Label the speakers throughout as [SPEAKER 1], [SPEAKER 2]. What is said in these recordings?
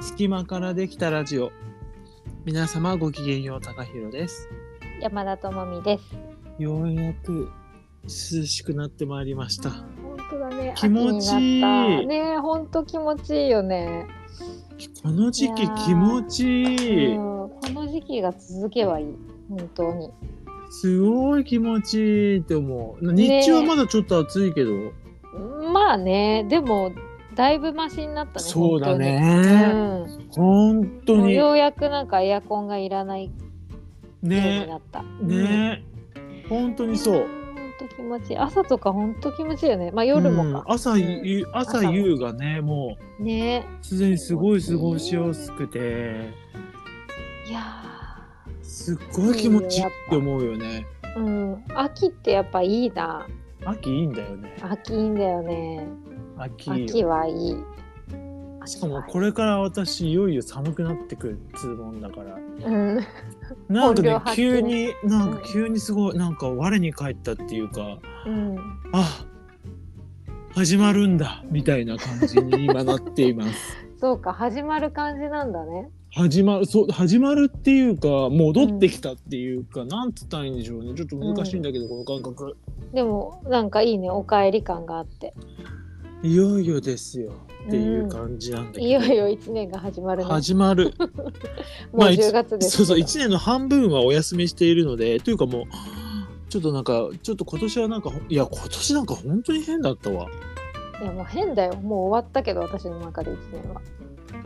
[SPEAKER 1] 隙間からできたラジオ皆様ごきげんよう高弘です
[SPEAKER 2] 山田智美です。
[SPEAKER 1] ようやく涼しくなってまいりました
[SPEAKER 2] 本当だね。
[SPEAKER 1] 気持ちいい
[SPEAKER 2] 秋になったねえ、本当気持ちいいよね。
[SPEAKER 1] この時
[SPEAKER 2] い
[SPEAKER 1] 期
[SPEAKER 2] やー
[SPEAKER 1] 気持ちいい
[SPEAKER 2] うんこの時期が続けばいい。本当に。
[SPEAKER 1] すごい気持ちいいって思う
[SPEAKER 2] ね
[SPEAKER 1] 日中はまだちょっと暑いけど、
[SPEAKER 2] まあね、でもだいぶマシになったね。
[SPEAKER 1] そうだ
[SPEAKER 2] 本当に。
[SPEAKER 1] ね本当
[SPEAKER 2] うん。もう
[SPEAKER 1] に
[SPEAKER 2] ようやくなんかエアコンがいらないようにな
[SPEAKER 1] ね
[SPEAKER 2] った。
[SPEAKER 1] ね本当にそう
[SPEAKER 2] うん。本当気持ちいい。朝とか本当気持ちいいよね。まあ夜も
[SPEAKER 1] うん
[SPEAKER 2] か。
[SPEAKER 1] 朝夕朝夕がねもう
[SPEAKER 2] ね
[SPEAKER 1] すでにすごい過ごしやすくて
[SPEAKER 2] え。いや
[SPEAKER 1] すっごい気持ちいいって思うよね
[SPEAKER 2] ー。うん。秋ってやっぱいいな。
[SPEAKER 1] 秋いいんだよね
[SPEAKER 2] 秋いいんだよね。
[SPEAKER 1] 秋いい
[SPEAKER 2] 秋
[SPEAKER 1] よ
[SPEAKER 2] はいい。
[SPEAKER 1] しかもこれから私いよいよ寒くなってくるつもんだから
[SPEAKER 2] うん、
[SPEAKER 1] なんか
[SPEAKER 2] 本領
[SPEAKER 1] ね
[SPEAKER 2] 発揮
[SPEAKER 1] 急
[SPEAKER 2] ね
[SPEAKER 1] になんか急にすごいなんか我に返ったっていうか
[SPEAKER 2] うん、
[SPEAKER 1] あ始まるんだみたいな感じ に今なっています。
[SPEAKER 2] そうか始まる感じなんだね。
[SPEAKER 1] 始まるそう始まるっていうか戻ってきたっていうか、なんつったらいいんでしょうねちょっと難しいんだけど、この感覚
[SPEAKER 2] でもなんかいいねお帰り感があって
[SPEAKER 1] いよいよですよっていう感じなんだけど、
[SPEAKER 2] いよいよ1年が始まるね。
[SPEAKER 1] 始まる
[SPEAKER 2] も
[SPEAKER 1] ま
[SPEAKER 2] う
[SPEAKER 1] あいつ
[SPEAKER 2] 10月です
[SPEAKER 1] そ
[SPEAKER 2] け
[SPEAKER 1] う
[SPEAKER 2] ど。
[SPEAKER 1] そう1年の半分はお休みしているのでというかもうちょっとなんかちょっと今年はなんかいや今年なんか本当に変だったわ
[SPEAKER 2] いやもう変だよもう終わったけど私の中で1年は。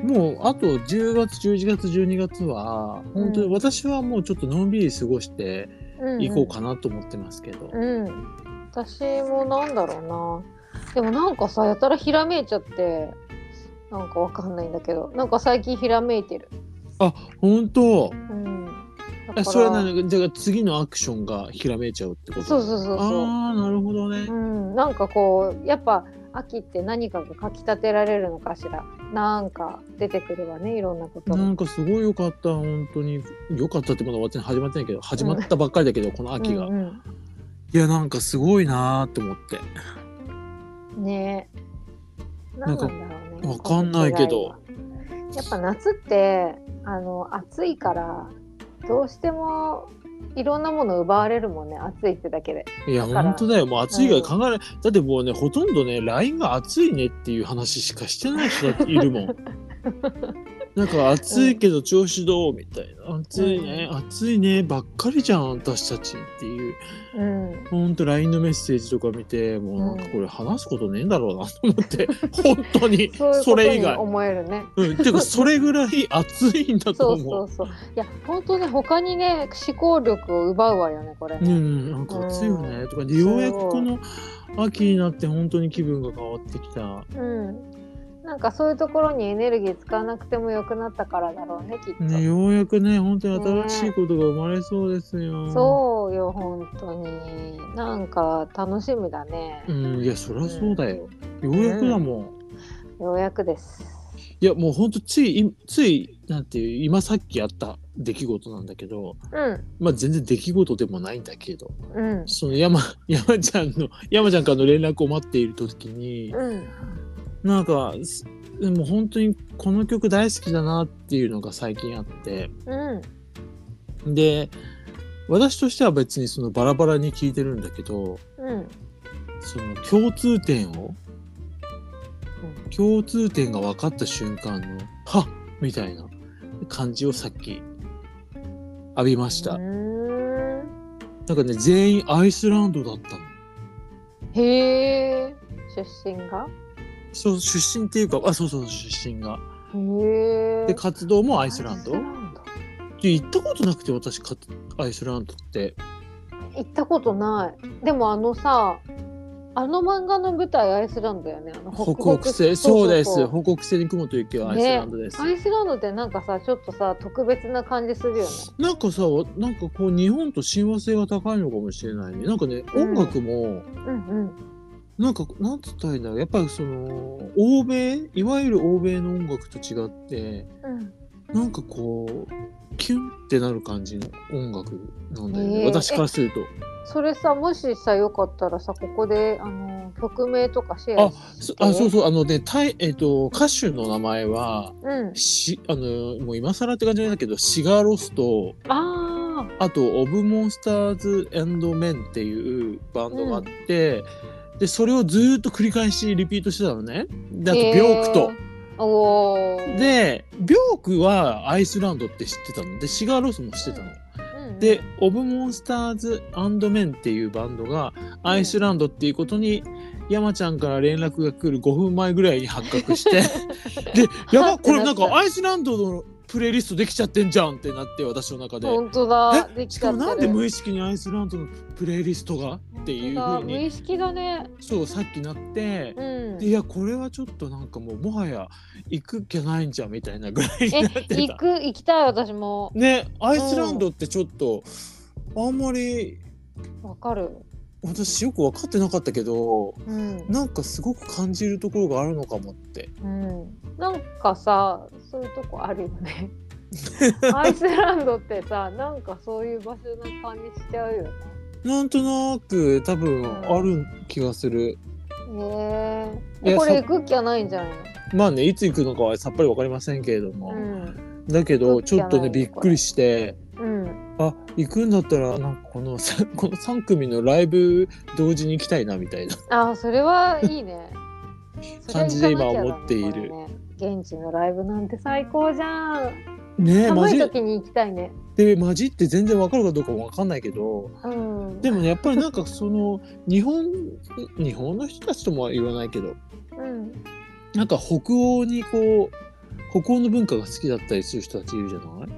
[SPEAKER 1] もうあと10月11月12月は本当に
[SPEAKER 2] うん
[SPEAKER 1] 私はもうちょっとのんびり過ごして
[SPEAKER 2] うんうん
[SPEAKER 1] いこうかなと思ってますけど、
[SPEAKER 2] うん。私もなんだろうな。でもなんかさやたらひらめいちゃってなんかわかんないんだけどなんか最近ひらめいてる。
[SPEAKER 1] あ本当
[SPEAKER 2] うん。だから
[SPEAKER 1] あそれは何だから次のアクションがひらめいちゃうってこと
[SPEAKER 2] そうそうそうそう。
[SPEAKER 1] ああなるほどね、
[SPEAKER 2] うん、なんかこうやっぱ秋って何かがかきたてられるのかしらなんか出てくるわねいろんなこと
[SPEAKER 1] な
[SPEAKER 2] が
[SPEAKER 1] んかすごい良かった本当に良かったってまだ終わってない始まってないけど始まったばっかりだけど、この秋が、
[SPEAKER 2] う
[SPEAKER 1] い
[SPEAKER 2] ん
[SPEAKER 1] やなんかすごいなーって思って
[SPEAKER 2] うん、ねえ
[SPEAKER 1] なんか
[SPEAKER 2] 何なんだろうね
[SPEAKER 1] わかんないけど
[SPEAKER 2] この違いはやっぱ夏ってあの暑いからどうしてもいろんなもの奪われるもんね暑いってだけで
[SPEAKER 1] いや
[SPEAKER 2] だから
[SPEAKER 1] 本当だよもう暑いから考えられ、だってもうねほとんどね LINE が暑いねっていう話しかしてない人だっているも んなんか暑いけど調子どうみたいな暑いね、暑いねばっかりじゃん私たちっていう
[SPEAKER 2] うん
[SPEAKER 1] ほんと LINE のメッセージとか見てもうなんかこれ話すことねえんだろうなと思って、本当に
[SPEAKER 2] そういうこ
[SPEAKER 1] そ
[SPEAKER 2] と
[SPEAKER 1] れ以
[SPEAKER 2] に
[SPEAKER 1] 外。
[SPEAKER 2] 思えるね
[SPEAKER 1] うん、ていうかそれぐらい暑いんだと
[SPEAKER 2] そ
[SPEAKER 1] 思
[SPEAKER 2] う
[SPEAKER 1] う。
[SPEAKER 2] そうそういや本当ね他にね思考力を奪うわよねこれね
[SPEAKER 1] うん、なんか暑いよね、とかで
[SPEAKER 2] そう
[SPEAKER 1] ようやくこの秋になって本当に気分が変わってきた。
[SPEAKER 2] うん、なんかそういうところにエネルギー使わなくても良くなったからだろうねきっと。
[SPEAKER 1] ね、ようやくね本当に新しいことが生まれそうですよ。
[SPEAKER 2] そうよ本当になんか楽しみだね、
[SPEAKER 1] うん、いやそりゃそうだよ。ようやくだもん。
[SPEAKER 2] ようやくです。
[SPEAKER 1] いやもう本当ついいついなんていう今さっきあった出来事なんだけど、
[SPEAKER 2] うん
[SPEAKER 1] まあ全然出来事でもないんだけど、
[SPEAKER 2] うん
[SPEAKER 1] その山、 山ちゃんの、山ちゃんからの連絡を待っている時に、
[SPEAKER 2] うん
[SPEAKER 1] なんか、すでも本当にこの曲大好きだなっていうのが最近あって、
[SPEAKER 2] うん
[SPEAKER 1] で、私としては別にそのバラバラに聴いてるんだけど、
[SPEAKER 2] うん
[SPEAKER 1] その共通点を、共通点が分かった瞬間の、はっみたいな感じをさっき浴びました。
[SPEAKER 2] うーん
[SPEAKER 1] なんかね、全員アイスランドだったの。
[SPEAKER 2] へえ出身が
[SPEAKER 1] そう、出身っていうか、あ、そうそう、出身が。
[SPEAKER 2] へえ
[SPEAKER 1] で活動もアイスランド
[SPEAKER 2] アイ
[SPEAKER 1] で行ったことなくて私かアイスランドって
[SPEAKER 2] 行ったことないでもあのさあの漫画の舞台アイスランドよねあの
[SPEAKER 1] 北北西そうです北北西に雲と雪はアイス
[SPEAKER 2] ね
[SPEAKER 1] ランドです、
[SPEAKER 2] アイスランドってなんかさちょっとさ特別な感じするよね。
[SPEAKER 1] なんかさなんかこう日本と親和性が高いのかもしれないねなんかね
[SPEAKER 2] うん
[SPEAKER 1] 音楽も、
[SPEAKER 2] うんうん。
[SPEAKER 1] なんかなんつったらいいんだろうやっぱりその欧米いわゆる欧米の音楽と違って
[SPEAKER 2] うん
[SPEAKER 1] なんかこうキュンってなる感じの音楽なんだよね、
[SPEAKER 2] へえ
[SPEAKER 1] 私からすると
[SPEAKER 2] それさもしさよかったらさここであの曲名とかシェア
[SPEAKER 1] あそあそうそうあのねたい、えっと歌手の名前は
[SPEAKER 2] うん
[SPEAKER 1] しあのもう今更って感じなんだけどシガーロスと
[SPEAKER 2] あ
[SPEAKER 1] あと「オブ・モンスターズ・エンド・メン」っていうバンドがあって、でそれをずーっと繰り返しリピートしてたのねで
[SPEAKER 2] あ
[SPEAKER 1] あとビョークと、
[SPEAKER 2] おおー、
[SPEAKER 1] でビョークはアイスランドって知ってたのでシガーロスも知ってたの、
[SPEAKER 2] うんうん
[SPEAKER 1] で「オブ・モンスターズ・アンド・メン」っていうバンドがアイスランドっていうことに、山ちゃんから連絡が来る5分前ぐらいに発覚してでやばこれなんかアイスランドのプレイリストできちゃってんじゃんってなって私の中で。
[SPEAKER 2] 本当だ
[SPEAKER 1] え
[SPEAKER 2] で
[SPEAKER 1] し
[SPEAKER 2] きち
[SPEAKER 1] か
[SPEAKER 2] ゃっ
[SPEAKER 1] も
[SPEAKER 2] てる
[SPEAKER 1] なんで無意識にアイスランドのプレイリストがっていうふ
[SPEAKER 2] 本
[SPEAKER 1] う
[SPEAKER 2] 当だ無
[SPEAKER 1] に
[SPEAKER 2] 意識だね
[SPEAKER 1] そうさっきなって、
[SPEAKER 2] うん
[SPEAKER 1] でいやこれはちょっとなんかもうもはや行くっきゃないんじゃんみたいなぐらいに
[SPEAKER 2] え
[SPEAKER 1] なって
[SPEAKER 2] 行
[SPEAKER 1] た
[SPEAKER 2] く。行きたい私も
[SPEAKER 1] ねアイスランドってちょっと、あんまり
[SPEAKER 2] わかる
[SPEAKER 1] 私よく分かってなかったけど
[SPEAKER 2] うん、
[SPEAKER 1] なんかすごく感じるところがあるのかもって。
[SPEAKER 2] うん、なんかさそういうとこあるよ ねアイスランドってさなんかそういう場所な感じしちゃうよね
[SPEAKER 1] なんとなく多分ある気がする。
[SPEAKER 2] ね
[SPEAKER 1] い
[SPEAKER 2] え
[SPEAKER 1] や
[SPEAKER 2] これ
[SPEAKER 1] さ
[SPEAKER 2] 行くっきゃないんじゃない
[SPEAKER 1] まあねいつ行くのかはさっぱり分かりませんけれども、
[SPEAKER 2] のうん
[SPEAKER 1] だけどちょっとね
[SPEAKER 2] 行くっきゃない
[SPEAKER 1] びっくりして。
[SPEAKER 2] うん
[SPEAKER 1] あ行くんだったらなんかこのさ この3組のライブ同時に行きたいなみたいな
[SPEAKER 2] あそれはいいねそれ
[SPEAKER 1] 感じで今
[SPEAKER 2] 行かなきゃだね
[SPEAKER 1] 思っている
[SPEAKER 2] これね現地のライブなんて最高じゃん
[SPEAKER 1] ねえマ
[SPEAKER 2] 寒い
[SPEAKER 1] ジ
[SPEAKER 2] 時に行きたいね
[SPEAKER 1] でマジって全然わかるかどうかもわかんないけど
[SPEAKER 2] うん
[SPEAKER 1] でもねやっぱりなんかその日本日本の人たちともは言わないけど
[SPEAKER 2] うん
[SPEAKER 1] なんか北欧にこう北欧の文化が好きだったりする人たちいるじゃない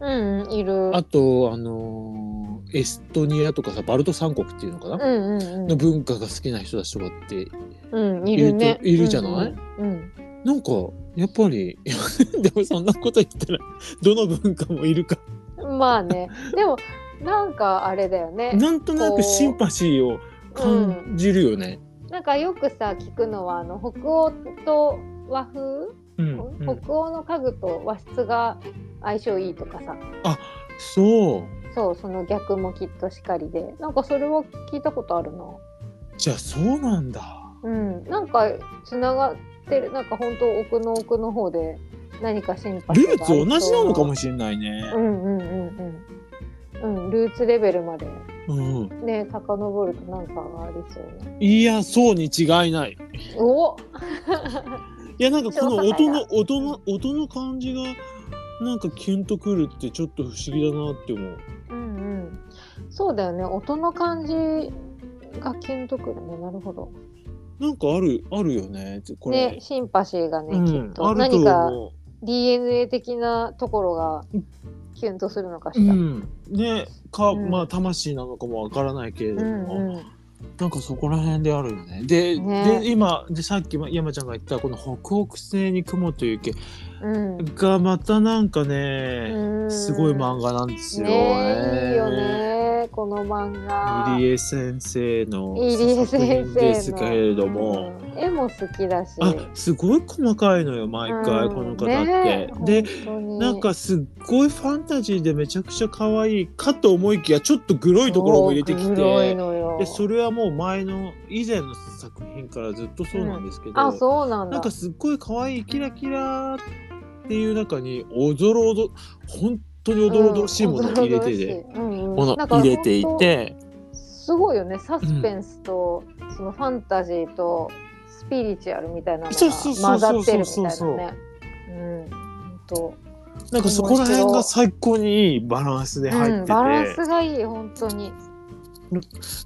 [SPEAKER 2] うんいる
[SPEAKER 1] あとあのーエストニアとかさバルト三国っていうのかな、
[SPEAKER 2] うんうんう
[SPEAKER 1] の
[SPEAKER 2] ん
[SPEAKER 1] 文化が好きな人たちとかって
[SPEAKER 2] うんいるね
[SPEAKER 1] いるといるじゃない
[SPEAKER 2] うんうん
[SPEAKER 1] なんかやっぱり でもそんなこと言ったらどの文化もいるか
[SPEAKER 2] まあねでもなんかあれだよね
[SPEAKER 1] なんとな
[SPEAKER 2] こ
[SPEAKER 1] く
[SPEAKER 2] う
[SPEAKER 1] シンパシーを感じるよね。
[SPEAKER 2] なんかよくさ聞くのはあの北欧と和風、
[SPEAKER 1] うんうん
[SPEAKER 2] 北欧の家具と和室が相性いいとかさ
[SPEAKER 1] そう
[SPEAKER 2] そうその逆もきっとしかりでなんかそれは聞いたことあるな
[SPEAKER 1] じゃあそうなんだ。
[SPEAKER 2] うんなんかつながってるなんか本当奥の奥の方で何か進化
[SPEAKER 1] ルーツ同じなのかも
[SPEAKER 2] し
[SPEAKER 1] しれないね
[SPEAKER 2] う。んうんうんうんうんルーツレベルまで
[SPEAKER 1] うん、
[SPEAKER 2] ね遡るとなんかがありそうない
[SPEAKER 1] やそうに違いない。
[SPEAKER 2] お
[SPEAKER 1] いやなんかこの
[SPEAKER 2] そう
[SPEAKER 1] 音
[SPEAKER 2] なんだ
[SPEAKER 1] の音の音の感じがなんかキュンとくるってちょっと不思議だなって思う。
[SPEAKER 2] うんうん、そうだよね音の感じがキュンとくるねなるほど
[SPEAKER 1] なんかあるあるよねこれ。
[SPEAKER 2] ねシンパシーがね、
[SPEAKER 1] うん
[SPEAKER 2] きっと
[SPEAKER 1] あると
[SPEAKER 2] 何か
[SPEAKER 1] 思う。
[SPEAKER 2] DNA 的なところがキュンとするのか
[SPEAKER 1] う
[SPEAKER 2] しら、うん
[SPEAKER 1] ん、ねか、
[SPEAKER 2] うん
[SPEAKER 1] まあ魂なのかもわからないけれ
[SPEAKER 2] う
[SPEAKER 1] ども、
[SPEAKER 2] ん
[SPEAKER 1] なんかそこら辺であるよね。で
[SPEAKER 2] ね
[SPEAKER 1] で今でさっき山ちゃんが言ったこの北北西に雲という池
[SPEAKER 2] うん
[SPEAKER 1] がまたなんかね、
[SPEAKER 2] うん
[SPEAKER 1] すごい漫画なんですよ
[SPEAKER 2] ねえいいよねこの漫画
[SPEAKER 1] 入江先生の
[SPEAKER 2] 入江
[SPEAKER 1] 作
[SPEAKER 2] 先生
[SPEAKER 1] 品
[SPEAKER 2] の
[SPEAKER 1] ですけれども、
[SPEAKER 2] うん絵も好きだし
[SPEAKER 1] あすごい細かいのよ毎回
[SPEAKER 2] うん
[SPEAKER 1] この方って。
[SPEAKER 2] ねえ
[SPEAKER 1] で
[SPEAKER 2] 本当に
[SPEAKER 1] なんかすっごいファンタジーでめちゃくちゃ可愛いかと思いきやちょっとグロいところも入れてき
[SPEAKER 2] そう
[SPEAKER 1] て
[SPEAKER 2] 黒いのよ
[SPEAKER 1] でそれはもう前の以前の作品からずっとそうなんですけど、
[SPEAKER 2] あそうなんだ
[SPEAKER 1] なんかすっごい可愛いキラキラっていう中におぞろおぞ本当におどろおどろしいものを入れてて、、
[SPEAKER 2] うんうん
[SPEAKER 1] ものを入れていて
[SPEAKER 2] すごいよねサスペンスと、そのファンタジーとスピリチュアルみたいなのが
[SPEAKER 1] そうそうそう
[SPEAKER 2] 混ざ
[SPEAKER 1] そう
[SPEAKER 2] ってるみ
[SPEAKER 1] そう
[SPEAKER 2] たい
[SPEAKER 1] そう
[SPEAKER 2] なね。うん本当
[SPEAKER 1] なんかそこら辺が最高にいいバランスで入ってて、
[SPEAKER 2] うん、バランスがいい本当に、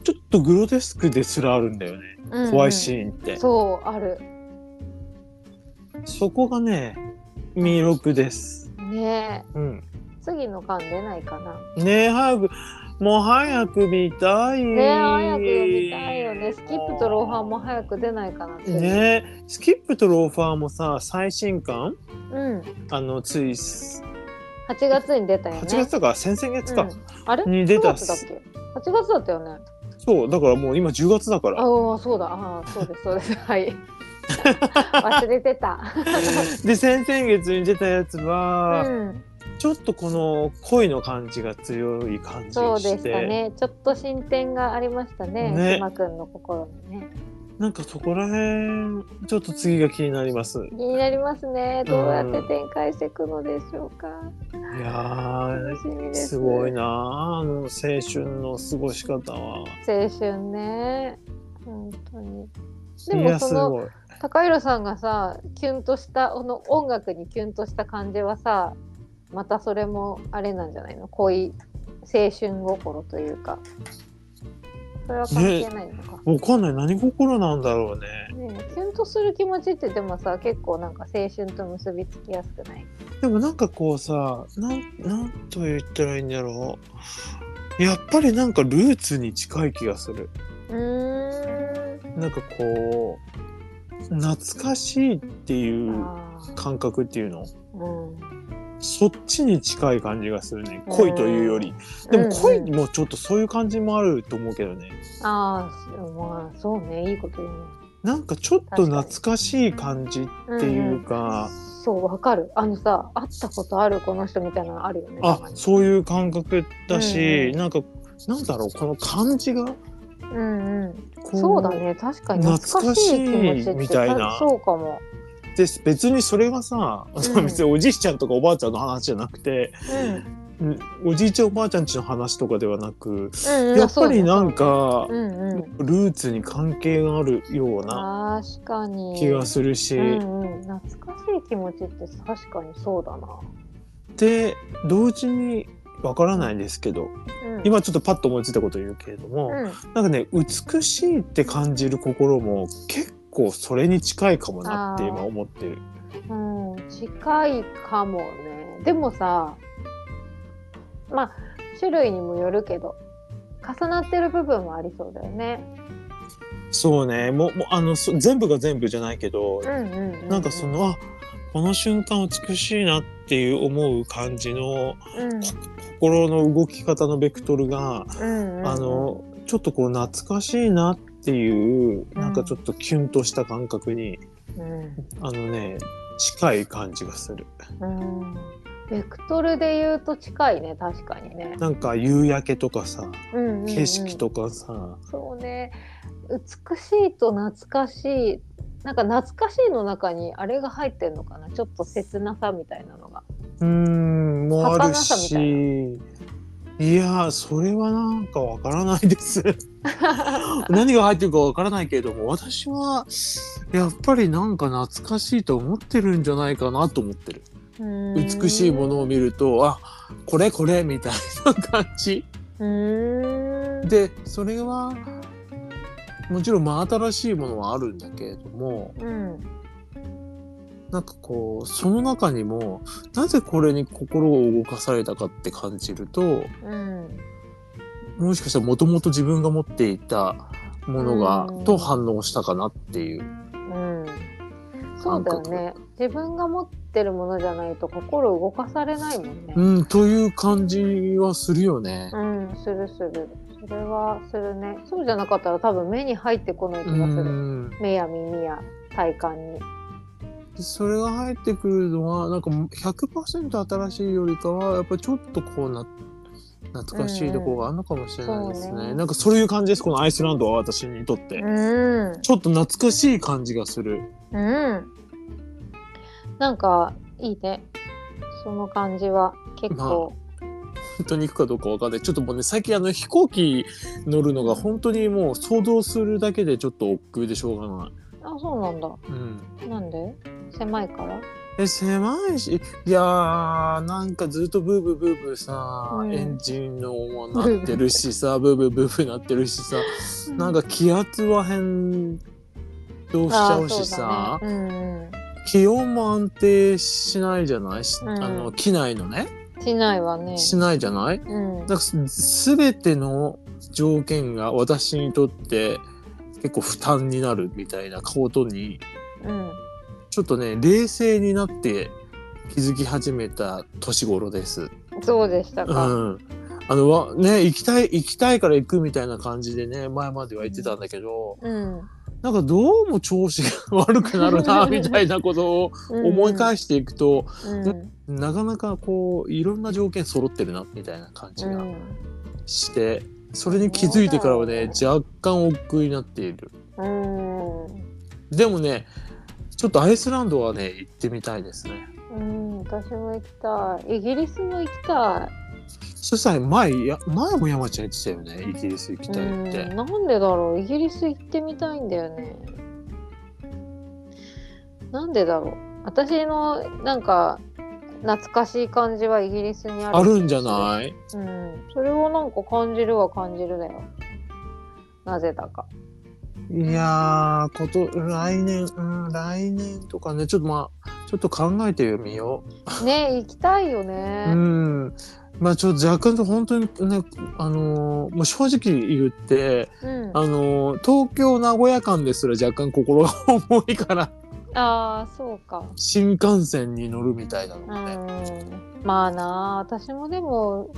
[SPEAKER 1] ちょっとグロテスクですらあるんだよね、
[SPEAKER 2] うんうん
[SPEAKER 1] 怖いシーンって
[SPEAKER 2] そうある
[SPEAKER 1] そこがね魅力です。
[SPEAKER 2] ね
[SPEAKER 1] うん、
[SPEAKER 2] え次の巻出ないかな
[SPEAKER 1] ねえ早くもう早く見たい。
[SPEAKER 2] ねえ早く読みたいよねスキップとローファーも早く出ないかなっていう
[SPEAKER 1] ねえスキップとローファーもさ最新刊
[SPEAKER 2] うん
[SPEAKER 1] あのつい8
[SPEAKER 2] 8月に出たよね
[SPEAKER 1] 月とか先々月か、
[SPEAKER 2] うんあれ
[SPEAKER 1] に出た
[SPEAKER 2] 9月だっけ8月だったよね
[SPEAKER 1] そうだからもう今10月だから
[SPEAKER 2] ああそうだああそうですそうです はい忘れてた。
[SPEAKER 1] で先々月に出たやつは、
[SPEAKER 2] うん、
[SPEAKER 1] ちょっとこの恋の感じが強い感じ
[SPEAKER 2] そ
[SPEAKER 1] が
[SPEAKER 2] うで
[SPEAKER 1] し、
[SPEAKER 2] してたね。ちょっと進展がありましたね。
[SPEAKER 1] ね
[SPEAKER 2] くまくんの心にね。
[SPEAKER 1] なんかそこら辺ちょっと次が気になります。
[SPEAKER 2] 気になりますね。どうやって展開していくのでしょうか。
[SPEAKER 1] いやー
[SPEAKER 2] 楽しみです。
[SPEAKER 1] すごいなああの青春の過ごし方は。
[SPEAKER 2] 青春ね。本当に。で
[SPEAKER 1] い
[SPEAKER 2] も
[SPEAKER 1] や
[SPEAKER 2] そ
[SPEAKER 1] す
[SPEAKER 2] の
[SPEAKER 1] ごい。
[SPEAKER 2] 高弘さんがさキュンとしたこの音楽にキュンとした感じはさまたそれもあれなんじゃないの恋青春心というかそれは関係ないのか、
[SPEAKER 1] わかんない何心なんだろうね。
[SPEAKER 2] ねえキュンとする気持ちってでもさ結構なんか青春と結びつきやすくない
[SPEAKER 1] でもなんかこうさなんなんと言ったらいいんだろう。やっぱりなんかルーツに近い気がする。
[SPEAKER 2] うーん
[SPEAKER 1] なんかこう懐かしいっていう
[SPEAKER 2] あー
[SPEAKER 1] 感覚っていうの
[SPEAKER 2] うん
[SPEAKER 1] そっちに近い感じがするね恋というより。でも恋
[SPEAKER 2] うんうん
[SPEAKER 1] もちょっとそういう感じもあると思うけどね。
[SPEAKER 2] あーまあそうねいいこと言うね
[SPEAKER 1] なんかちょっと懐かしい感じっていうか、
[SPEAKER 2] そうわかるあのさ会ったことあるこの人みたいなのあるよねたま
[SPEAKER 1] あ
[SPEAKER 2] に
[SPEAKER 1] そういう感覚だし、
[SPEAKER 2] うん
[SPEAKER 1] なんかなんだろうこの感じが
[SPEAKER 2] うんうん
[SPEAKER 1] こ
[SPEAKER 2] そうだね確かに懐かしい気持ちって
[SPEAKER 1] 懐かしいみたいな
[SPEAKER 2] たそうかも、
[SPEAKER 1] で別にそれがさ、
[SPEAKER 2] う ん
[SPEAKER 1] 別におじいちゃんとかおばあちゃんの話じゃなくて、
[SPEAKER 2] うん
[SPEAKER 1] うんおじいちゃんおばあちゃんちの話とかではなく、
[SPEAKER 2] うんうん、
[SPEAKER 1] やっぱり
[SPEAKER 2] そうだね
[SPEAKER 1] なんか、
[SPEAKER 2] うんうん、
[SPEAKER 1] ルーツに関係があるような
[SPEAKER 2] 確かに
[SPEAKER 1] 気がするし、
[SPEAKER 2] うんうん、懐かしい気持ちって確かにそうだな、
[SPEAKER 1] で同時にわからないですけど
[SPEAKER 2] うん、
[SPEAKER 1] 今ちょっとパッと思いついたこと言うけれども。
[SPEAKER 2] うん、
[SPEAKER 1] なんかね美しいって感じる心も結構それに近いかもなって今思ってる。
[SPEAKER 2] うん、近いかもねでもさまあ種類にもよるけど重なってる部分もありそうだよね
[SPEAKER 1] そうねもうもうあのそ全部が全部じゃないけど
[SPEAKER 2] う、んうんうう
[SPEAKER 1] なんかそ、のあこの瞬間美しいなっていう思う感じの
[SPEAKER 2] うんうん
[SPEAKER 1] 心の動き方のベクトルが、
[SPEAKER 2] うんうん、
[SPEAKER 1] あのちょっとこう懐かしいなっていうなんかちょっとキュンとした感覚に、
[SPEAKER 2] うん
[SPEAKER 1] あのね近い感じがする。
[SPEAKER 2] うんベクトルで言うと近いね確かにね、
[SPEAKER 1] なんか夕焼けとかさ
[SPEAKER 2] うんうんうん
[SPEAKER 1] 景色とかさ、
[SPEAKER 2] そうね美しいと懐かしいなんか懐かしいの中にあれが入ってんのかなちょっと切なさみたいなのが
[SPEAKER 1] うーん、もある
[SPEAKER 2] 儚さみ
[SPEAKER 1] した
[SPEAKER 2] い、
[SPEAKER 1] いやー、それはなんかわからない です。何が入ってるかわからないけれども、私はやっぱりなんか懐かしいと思ってるんじゃないかなと思ってる。美しいものを見ると、あ、これこれみたいな感じ。
[SPEAKER 2] ので
[SPEAKER 1] で、それは、もちろん真新しいものはあるんだけれども、
[SPEAKER 2] うん
[SPEAKER 1] なんかこう、その中にも、なぜこれに心を動かされたかって感じると、
[SPEAKER 2] うん
[SPEAKER 1] もしかしたらもともと自分が持っていたものが
[SPEAKER 2] うん、
[SPEAKER 1] と反応したかなっていう。
[SPEAKER 2] うんそうだよね自分が持ってるものじゃないと心動かされないもんね
[SPEAKER 1] うん、という感じはするよね。
[SPEAKER 2] うんするするそれはするねそうじゃなかったら多分目に入ってこない気
[SPEAKER 1] う
[SPEAKER 2] がする、
[SPEAKER 1] ん。
[SPEAKER 2] 目や耳や体感に
[SPEAKER 1] それが入ってくるのは、なんか100%新しいよりかは、やっぱりちょっとこうな、懐かしいところがあるのかもしれないですね。
[SPEAKER 2] うんそうね
[SPEAKER 1] なんかそういう感じです、このアイスランドは私にとって。
[SPEAKER 2] うん
[SPEAKER 1] ちょっと懐かしい感じがする。
[SPEAKER 2] うんなんかいいねその感じは結構、
[SPEAKER 1] 本当に行くかどうかわかんない。ちょっともうね、最近あの飛行機乗るのが本当にもう想像するだけでちょっと億劫でしょうがない。
[SPEAKER 2] あ、そうなんだ
[SPEAKER 1] うん。
[SPEAKER 2] なんで狭いから
[SPEAKER 1] え狭いしいやーなんかずっとブーブーブーブーさ、
[SPEAKER 2] うん
[SPEAKER 1] エンジンの音も鳴ってるしさブーブーブーブーなってるしさなんか気圧は変動しちゃうしさ
[SPEAKER 2] あ、そうだね
[SPEAKER 1] 気温も安定しないじゃない、し
[SPEAKER 2] うん
[SPEAKER 1] あの機内のね
[SPEAKER 2] うんしないわね
[SPEAKER 1] しないじゃない
[SPEAKER 2] うん
[SPEAKER 1] なんかす全ての条件が私にとって結構負担になるみたいなことに
[SPEAKER 2] うん
[SPEAKER 1] ちょっとね冷静になって気づき始めた年頃です。
[SPEAKER 2] そうでした
[SPEAKER 1] う
[SPEAKER 2] か、
[SPEAKER 1] ん。あのわね行きたい行きたいから行くみたいな感じでね前までは言ってたんだけど、
[SPEAKER 2] うん
[SPEAKER 1] なんかどうも調子が悪くなるなみたいなことを思い返していくと、
[SPEAKER 2] うん
[SPEAKER 1] なかなかこういろんな条件揃ってるなみたいな感じ
[SPEAKER 2] う
[SPEAKER 1] が
[SPEAKER 2] ん
[SPEAKER 1] して、それに気づいてからはね
[SPEAKER 2] そ
[SPEAKER 1] 若干億劫になっている
[SPEAKER 2] うん
[SPEAKER 1] でもねちょっとアイスランドはね行ってみたいですね
[SPEAKER 2] うん私も行きたいイギリスも行きた
[SPEAKER 1] そしたら前いや前も山ちゃん言ってたよねイギリス行き
[SPEAKER 2] い
[SPEAKER 1] たいって
[SPEAKER 2] うんなんでだろうイギリス行ってみたいんだよねなんでだろう私のなんか懐かしい感じはイギリスにある
[SPEAKER 1] あるんじゃない
[SPEAKER 2] うん、それをなんか感じるは感じるだよなぜだ か
[SPEAKER 1] いやーこと来年うん来年とかねちょっとまあちょっと考えてみよ
[SPEAKER 2] ね行きたいよ
[SPEAKER 1] う、
[SPEAKER 2] ね
[SPEAKER 1] うんまあちょっと若干と本当にねあのーもう正直言って
[SPEAKER 2] うん、
[SPEAKER 1] あのー東京名古屋間ですら若干心が重いから
[SPEAKER 2] ああそうか
[SPEAKER 1] 新幹線に乗るみたいなの
[SPEAKER 2] う
[SPEAKER 1] がね、
[SPEAKER 2] んまあな私もでも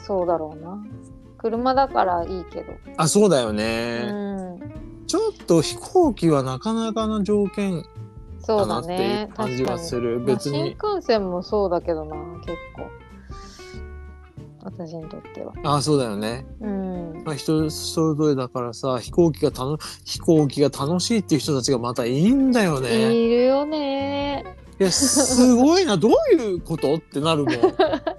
[SPEAKER 2] そうだろうな車だからいいけど、
[SPEAKER 1] あそうだよね、
[SPEAKER 2] うん
[SPEAKER 1] ちょっと飛行機はなかなかの条件
[SPEAKER 2] そ
[SPEAKER 1] だ
[SPEAKER 2] う
[SPEAKER 1] な
[SPEAKER 2] だ
[SPEAKER 1] ってい
[SPEAKER 2] ね
[SPEAKER 1] う感じ
[SPEAKER 2] 確か
[SPEAKER 1] が
[SPEAKER 2] に
[SPEAKER 1] する、
[SPEAKER 2] まあ
[SPEAKER 1] 別
[SPEAKER 2] 新
[SPEAKER 1] に
[SPEAKER 2] 幹線もそうだけどな結構私にとっては
[SPEAKER 1] あそうだよね
[SPEAKER 2] うん
[SPEAKER 1] まあ、人それぞれだからさ飛行機が楽飛行機が楽しいっていう人たちがまたいいんだよね。
[SPEAKER 2] いるよね
[SPEAKER 1] いやすごいなどういうことってなるもん。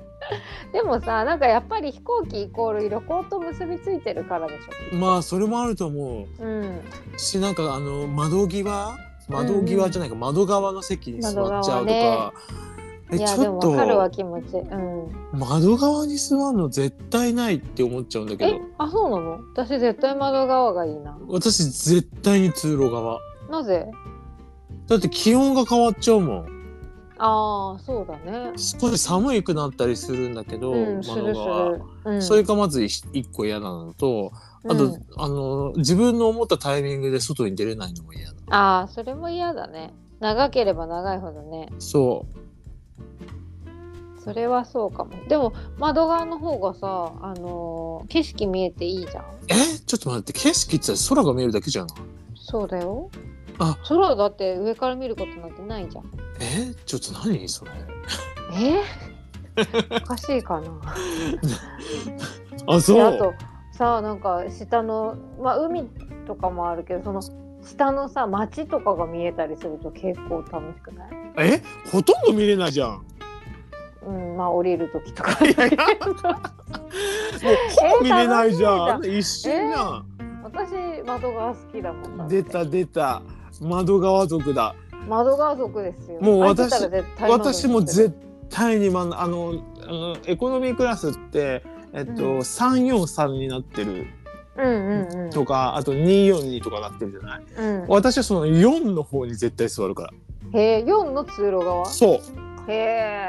[SPEAKER 2] でもさなんかやっぱり飛行機イコール旅行と結びついてるからでしょ。
[SPEAKER 1] まあそれもあると思
[SPEAKER 2] うん、
[SPEAKER 1] うしなんかあの窓際窓際じゃないか、窓側の席に座っちゃうとか、
[SPEAKER 2] 窓側
[SPEAKER 1] え
[SPEAKER 2] いや
[SPEAKER 1] ち
[SPEAKER 2] で
[SPEAKER 1] ょ
[SPEAKER 2] も
[SPEAKER 1] っ
[SPEAKER 2] わかるわ
[SPEAKER 1] と
[SPEAKER 2] 気持ち。うん、
[SPEAKER 1] 窓側に座るの絶対ないって思っちゃうんだけ
[SPEAKER 2] え
[SPEAKER 1] ど
[SPEAKER 2] あそうなの私絶対窓側がいいな。
[SPEAKER 1] 私絶対に通路側
[SPEAKER 2] なぜ
[SPEAKER 1] だって気温が変わっちゃうもん
[SPEAKER 2] ああそうだね。
[SPEAKER 1] 少し寒くなったりするんだけど、
[SPEAKER 2] うんす
[SPEAKER 1] 窓
[SPEAKER 2] るす
[SPEAKER 1] 側。
[SPEAKER 2] る。うん、
[SPEAKER 1] それがまず一一個嫌なのと、あと、
[SPEAKER 2] うん
[SPEAKER 1] あの、自分の思ったタイミングで外に出れないのも嫌だ。
[SPEAKER 2] ああそれも嫌だね。長ければ長いほどね。
[SPEAKER 1] そう。
[SPEAKER 2] それはそうかも。でも窓側の方がさあのー景色見えていいじゃん。
[SPEAKER 1] えちょっと待って、景色って空が見えるだけじゃない
[SPEAKER 2] そうだよ。
[SPEAKER 1] あ
[SPEAKER 2] 空だって上から見ることなんてないじゃん。
[SPEAKER 1] えちょっと何それ。
[SPEAKER 2] え おかしいかな。
[SPEAKER 1] あ、
[SPEAKER 2] で
[SPEAKER 1] そ
[SPEAKER 2] あ
[SPEAKER 1] う。
[SPEAKER 2] とさなんか下の、まあ、海とかもあるけどその下のさ町とかが見えたりすると結構楽しくない、
[SPEAKER 1] えほとんど見れないじゃん。も
[SPEAKER 2] うん、まあ降りる時とか
[SPEAKER 1] いやいやうほぼ見れないじゃん。
[SPEAKER 2] 楽
[SPEAKER 1] 一瞬じゃん。
[SPEAKER 2] 私窓側好きだもんだって
[SPEAKER 1] 出た出た。窓側族だ。
[SPEAKER 2] 窓側族ですよ
[SPEAKER 1] もう私
[SPEAKER 2] 開いてたら絶対窓です
[SPEAKER 1] 私も絶対に、ま、あの、あの、エコノミークラスって、えっと、
[SPEAKER 2] うん
[SPEAKER 1] 343になってる。
[SPEAKER 2] うんうんうん
[SPEAKER 1] とか、あと242とかなってるじゃない
[SPEAKER 2] うん
[SPEAKER 1] 私はその4の方に絶対座るか
[SPEAKER 2] へえ4の通路側
[SPEAKER 1] らそう
[SPEAKER 2] へえ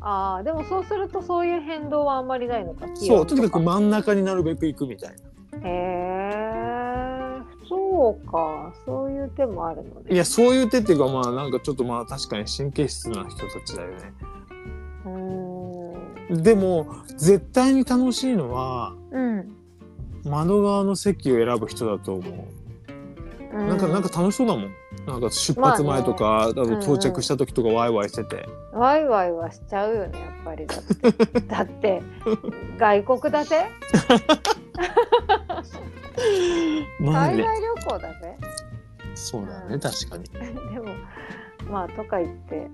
[SPEAKER 2] あーでもそうするとそういう変動はあんまりないのか
[SPEAKER 1] そうとにかく
[SPEAKER 2] へ
[SPEAKER 1] 真ん中になるべく行くみたいな
[SPEAKER 2] えそうかそういう手もあるのね
[SPEAKER 1] いやそういう手っていうかまあなんかちょっとまあ確かに神経質な人たちだよね
[SPEAKER 2] うーん
[SPEAKER 1] でも絶対に楽しいのは
[SPEAKER 2] うん、
[SPEAKER 1] 窓側の席を選ぶ人だと思うなんかなんか楽しそうだもんなんか出発前とか、多分到着した時とかワイワイしてて、
[SPEAKER 2] ワイワイはしちゃうよねやっぱりだ ってだって外国だぜ
[SPEAKER 1] まあ
[SPEAKER 2] 海
[SPEAKER 1] ね
[SPEAKER 2] 外旅行だぜ
[SPEAKER 1] そうだよね確かに
[SPEAKER 2] でもまあとか言って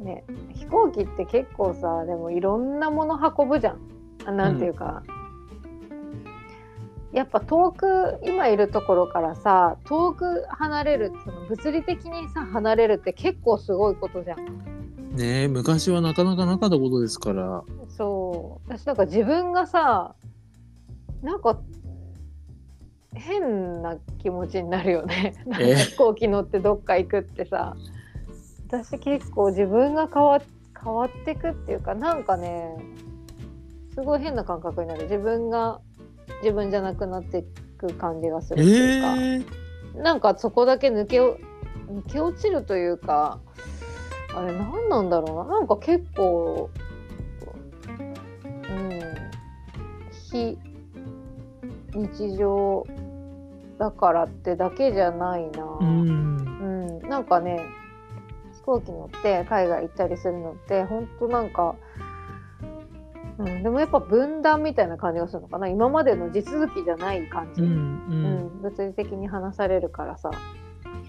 [SPEAKER 2] ね飛行機って結構さでもいろんなもの運ぶじゃんあなんていうか、やっぱ遠く今いるところからさ遠く離れるその物理的にさ離れるって結構すごいことじゃん
[SPEAKER 1] ねえ昔はなかなかなかったことですから
[SPEAKER 2] そう私なんか自分がさなんか変な気持ちになるよねなんか
[SPEAKER 1] え
[SPEAKER 2] 飛行機乗ってどっか行くってさ私結構自分が変わ変わってくっていうかなんかねすごい変な感覚になる自分が自分じゃなくなっていく感じがする
[SPEAKER 1] ええ
[SPEAKER 2] っていうか、なんかそこだけ抜けお抜け落ちるというかあれ何なんだろうななんか結構うん非日常だからってだけじゃないな、
[SPEAKER 1] うん
[SPEAKER 2] うん、なんかね飛行機乗って海外行ったりするのって本当なんか、うん、でもやっぱ分断みたいな感じがするのかな今までの地続きじゃない感
[SPEAKER 1] う
[SPEAKER 2] じ、
[SPEAKER 1] んう
[SPEAKER 2] うんん物理的に話されるからさ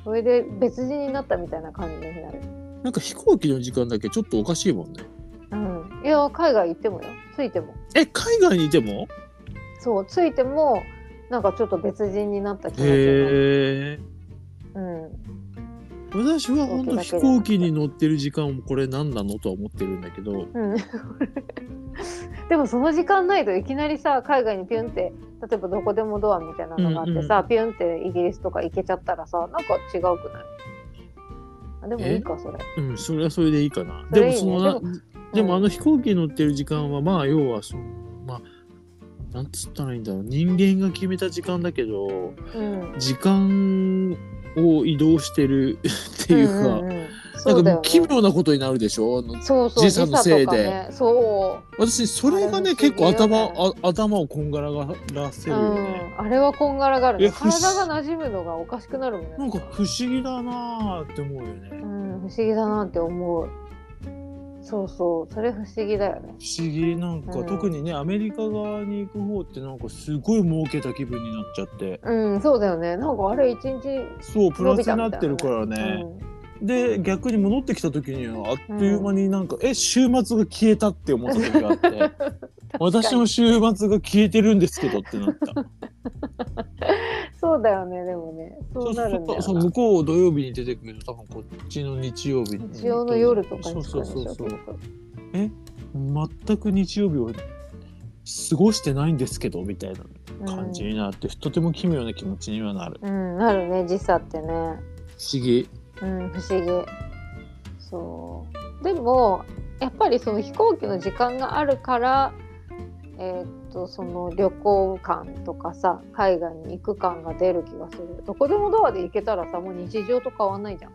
[SPEAKER 2] それで別人になったみたいな感じになる、
[SPEAKER 1] なんか飛行機の時間だけちょっとおかしいもんね
[SPEAKER 2] うん、いや海外行ってもよついても
[SPEAKER 1] え海外にいても
[SPEAKER 2] そうついてもなんかちょっと別人になった気がする、
[SPEAKER 1] へえ
[SPEAKER 2] うん、
[SPEAKER 1] 私は本当飛行機に乗ってる時間もこれ何なのとは思ってるんだけど
[SPEAKER 2] うんでもその時間ないといきなりさ海外にピュンって例えばどこでもドアみたいなのがあってさ、
[SPEAKER 1] うん
[SPEAKER 2] ピュンってイギリスとか行けちゃったらさなんか違うくないあでもいいかそれ
[SPEAKER 1] うんそれはそれでいいかな
[SPEAKER 2] それいい
[SPEAKER 1] で
[SPEAKER 2] ね
[SPEAKER 1] もそのなでもあ
[SPEAKER 2] うん
[SPEAKER 1] の飛行機に乗ってる時間はまあ要はそのまあなんつったらいいんだろう人間が決めた時間だけど
[SPEAKER 2] うん
[SPEAKER 1] 時間を移動してる っていうか、
[SPEAKER 2] んんん
[SPEAKER 1] な
[SPEAKER 2] そ
[SPEAKER 1] ん
[SPEAKER 2] う
[SPEAKER 1] か
[SPEAKER 2] だ
[SPEAKER 1] も
[SPEAKER 2] よ
[SPEAKER 1] う
[SPEAKER 2] ね
[SPEAKER 1] 奇妙なことになるでしょあの
[SPEAKER 2] そうそう
[SPEAKER 1] 時差のせいで
[SPEAKER 2] 時とかねそ
[SPEAKER 1] 私それがね
[SPEAKER 2] あれ不
[SPEAKER 1] 結
[SPEAKER 2] 思議
[SPEAKER 1] 構
[SPEAKER 2] よね
[SPEAKER 1] 頭あ頭をこんがらがらせ
[SPEAKER 2] う、
[SPEAKER 1] るよね、
[SPEAKER 2] うん、あれはこんがらがる
[SPEAKER 1] い
[SPEAKER 2] ね
[SPEAKER 1] や不思議
[SPEAKER 2] 体が馴染むのがおかしくなるもんね
[SPEAKER 1] なんか不思議だなーって思うよね
[SPEAKER 2] うん、不思議だなって思うそうそうそれ不思議だよね
[SPEAKER 1] 不思議なんか、
[SPEAKER 2] うん
[SPEAKER 1] 特にねアメリカ側に行く方ってなんかすごい儲けた気分になっちゃって
[SPEAKER 2] うんそうだよねなんかあれ一日
[SPEAKER 1] そうプラスになってるからね
[SPEAKER 2] うん
[SPEAKER 1] で逆に戻ってきた時にはあっという間になんか、え週末が消えたって思った時があって 私の週末が消えてるんですけどってなった
[SPEAKER 2] そうだよねでもね そうなるんだよ
[SPEAKER 1] そう
[SPEAKER 2] な
[SPEAKER 1] 向こう土曜日に出てくると多分こっちの日曜日に
[SPEAKER 2] 日曜の夜とか
[SPEAKER 1] そう
[SPEAKER 2] に
[SPEAKER 1] そ
[SPEAKER 2] 作
[SPEAKER 1] う
[SPEAKER 2] るん
[SPEAKER 1] そ
[SPEAKER 2] で
[SPEAKER 1] う
[SPEAKER 2] し
[SPEAKER 1] そう
[SPEAKER 2] ょ
[SPEAKER 1] 全く日曜日を過ごしてないんですけどみたいな感じになって、とても奇妙な気持ちにはなる
[SPEAKER 2] うん、うんなるね時差ってね
[SPEAKER 1] 不思議
[SPEAKER 2] うん不思議そうでもやっぱりその飛行機の時間があるからえーっとその旅行感とかさ海外に行く感が出る気がするどこでもドアで行けたらさもう日常と変わんないじゃん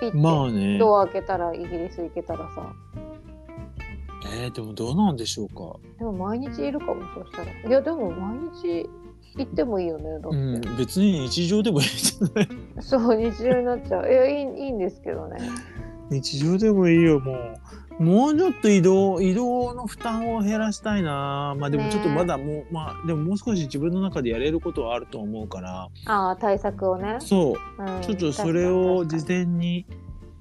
[SPEAKER 2] ピッて、
[SPEAKER 1] まあね
[SPEAKER 2] ドア開けたらイギリス行けたらさ
[SPEAKER 1] えー、でもどうなんでしょうか
[SPEAKER 2] でも毎日いるかもそうしたら。いやでも毎日行ってもいいよねだって。
[SPEAKER 1] うん別に日常でもいいじゃない
[SPEAKER 2] そう日常になっちゃう。いやいいいいんですけどね。
[SPEAKER 1] 日常でもいいよもうもうちょっと移動移動の負担を減らしたいなまあでも
[SPEAKER 2] ね
[SPEAKER 1] ちょっとまだもう、まあでももう少し自分の中でやれることはあると思うから
[SPEAKER 2] ああ対策をね。
[SPEAKER 1] そう
[SPEAKER 2] うん、
[SPEAKER 1] ちょっとそれを事
[SPEAKER 2] 確か
[SPEAKER 1] 前に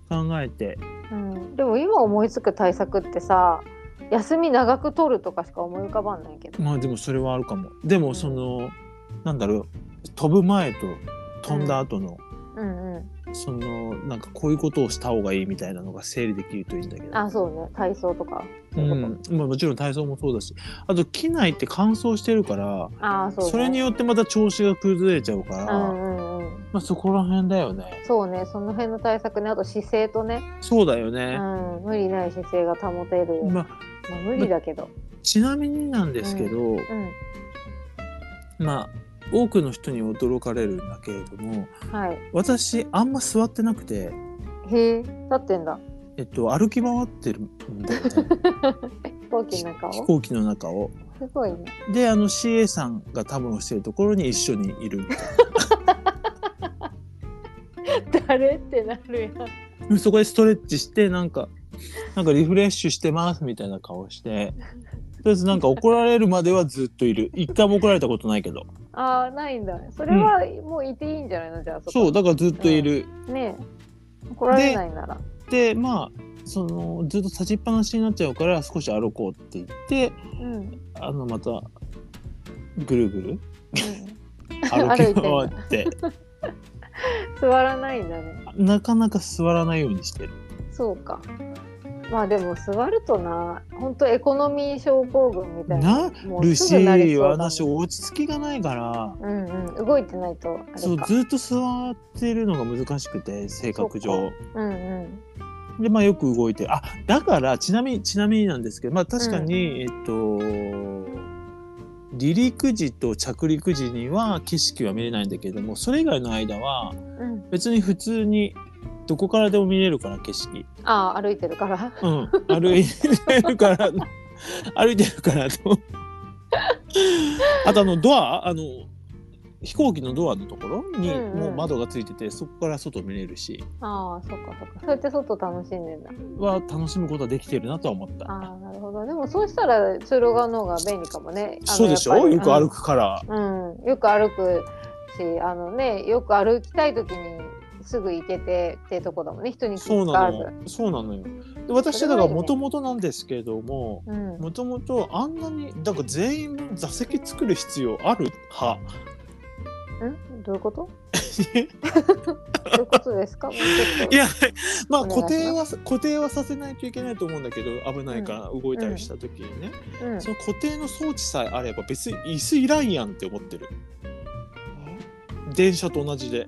[SPEAKER 1] 考えて
[SPEAKER 2] に確かにうん。でも今思いつく対策ってさ休み長く取るとかしか思い浮かばんないけど。
[SPEAKER 1] まあでもそれはあるかもでもその、なんだろう飛ぶ前と飛んだ後の、
[SPEAKER 2] うんう
[SPEAKER 1] そのなんかこういうことをした方がいいみたいなのが整理できるといいんだけ
[SPEAKER 2] ん。
[SPEAKER 1] ど
[SPEAKER 2] あそうね体操とか。
[SPEAKER 1] う
[SPEAKER 2] そういうこ
[SPEAKER 1] んまあ、もちろん体操もそうだしあと機内って乾燥してるから
[SPEAKER 2] とああそう、
[SPEAKER 1] そ,、
[SPEAKER 2] ね。
[SPEAKER 1] れによってまた調子が崩れちゃうか
[SPEAKER 2] う
[SPEAKER 1] ら、
[SPEAKER 2] んうんうん。
[SPEAKER 1] まあ、そこら辺だよね
[SPEAKER 2] そうねその辺の対策ねあと姿勢とね、
[SPEAKER 1] そうだよ
[SPEAKER 2] う
[SPEAKER 1] ね、
[SPEAKER 2] ん、無理ない姿勢が保てる、ま
[SPEAKER 1] まあ、
[SPEAKER 2] あ、無理だけど、
[SPEAKER 1] ちなみになんですけど、
[SPEAKER 2] う
[SPEAKER 1] まあ多くの人に驚かれるんだけれども
[SPEAKER 2] ん、はい
[SPEAKER 1] 私あんま座ってなくて、
[SPEAKER 2] へえ、立ってんだ。
[SPEAKER 1] えっと、歩き回ってるんだよね
[SPEAKER 2] 飛行機の中
[SPEAKER 1] 飛
[SPEAKER 2] を。
[SPEAKER 1] 行機の中を。
[SPEAKER 2] すごいね。
[SPEAKER 1] であの CA さんが多分してるところに一緒にいるみたい
[SPEAKER 2] 誰ってなるやん。
[SPEAKER 1] なそこでストレッチしてなんかなんかリフレッシュしてますみたいな顔してとりあえずなんか怒られるまではずっといる一回も怒られたことないけど
[SPEAKER 2] ああ、ないんだ。それはもういていいんじゃないのじゃあこ
[SPEAKER 1] そうだからずっといる。
[SPEAKER 2] ねえ。怒られないなら。
[SPEAKER 1] でまあそのずっと立ちっぱなしになっちゃうから少し歩こうって言って
[SPEAKER 2] うん。うん
[SPEAKER 1] あのまたぐるぐる歩
[SPEAKER 2] 歩
[SPEAKER 1] き
[SPEAKER 2] いてん
[SPEAKER 1] 回
[SPEAKER 2] だ
[SPEAKER 1] って
[SPEAKER 2] 座らないんだね。
[SPEAKER 1] なかなか座らないようにしてる。
[SPEAKER 2] そうか。まあでも座るとな、本当エコノミー症候群みたいな。もう
[SPEAKER 1] ル
[SPEAKER 2] す
[SPEAKER 1] シ
[SPEAKER 2] ぐなり
[SPEAKER 1] ー
[SPEAKER 2] そう
[SPEAKER 1] は
[SPEAKER 2] だもん
[SPEAKER 1] 私落ち着きがないから
[SPEAKER 2] うんうん、動いてないとあれか。
[SPEAKER 1] そうずっと座ってるのが難しくて性格
[SPEAKER 2] そ
[SPEAKER 1] 上
[SPEAKER 2] っうんうん。
[SPEAKER 1] でまあよく動いてあだからちなみにちなみになんですけどまあ確かに、えっと離陸時と着陸時には景色は見れないんだけれどもそれ以外の間は
[SPEAKER 2] うん、
[SPEAKER 1] 別に普通にどこからでも見れるから景色、
[SPEAKER 2] ああ、歩いてるから。
[SPEAKER 1] うん、歩いてるから歩いてるからとあとあのドアあの飛行機のドアのところに
[SPEAKER 2] うんうん
[SPEAKER 1] もう窓がついてて、そこから外見れるし
[SPEAKER 2] ああそっかそっかそうやって外楽しんでんだ
[SPEAKER 1] は楽しむことはできてるなとは思った。
[SPEAKER 2] ああなるほどでもそうしたら通路側の方が便利かもねあの
[SPEAKER 1] そうでし
[SPEAKER 2] やっぱ
[SPEAKER 1] ょ
[SPEAKER 2] り
[SPEAKER 1] よく歩くから、
[SPEAKER 2] うん、よく歩くしあのねよく歩きたい時にすぐ行けてってとこだもんね人に気
[SPEAKER 1] そう
[SPEAKER 2] づか
[SPEAKER 1] な
[SPEAKER 2] ず
[SPEAKER 1] のそうなのよ。で私だからもともとなんですけれども
[SPEAKER 2] うん、
[SPEAKER 1] もともとあんなになんか全員分座席作る必要ある派
[SPEAKER 2] んどういうこと どういうことですかもうちょっ
[SPEAKER 1] い
[SPEAKER 2] と
[SPEAKER 1] や まあ
[SPEAKER 2] お願いし
[SPEAKER 1] 固
[SPEAKER 2] ます
[SPEAKER 1] 定は固定はさせないといけないと思うんだけど危ないから動いたりした時にね、
[SPEAKER 2] うん
[SPEAKER 1] その固定の装置さえあれば別に椅子いらんやんって思ってる電車と同じで
[SPEAKER 2] ん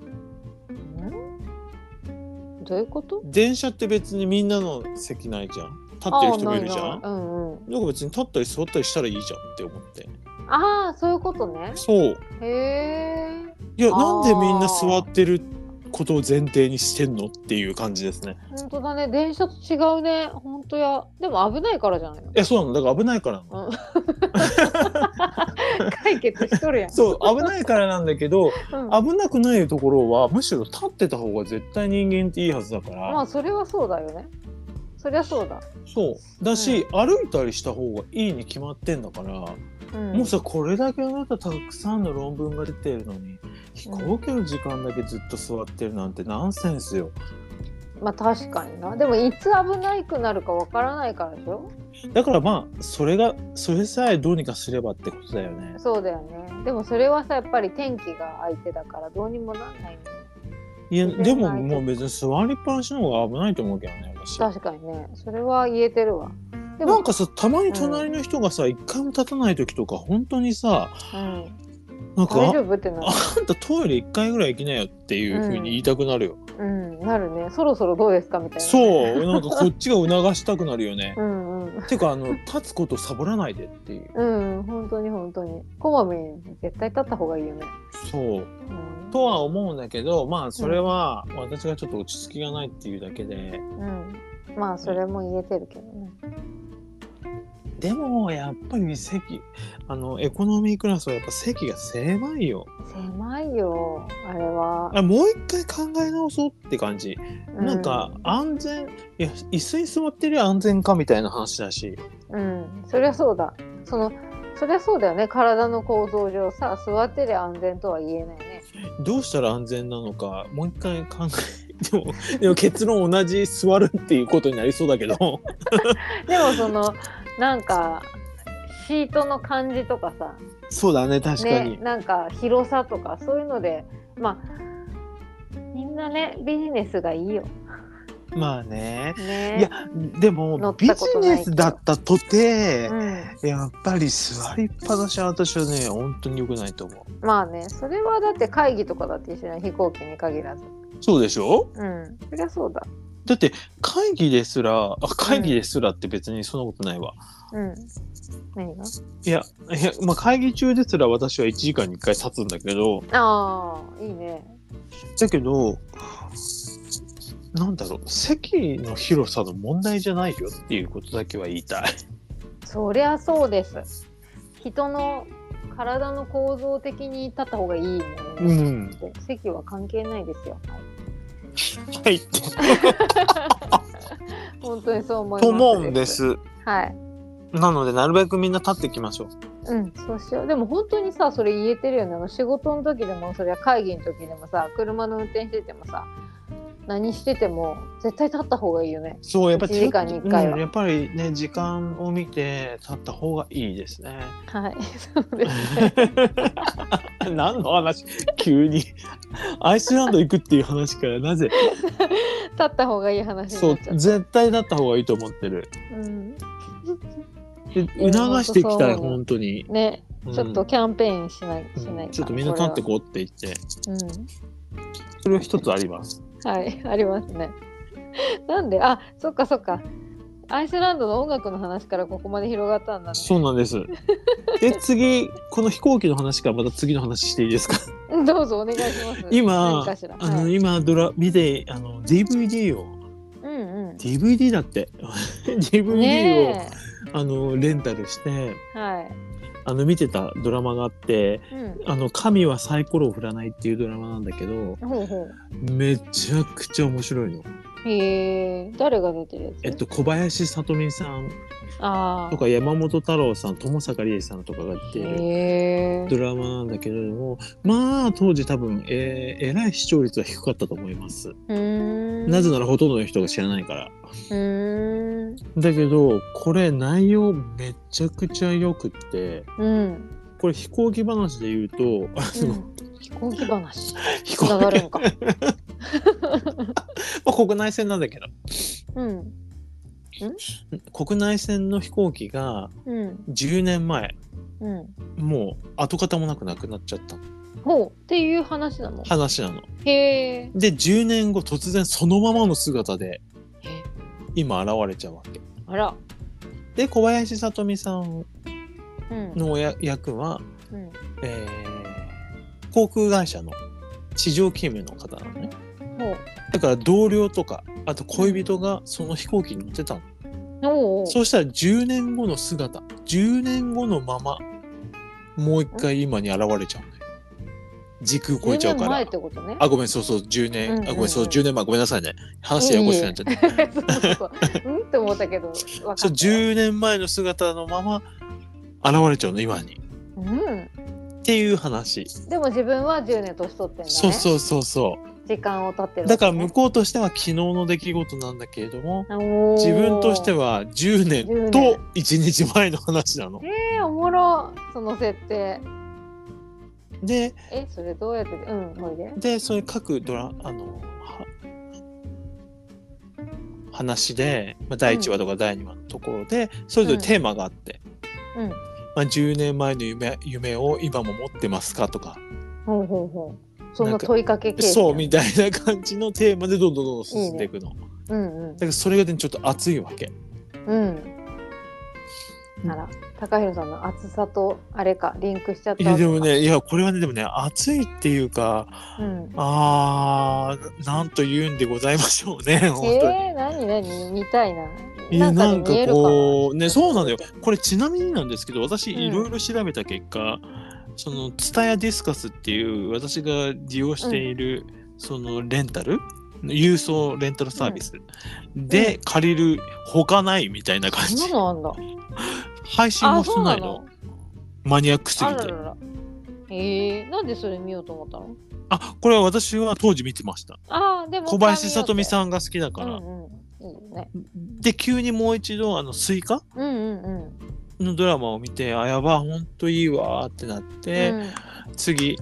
[SPEAKER 2] どういうこと
[SPEAKER 1] 電車って別にみんなの席ないじゃん立ってる人もいるじゃ
[SPEAKER 2] あ
[SPEAKER 1] ん
[SPEAKER 2] ーないないうんうん、
[SPEAKER 1] なんか別に立ったり座ったりしたらいいじゃんって思って
[SPEAKER 2] ああそういうことね
[SPEAKER 1] そう
[SPEAKER 2] へえ
[SPEAKER 1] いや
[SPEAKER 2] あー
[SPEAKER 1] なんでみんな座ってることを前提にしてんのっていう感じですね
[SPEAKER 2] 本当だね電車と違うね本当やでも危ないからじ ゃないの
[SPEAKER 1] いやそうなのだから危ないからなの
[SPEAKER 2] うん解決しとるやん
[SPEAKER 1] そう 危ないからなんだけど
[SPEAKER 2] うん
[SPEAKER 1] 危なくないところはむしろ立ってた方が絶対人間っていいはずだから、
[SPEAKER 2] まあそれはそうだよねそりゃそうだ、
[SPEAKER 1] そうだし、歩いたりした方がいいに決まってんだから、
[SPEAKER 2] うん、
[SPEAKER 1] もうさこれだけあなたたくさんの論文が出てるのに飛行機の時間だけずっと座ってるなんてナンセンスよ
[SPEAKER 2] まあ確かになでもいつ危ないくなるかわからないからでしょ
[SPEAKER 1] だからまあそれがそれさえどうにかすればってことだよね
[SPEAKER 2] そうだよねでもそれはさやっぱり天気が相手だからどうにもなんないね
[SPEAKER 1] いや
[SPEAKER 2] 全然
[SPEAKER 1] でも
[SPEAKER 2] ない
[SPEAKER 1] もう別に座りっぱなしの方が危ないと思うけどね私
[SPEAKER 2] 確かにねそれは言えてるわで
[SPEAKER 1] な
[SPEAKER 2] も
[SPEAKER 1] んかさたまに隣の人がさ一回も立たない時とか本当にさ
[SPEAKER 2] うん、
[SPEAKER 1] なんか
[SPEAKER 2] 大
[SPEAKER 1] あ
[SPEAKER 2] 丈夫ってなる
[SPEAKER 1] あんたトイレ1回ぐらい行きなよっていうふうに言いたくなるよ、
[SPEAKER 2] うんなるねそろそろどうですかみたいなね、
[SPEAKER 1] そうなんかこっちが促したくなるよね
[SPEAKER 2] うんうん
[SPEAKER 1] てかあの立つことサボらないでっていう
[SPEAKER 2] うん本当に本当にこまめに絶対立った方がいいよね、
[SPEAKER 1] そう
[SPEAKER 2] うん、
[SPEAKER 1] とは思うんだけどまあそれは私がちょっと落ち着きがないっていうだけで
[SPEAKER 2] うんまあそれも言えてるけどね
[SPEAKER 1] でもやっぱり席あのエコノミークラスはやっぱ席が狭いよ
[SPEAKER 2] 狭いよあれは
[SPEAKER 1] あもう一回考え直そうって感じなんか
[SPEAKER 2] う
[SPEAKER 1] 安全、いや椅子に座ってりゃ安全かみたいな話だし
[SPEAKER 2] うん、そりゃそうだ。そのそりゃそうだよね。体の構造上さ、座ってりゃ安全とは言えないね。
[SPEAKER 1] どうしたら安全なのかもう一回考えでも でも結論同じ座るっていうことになりそうだけど
[SPEAKER 2] でもそのなんかシートの感じとかさ、
[SPEAKER 1] そうだね確かに、
[SPEAKER 2] ね、なんか広さとかそういうので、まあみんなねビジネスがいいよ。
[SPEAKER 1] まあね
[SPEAKER 2] ね。
[SPEAKER 1] いやでも
[SPEAKER 2] 乗っ
[SPEAKER 1] ビ
[SPEAKER 2] た
[SPEAKER 1] ジ
[SPEAKER 2] ことないけど
[SPEAKER 1] ネスだったとて
[SPEAKER 2] うん、
[SPEAKER 1] やっぱり座りっぱなしは私はね本当に良くないと思う
[SPEAKER 2] まあね、それはだって会議とかだって一緒に飛行機に限らず。
[SPEAKER 1] そうでしょ
[SPEAKER 2] うん、そりゃそうだ。
[SPEAKER 1] だって会議ですらあ会議ですらって別にそんなことないわ、
[SPEAKER 2] うん。何が？
[SPEAKER 1] いやいや、まあ、会議中ですら私は1時間に1回立つんだけど
[SPEAKER 2] ああ、いいね。
[SPEAKER 1] だけどなんだろう席の広さの問題じゃないよっていうことだけは言いたい
[SPEAKER 2] そりゃそうです。人の体の構造的に立った方がいいもんね。
[SPEAKER 1] ん
[SPEAKER 2] 席は関係ないですよ。
[SPEAKER 1] はい
[SPEAKER 2] 本当にそう思いま
[SPEAKER 1] と
[SPEAKER 2] す。
[SPEAKER 1] 思うんで。す
[SPEAKER 2] はい。
[SPEAKER 1] なのでなるべくみんな立ってきましょう
[SPEAKER 2] うん、そうしよう。でも本当にさ、それ言えてるよね。あの仕事の時でも、それは会議の時でもさ、車の運転しててもさ、何してても絶対立った方がいいよね。
[SPEAKER 1] そうやっぱり
[SPEAKER 2] 一時間に一回は
[SPEAKER 1] うんやっぱりね時間を見て立った方がいいですね
[SPEAKER 2] はい。そうですね。
[SPEAKER 1] 何の話急にアイスランド行くっていう話からなぜ
[SPEAKER 2] 立った方がいい話に
[SPEAKER 1] そ
[SPEAKER 2] な
[SPEAKER 1] う
[SPEAKER 2] っちゃった。
[SPEAKER 1] 絶対立った方がいいと思ってる
[SPEAKER 2] うん。
[SPEAKER 1] で
[SPEAKER 2] や
[SPEAKER 1] 促していきたい
[SPEAKER 2] 本当そう思う
[SPEAKER 1] 本当に
[SPEAKER 2] ね、ちょっと
[SPEAKER 1] う
[SPEAKER 2] キャンペーンしない、
[SPEAKER 1] ん
[SPEAKER 2] しないか。
[SPEAKER 1] ちょっとみんな立ってこうって言って
[SPEAKER 2] う。うん。
[SPEAKER 1] それは一つあります
[SPEAKER 2] はい、ありますね。なんで、あ、そっかそっか。アイスランドの音楽の話からここまで広がったんだね。
[SPEAKER 1] そうなんです で次この飛行機の話からまた次の話していいですか
[SPEAKER 2] どうぞお願いします。
[SPEAKER 1] 今
[SPEAKER 2] 何かしら。
[SPEAKER 1] あの、
[SPEAKER 2] はい、
[SPEAKER 1] 今ドラ見てあの DVD を
[SPEAKER 2] うんうん。
[SPEAKER 1] DVD だって DVD を、
[SPEAKER 2] ね
[SPEAKER 1] あのレンタルして
[SPEAKER 2] え。はい。
[SPEAKER 1] あの見てたドラマがあって
[SPEAKER 2] う
[SPEAKER 1] 「
[SPEAKER 2] ん
[SPEAKER 1] あの神はサイコロを振らない」っていうドラマなんだけど
[SPEAKER 2] ほうほ
[SPEAKER 1] めちゃくちゃ面白いの。
[SPEAKER 2] うへえ誰が出てるやつ
[SPEAKER 1] えっと小林さとみさん
[SPEAKER 2] あ
[SPEAKER 1] とか山本太郎さん友坂理恵さんとかが出
[SPEAKER 2] ー
[SPEAKER 1] てる
[SPEAKER 2] へ
[SPEAKER 1] ドラマなんだけれどもまあ当時多分えーえらい視聴率は低かったと思います。
[SPEAKER 2] え
[SPEAKER 1] なぜならほとんどの人が知らないから。
[SPEAKER 2] うん
[SPEAKER 1] だけどこれ内容めちゃくちゃ良くって
[SPEAKER 2] うん
[SPEAKER 1] これ飛行機話で言うと あの、
[SPEAKER 2] 飛行機話
[SPEAKER 1] 飛
[SPEAKER 2] つな
[SPEAKER 1] 行
[SPEAKER 2] が
[SPEAKER 1] 機
[SPEAKER 2] るんか
[SPEAKER 1] まあ国内線なんだけど
[SPEAKER 2] うん
[SPEAKER 1] 国内線の飛行機が
[SPEAKER 2] うん
[SPEAKER 1] 10年前
[SPEAKER 2] うん
[SPEAKER 1] もう跡形もなくなくなっちゃった
[SPEAKER 2] ほうっていう話なの
[SPEAKER 1] 話なの。
[SPEAKER 2] へえ
[SPEAKER 1] で10年後突然そのままの姿で
[SPEAKER 2] え
[SPEAKER 1] 今現れちゃうわけ。
[SPEAKER 2] あら
[SPEAKER 1] で小林さとみさん
[SPEAKER 2] うん
[SPEAKER 1] のおや役は、
[SPEAKER 2] うん
[SPEAKER 1] えー航空会社の地上勤務の方なのね。
[SPEAKER 2] ほう
[SPEAKER 1] だから同僚とかあと恋人がその飛行機に乗ってたの、
[SPEAKER 2] おうおう
[SPEAKER 1] そうしたら10年後の姿10年後のままもう一回今に現れちゃうのよ時空超えちゃうか
[SPEAKER 2] 10年前
[SPEAKER 1] ら
[SPEAKER 2] ってことね
[SPEAKER 1] あごめんそうそう10年、
[SPEAKER 2] うんうんうん
[SPEAKER 1] あごめんそう10年前ごめんなさいね話ややこしくなっちゃった、
[SPEAKER 2] そうそうそううんって思ったけど分か った
[SPEAKER 1] そう10年前の姿のまま現れちゃうの今に
[SPEAKER 2] うん
[SPEAKER 1] っていう話、
[SPEAKER 2] でも自分は10年年取ってんだね
[SPEAKER 1] そうそうそうそう
[SPEAKER 2] 時間を経ってる
[SPEAKER 1] だから向こうとしては昨日の出来事なんだけれども
[SPEAKER 2] う
[SPEAKER 1] 自分としては10年と1日前の話なの。
[SPEAKER 2] えーおもろその設定
[SPEAKER 1] で
[SPEAKER 2] えそれどうやってうんおいで
[SPEAKER 1] でそういう各ドラあのは話で、まあ、第1話とか第2話のところで、それぞれテーマがあって、
[SPEAKER 2] うん
[SPEAKER 1] まあ、10年前の夢夢を今も持ってますかとか
[SPEAKER 2] ほうほうほうそんな問いかけ形式
[SPEAKER 1] そうみたいな感じのテーマでどんどんどんどん進んでいくの。だ
[SPEAKER 2] うんうん
[SPEAKER 1] からそれがねちょっと熱いわけ。
[SPEAKER 2] うんあら高弘さんの厚さとあれかリンクしちゃった
[SPEAKER 1] いやでもねいやこれはねでもね熱いっていうか
[SPEAKER 2] うん
[SPEAKER 1] あーなんと言うんでございましょうね本当に。
[SPEAKER 2] えー、何何見たいな。
[SPEAKER 1] いやなんか
[SPEAKER 2] で見えるな
[SPEAKER 1] こうねそうなんだよこれちなみになんですけど私
[SPEAKER 2] うん
[SPEAKER 1] いろいろ調べた結果、そのツタヤディスカスっていう私が利用している、そのレンタル郵送レンタルサービスで借りる他ないみたいな感じ、
[SPEAKER 2] そんなのあんだ。
[SPEAKER 1] 配信も
[SPEAKER 2] あ、
[SPEAKER 1] して
[SPEAKER 2] そう
[SPEAKER 1] な
[SPEAKER 2] ない
[SPEAKER 1] の
[SPEAKER 2] の。
[SPEAKER 1] マニアックす
[SPEAKER 2] あ
[SPEAKER 1] ぎ
[SPEAKER 2] ら
[SPEAKER 1] て
[SPEAKER 2] らら。えー、なんでそれ見ようと思ったの
[SPEAKER 1] あこれは私は当時見てました
[SPEAKER 2] あーでも
[SPEAKER 1] 小林さとみ
[SPEAKER 2] ん
[SPEAKER 1] さんが好きだから、
[SPEAKER 2] うんうん、いいよね。
[SPEAKER 1] で急にもう一度あのスイカ
[SPEAKER 2] うんうんうん。
[SPEAKER 1] のドラマを見てあやばほんといいわーってなって、
[SPEAKER 2] うん
[SPEAKER 1] 次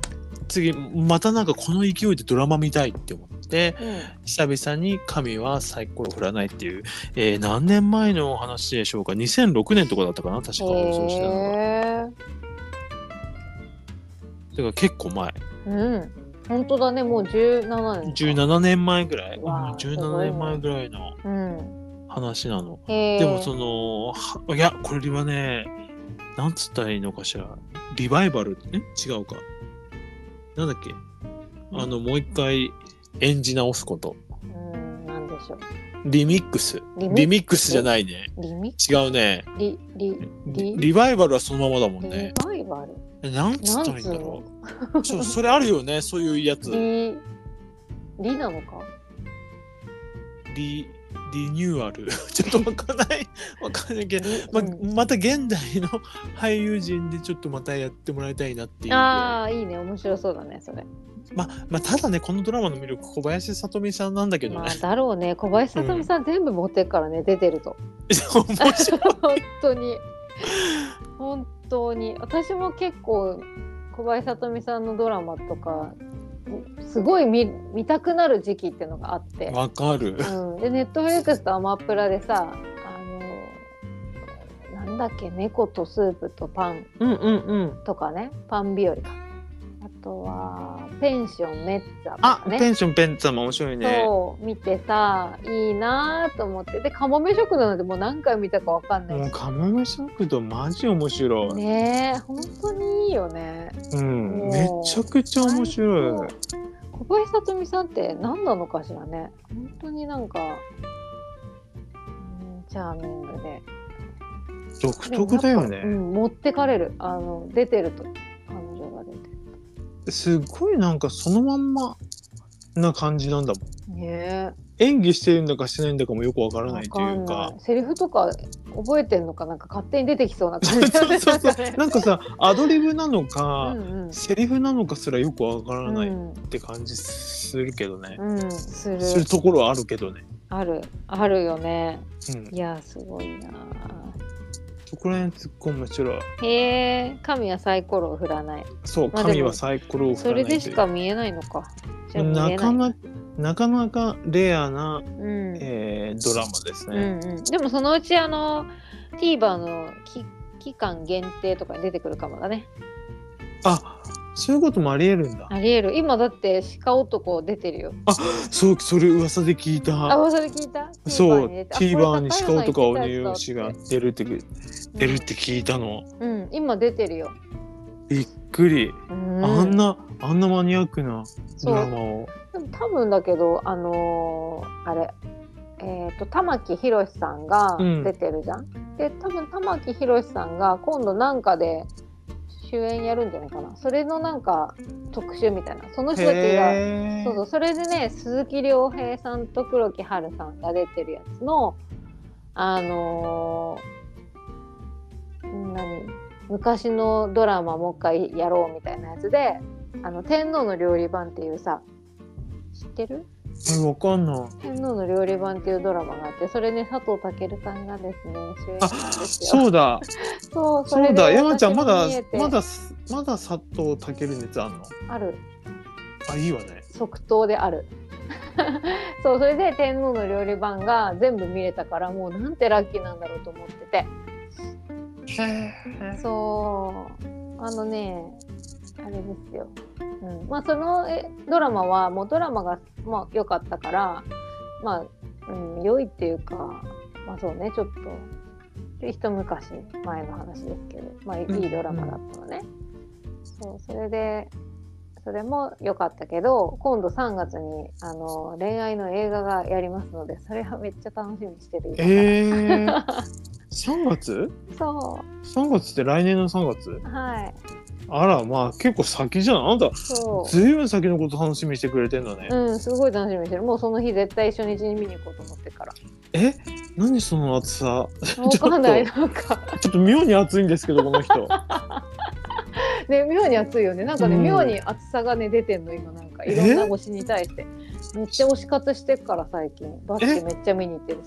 [SPEAKER 1] 次またなんかこの勢いでドラマ見たいって思って
[SPEAKER 2] うん
[SPEAKER 1] 久々に「神はサイコロ振らない」っていう、えー何年前の話でしょうか2006年とかだったかな確か放送してたのが
[SPEAKER 2] へえ
[SPEAKER 1] だから結構前
[SPEAKER 2] ー。うん。本当だね、もう17年。。
[SPEAKER 1] 17年前ぐらい、うん、
[SPEAKER 2] わあす
[SPEAKER 1] 17
[SPEAKER 2] ごいね
[SPEAKER 1] 年前ぐらいの
[SPEAKER 2] うん。
[SPEAKER 1] 話なの
[SPEAKER 2] へえ。
[SPEAKER 1] でもそのはいやこれはねなんつったらいいのかしらリバイバルえ違うかなんだっけあのもう一回演じ直すこと
[SPEAKER 2] うん、なんでしょう。
[SPEAKER 1] リミックスリ
[SPEAKER 2] リミ
[SPEAKER 1] ミックスじゃないね。
[SPEAKER 2] リミ
[SPEAKER 1] 違うね。
[SPEAKER 2] リリ
[SPEAKER 1] リ
[SPEAKER 2] リ
[SPEAKER 1] リバイバルはそのままだもん
[SPEAKER 2] リ
[SPEAKER 1] ね。
[SPEAKER 2] バイバル。
[SPEAKER 1] なんつったらいいんだろう。ちょそれあるよね、そういうやつ。
[SPEAKER 2] リリなのか
[SPEAKER 1] リリニューアル。 ちょっとわかんない。 わかんないけど。
[SPEAKER 2] リ
[SPEAKER 1] ま
[SPEAKER 2] うん
[SPEAKER 1] また現代の俳優陣でちょっとまたやってもらいたいなっていうぐらい
[SPEAKER 2] ああいいね面白そうだねそれ
[SPEAKER 1] ままあただねこのドラマの魅力小林さとみさんなんだけど
[SPEAKER 2] ま
[SPEAKER 1] ね
[SPEAKER 2] あ、だろうね小林さとみさん全部持ってっからね出てると
[SPEAKER 1] 面白い
[SPEAKER 2] 本当に本当に私も結構小林さとみさんのドラマとかすごい見見たくなる時期ってのがあって、
[SPEAKER 1] わかる
[SPEAKER 2] うん、でネットフリックスとアマプラでさあのなんだっけ猫とスープとパン
[SPEAKER 1] うんうんうん
[SPEAKER 2] とかねパン日和かあとはペンションメッツァと
[SPEAKER 1] あ
[SPEAKER 2] か、ね
[SPEAKER 1] ペンションペンツァも面白いね
[SPEAKER 2] そう見てさいいなと思ってでカモメ食堂なんてもう何回見たかわかんな
[SPEAKER 1] もう
[SPEAKER 2] い
[SPEAKER 1] カモメ食堂マジ面白い、
[SPEAKER 2] しねえ本当にいいよね
[SPEAKER 1] うん
[SPEAKER 2] もう
[SPEAKER 1] めちゃくちゃ面白い
[SPEAKER 2] 小林さとみさんって何なのかしらね本当になんかうんチャーミングで
[SPEAKER 1] 独特だよね、
[SPEAKER 2] うん、持ってかれるあの出てると感情が出てる
[SPEAKER 1] すっごいなんかそのまんまな感じなんだもん
[SPEAKER 2] ね
[SPEAKER 1] 演技してるんだかしてないんだかもよくわか
[SPEAKER 2] え
[SPEAKER 1] ら
[SPEAKER 2] わ
[SPEAKER 1] ないと
[SPEAKER 2] か
[SPEAKER 1] い
[SPEAKER 2] ん
[SPEAKER 1] う
[SPEAKER 2] な
[SPEAKER 1] か
[SPEAKER 2] いセリフとか覚えてんのかなんか勝手に出てきそうな
[SPEAKER 1] そ
[SPEAKER 2] 感
[SPEAKER 1] う
[SPEAKER 2] じ
[SPEAKER 1] そうそう そう
[SPEAKER 2] ね
[SPEAKER 1] なんかさアドリブなの
[SPEAKER 2] う
[SPEAKER 1] か、
[SPEAKER 2] んうん
[SPEAKER 1] セリフなのかすらよくわからないっ
[SPEAKER 2] うん
[SPEAKER 1] て感じするけどね、
[SPEAKER 2] うん、する
[SPEAKER 1] するところはあるけどね、
[SPEAKER 2] あるあるよね
[SPEAKER 1] うん、
[SPEAKER 2] いやすごいな
[SPEAKER 1] そこら辺突っ込む面白い
[SPEAKER 2] へえ神はサイコロを振らない
[SPEAKER 1] そう
[SPEAKER 2] まあでも
[SPEAKER 1] 神はサイコロを振
[SPEAKER 2] そ
[SPEAKER 1] らな
[SPEAKER 2] れ
[SPEAKER 1] いとい
[SPEAKER 2] で
[SPEAKER 1] う
[SPEAKER 2] しか見えないのかじゃあ見
[SPEAKER 1] な
[SPEAKER 2] えな
[SPEAKER 1] か
[SPEAKER 2] い
[SPEAKER 1] ななかなかレアな、
[SPEAKER 2] うん
[SPEAKER 1] えードラマです
[SPEAKER 2] う
[SPEAKER 1] ね、
[SPEAKER 2] んうん、でもそのうちあの TVer の期期間限定とかに出てくるかもだね
[SPEAKER 1] あそういうこともありえるんだ
[SPEAKER 2] ありえる今だって鹿男出てるよ
[SPEAKER 1] そうそれ噂で聞い
[SPEAKER 2] あ
[SPEAKER 1] た
[SPEAKER 2] 噂で聞いた
[SPEAKER 1] そう
[SPEAKER 2] TVer
[SPEAKER 1] TVer に鹿とかおによしが出るって出るって聞いたの
[SPEAKER 2] うん、うん今出てるよ、
[SPEAKER 1] びっくり、
[SPEAKER 2] うん、
[SPEAKER 1] あんなあんなマニアックな
[SPEAKER 2] そ
[SPEAKER 1] ドラ
[SPEAKER 2] う
[SPEAKER 1] マを
[SPEAKER 2] でも多分だけどあのーあれえー、と玉木宏さんが出てるじゃん、で多分玉木宏さんが今度なんかで主演やるんじゃないかなそれのなんか特集みたいなその人たちが
[SPEAKER 1] へえ
[SPEAKER 2] そうそうそれでね鈴木亮平さんと黒木華さんが出てるやつのあのー何昔のドラマもう一回やろうみたいなやつで「あの天皇の料理番」っていうさ知ってる
[SPEAKER 1] えわかんない
[SPEAKER 2] 天皇の料理番っていうドラマがあってそれね佐藤健さんがですね主演なんですよ。
[SPEAKER 1] そうだ
[SPEAKER 2] そうそ
[SPEAKER 1] そ
[SPEAKER 2] れ
[SPEAKER 1] う
[SPEAKER 2] で
[SPEAKER 1] だ山ちゃんまだ
[SPEAKER 2] 私も見えて
[SPEAKER 1] まだまだ佐藤健のやつあんの
[SPEAKER 2] ある
[SPEAKER 1] あいいわね
[SPEAKER 2] 即答である そうそれで天皇の料理番が全部見れたからもうなんてラッキーなんだろうと思っててそうあのねあれですよ、うん、まあそのえドラマはもうドラマがまあ良かったからまあ、うん、良いっていうかまあそうねちょっと一昔前の話ですけどまあいい
[SPEAKER 1] うん
[SPEAKER 2] いいドラマだったのね、そうそれでそれも良かったけど今度3月にあの恋愛の映画がやりますのでそれはめっちゃ楽しみにしてる今から
[SPEAKER 1] え ー、3月
[SPEAKER 2] そ
[SPEAKER 1] ?3 月って来年の3月
[SPEAKER 2] うはい
[SPEAKER 1] あらまあ結構先じゃんあんた
[SPEAKER 2] そう
[SPEAKER 1] ずいぶん先のこと楽しみにしてくれてんだね、
[SPEAKER 2] うん、すごい楽しみにしてる。もうその日絶対初日に見に行こうと思って るから。
[SPEAKER 1] え何その暑さちょ
[SPEAKER 2] わ
[SPEAKER 1] っと
[SPEAKER 2] かんない、なんか。
[SPEAKER 1] ちょっと妙に暑いんですけどこの 人
[SPEAKER 2] ね、妙に暑いよね。なんかね、
[SPEAKER 1] うん
[SPEAKER 2] 妙に暑さがね、出てんの、今なんか。いろんな推しに対して。めっちゃ推し活してるから、最近。バスケめっちゃ見に行ってる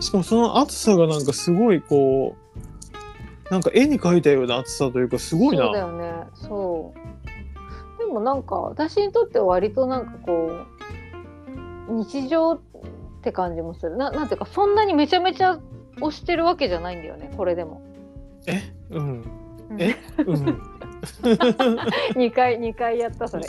[SPEAKER 2] し。
[SPEAKER 1] しかもその暑さがなんかすごいこうなんか絵に描いたような暑さというかすごい
[SPEAKER 2] そうだ
[SPEAKER 1] な
[SPEAKER 2] よね。そう。でもなんか、私にとっては割となんかこう、日常って感じもする。ななんていうか、そんなにめちゃめちゃ推してるわけじゃないんだよね、これでも。
[SPEAKER 1] えうんえうん
[SPEAKER 2] 2回2回 やったそれ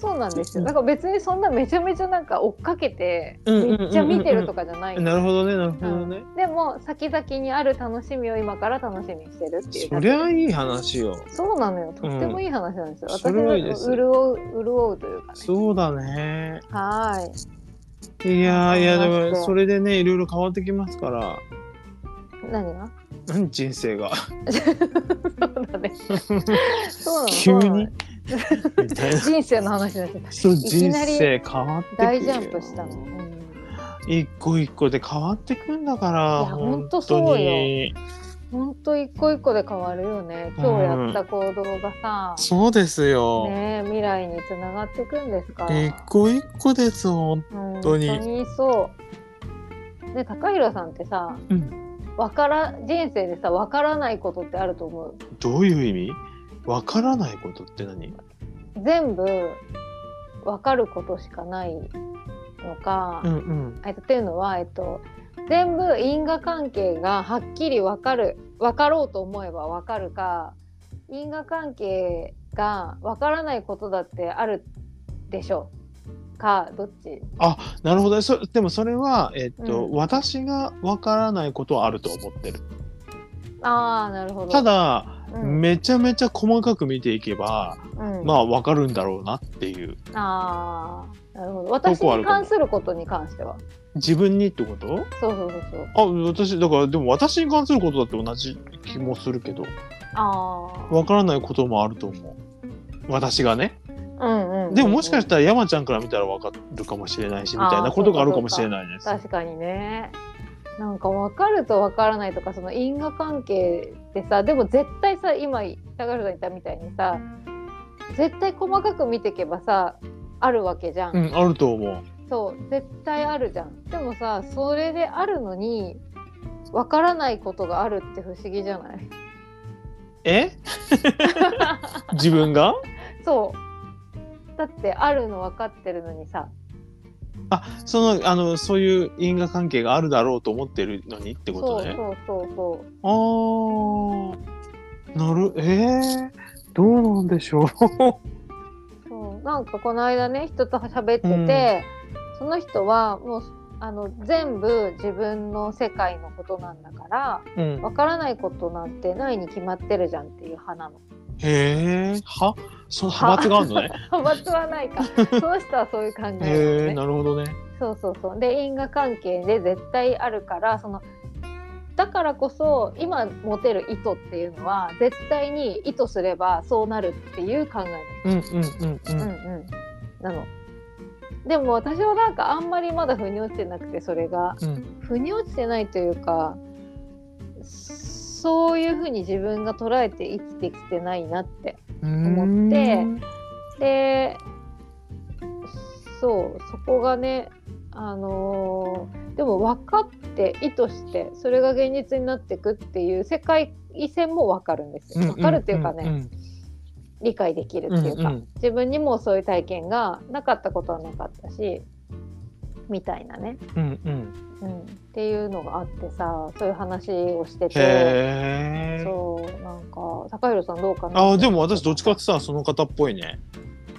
[SPEAKER 2] そうなんですよだから別にそんなめちゃめちゃなんか追っかけて
[SPEAKER 1] うんうんうん
[SPEAKER 2] め
[SPEAKER 1] うんうん
[SPEAKER 2] っちゃ見てるとかじゃない
[SPEAKER 1] なるほどねなるほどね、
[SPEAKER 2] でも先々にある楽しみを今から楽しみにしてるっていう
[SPEAKER 1] そりゃいい話よ
[SPEAKER 2] そうなのよとってもいい話なんですよ、
[SPEAKER 1] うん
[SPEAKER 2] 私
[SPEAKER 1] それ
[SPEAKER 2] の
[SPEAKER 1] はいいです
[SPEAKER 2] 潤う潤うというかね
[SPEAKER 1] そうだね
[SPEAKER 2] はーい
[SPEAKER 1] いや
[SPEAKER 2] あ
[SPEAKER 1] ーいやで
[SPEAKER 2] まして
[SPEAKER 1] もそれでねいろいろ変わってきますから
[SPEAKER 2] 何 が
[SPEAKER 1] 何人生 が
[SPEAKER 2] そうだねそうなの
[SPEAKER 1] 急
[SPEAKER 2] そうな
[SPEAKER 1] に
[SPEAKER 2] の
[SPEAKER 1] みたいな
[SPEAKER 2] 人生の話になっちゃった
[SPEAKER 1] そう
[SPEAKER 2] き
[SPEAKER 1] 人
[SPEAKER 2] なり
[SPEAKER 1] 生変わってく
[SPEAKER 2] 大ジャンプしたの、うん
[SPEAKER 1] 一個一個で変わってくんだから
[SPEAKER 2] いやほん
[SPEAKER 1] 本
[SPEAKER 2] とそうよ
[SPEAKER 1] 当に
[SPEAKER 2] ほんと一個一個で変わるよね今日やった行動がさ、
[SPEAKER 1] そうですよ、
[SPEAKER 2] ねえ未来につながっていくんですから
[SPEAKER 1] 一個一個です本
[SPEAKER 2] 本
[SPEAKER 1] 当に
[SPEAKER 2] 本当にそうね高弘さんってさ
[SPEAKER 1] 当うん
[SPEAKER 2] わから人生でさわからないことってあると思う
[SPEAKER 1] どういう意味わからないことって何
[SPEAKER 2] 全部わかることしかないのか、
[SPEAKER 1] うんうん
[SPEAKER 2] えっとっていうのはえっと全部因果関係がはっきりわかるわかろうと思えばわかるか因果関係がわからないことだってあるでしょうかどっち
[SPEAKER 1] なるほどねそでもそれはえっと、
[SPEAKER 2] うん
[SPEAKER 1] 私がわからないことはあると思ってる
[SPEAKER 2] ああなるほど
[SPEAKER 1] た、だ、
[SPEAKER 2] うん
[SPEAKER 1] めちゃめちゃ細かく見ていけば、
[SPEAKER 2] うん
[SPEAKER 1] まあわかるんだろうなっていう
[SPEAKER 2] ああなるほど私に関することに関しては
[SPEAKER 1] 自分にってこと
[SPEAKER 2] そうそうそうそう
[SPEAKER 1] あ私だからでも私に関することだって同じ気もするけど
[SPEAKER 2] あ
[SPEAKER 1] わからないこともあると思う私がね
[SPEAKER 2] あうんうん
[SPEAKER 1] でももしか
[SPEAKER 2] し
[SPEAKER 1] したら山ちゃんから見たらわかるかもしれないしみたいな
[SPEAKER 2] あー
[SPEAKER 1] ことがあるかもしれないです
[SPEAKER 2] 確かにねなんか分かると分からないとかその因果関係ってさでも絶対さ今高橋さん言ったみたいにさ絶対細かく見ていけばさあるわけじゃん、
[SPEAKER 1] うんあると思う
[SPEAKER 2] そう絶対あるじゃんでもさそれであるのに分からないことがあるって不思議じゃない
[SPEAKER 1] え 自分が
[SPEAKER 2] そうだってあるの分かってるのにさ
[SPEAKER 1] あそのあのそういう因果関係があるだろうと思ってるのにってこ
[SPEAKER 2] そ
[SPEAKER 1] と
[SPEAKER 2] う
[SPEAKER 1] ね
[SPEAKER 2] そうそうそう
[SPEAKER 1] あーなるえー、どうなんでしょう
[SPEAKER 2] そうなんかこの間ね人と喋ってて、その人はもうあの全部自分の世界のことなんだから
[SPEAKER 1] うん
[SPEAKER 2] わからないことなんてないに決まってるじゃんっていう派なの。
[SPEAKER 1] へえはその派閥があるのね
[SPEAKER 2] 派閥はな いかその人はそういう考えなの
[SPEAKER 1] へえ
[SPEAKER 2] ね。
[SPEAKER 1] なるほどね
[SPEAKER 2] そうそうそうで因果関係で絶対あるからそのだからこそ今持てる意図っていうのは絶対に意図すればそうなるっていう考えなの
[SPEAKER 1] うんうんうん
[SPEAKER 2] う
[SPEAKER 1] うんん
[SPEAKER 2] うん、なのでも私はなんかあんまりまだ腑に落ちてなくてそれが
[SPEAKER 1] うん
[SPEAKER 2] 腑に落ちてないというかそういうふうに自分が捉えて生きてきてないなって思ってでそうそこがねあのーでも分かって意図してそれが現実になっていくっていう世界線も分かるんですよ分かるっていうかね、理解できるっていうか、
[SPEAKER 1] うんうん
[SPEAKER 2] 自分にもそういう体験がなかったことはなかったしみたいなね、
[SPEAKER 1] うんうん
[SPEAKER 2] うん、っていうのがあってさそういう話をしてて
[SPEAKER 1] へえ
[SPEAKER 2] そうなんか高弘さんどうかな
[SPEAKER 1] あーでも私どっちかってさその方っぽいね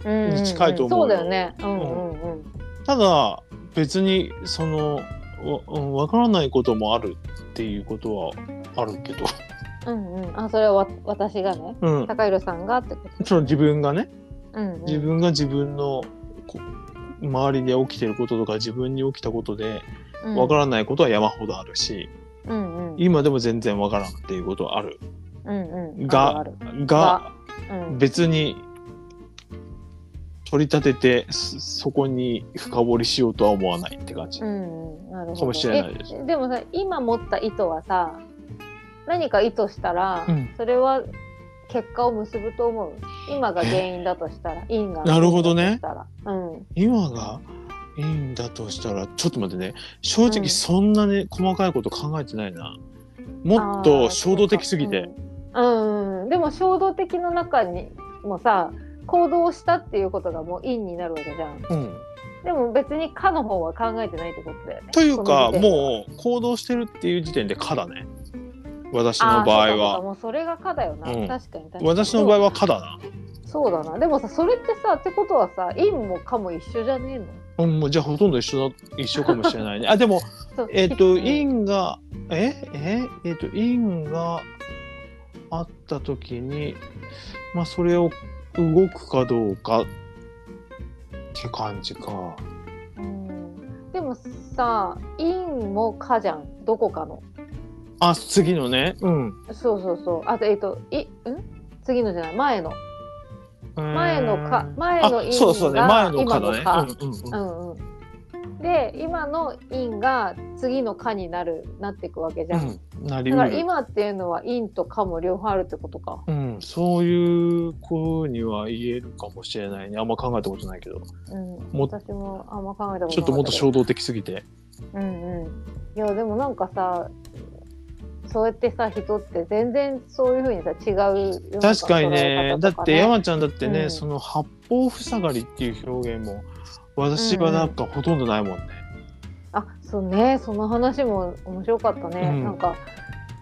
[SPEAKER 1] に近いと思うよ
[SPEAKER 2] んんんそうだよねうんうんうん
[SPEAKER 1] ただ別にそのわうんわからないこともあるっていうことはあるけど、
[SPEAKER 2] うんうんあそれはわ私がね
[SPEAKER 1] うん、
[SPEAKER 2] 高弘さんがってこと
[SPEAKER 1] その自分がね
[SPEAKER 2] うんうん
[SPEAKER 1] 自分が自分のこ周りで起きてることとか自分に起きたことで
[SPEAKER 2] うん
[SPEAKER 1] わからないことは山ほどあるし、
[SPEAKER 2] うんうん
[SPEAKER 1] 今でも全然わからんっていうことはある
[SPEAKER 2] うんうん
[SPEAKER 1] が
[SPEAKER 2] あるある
[SPEAKER 1] が
[SPEAKER 2] うん
[SPEAKER 1] 別に取り立ててそそこに深掘りしようとは思わないって感じ。
[SPEAKER 2] うんうん、なるほど
[SPEAKER 1] かもしれないです
[SPEAKER 2] えでもさ今持った意図はさ何か意図したら、
[SPEAKER 1] うん
[SPEAKER 2] それは結果を結ぶと思う今が原因だとしたら因果
[SPEAKER 1] なるほどね
[SPEAKER 2] だとしたらうん
[SPEAKER 1] 今がいいんだとしたらちょっと待ってね正
[SPEAKER 2] う
[SPEAKER 1] 直
[SPEAKER 2] ん
[SPEAKER 1] そんなに細かいこと考えてないな、もっと衝動的すぎて、
[SPEAKER 2] あーそうかうんうんうんでも衝動的の中にもさ行動したっていうことがもう因になるわけじゃん
[SPEAKER 1] うん、
[SPEAKER 2] でも別に「か」の方は考えてないってことだよね
[SPEAKER 1] というか
[SPEAKER 2] う
[SPEAKER 1] もう行動してるっていう時点で「か」だね私の場合は
[SPEAKER 2] もうそれが「か」だよな、
[SPEAKER 1] うん
[SPEAKER 2] 確かに確かに
[SPEAKER 1] 私の場合は「か」だな
[SPEAKER 2] そうだなでもさそれってさってことはさ因もかも一緒じゃねえの
[SPEAKER 1] うん、もうじゃあほとんど一緒だ一緒かもしれないね。あで も
[SPEAKER 2] そう
[SPEAKER 1] えっ、と
[SPEAKER 2] うん
[SPEAKER 1] 因がえええっ、と因があった時にまあそれを動くかどうかって感じか。
[SPEAKER 2] うんでもさ因もかじゃんどこかの
[SPEAKER 1] あ次のね。うん。
[SPEAKER 2] そうそうそうあとえっ、といん次のじゃない前の前のか
[SPEAKER 1] うん
[SPEAKER 2] 前の因
[SPEAKER 1] あそうそうね前
[SPEAKER 2] が
[SPEAKER 1] の
[SPEAKER 2] 今
[SPEAKER 1] か
[SPEAKER 2] の
[SPEAKER 1] だね。
[SPEAKER 2] か
[SPEAKER 1] うんうんうん
[SPEAKER 2] うんうんで今の因が次のかになるなっていくわけじゃん、
[SPEAKER 1] うんなり
[SPEAKER 2] だ
[SPEAKER 1] う
[SPEAKER 2] から
[SPEAKER 1] る。
[SPEAKER 2] 今っていうのは因とかも両方あるってことか
[SPEAKER 1] うん、そういう子には言えるかもしれないね。あんま考えたことないけど。
[SPEAKER 2] うん
[SPEAKER 1] も
[SPEAKER 2] 私もあんま考えたことなかった
[SPEAKER 1] ちょっともっと衝動的すぎて。
[SPEAKER 2] うんうん、いやでもなんかさそうやってさ人って全然そういうふうにさ違う
[SPEAKER 1] 確かにねだって
[SPEAKER 2] 山
[SPEAKER 1] 山ちゃんだってね、
[SPEAKER 2] うん
[SPEAKER 1] その八方塞がりっていう表現も私はなんかほとんどないもんね、
[SPEAKER 2] あそうねその話も面白かったね、
[SPEAKER 1] うん
[SPEAKER 2] なんか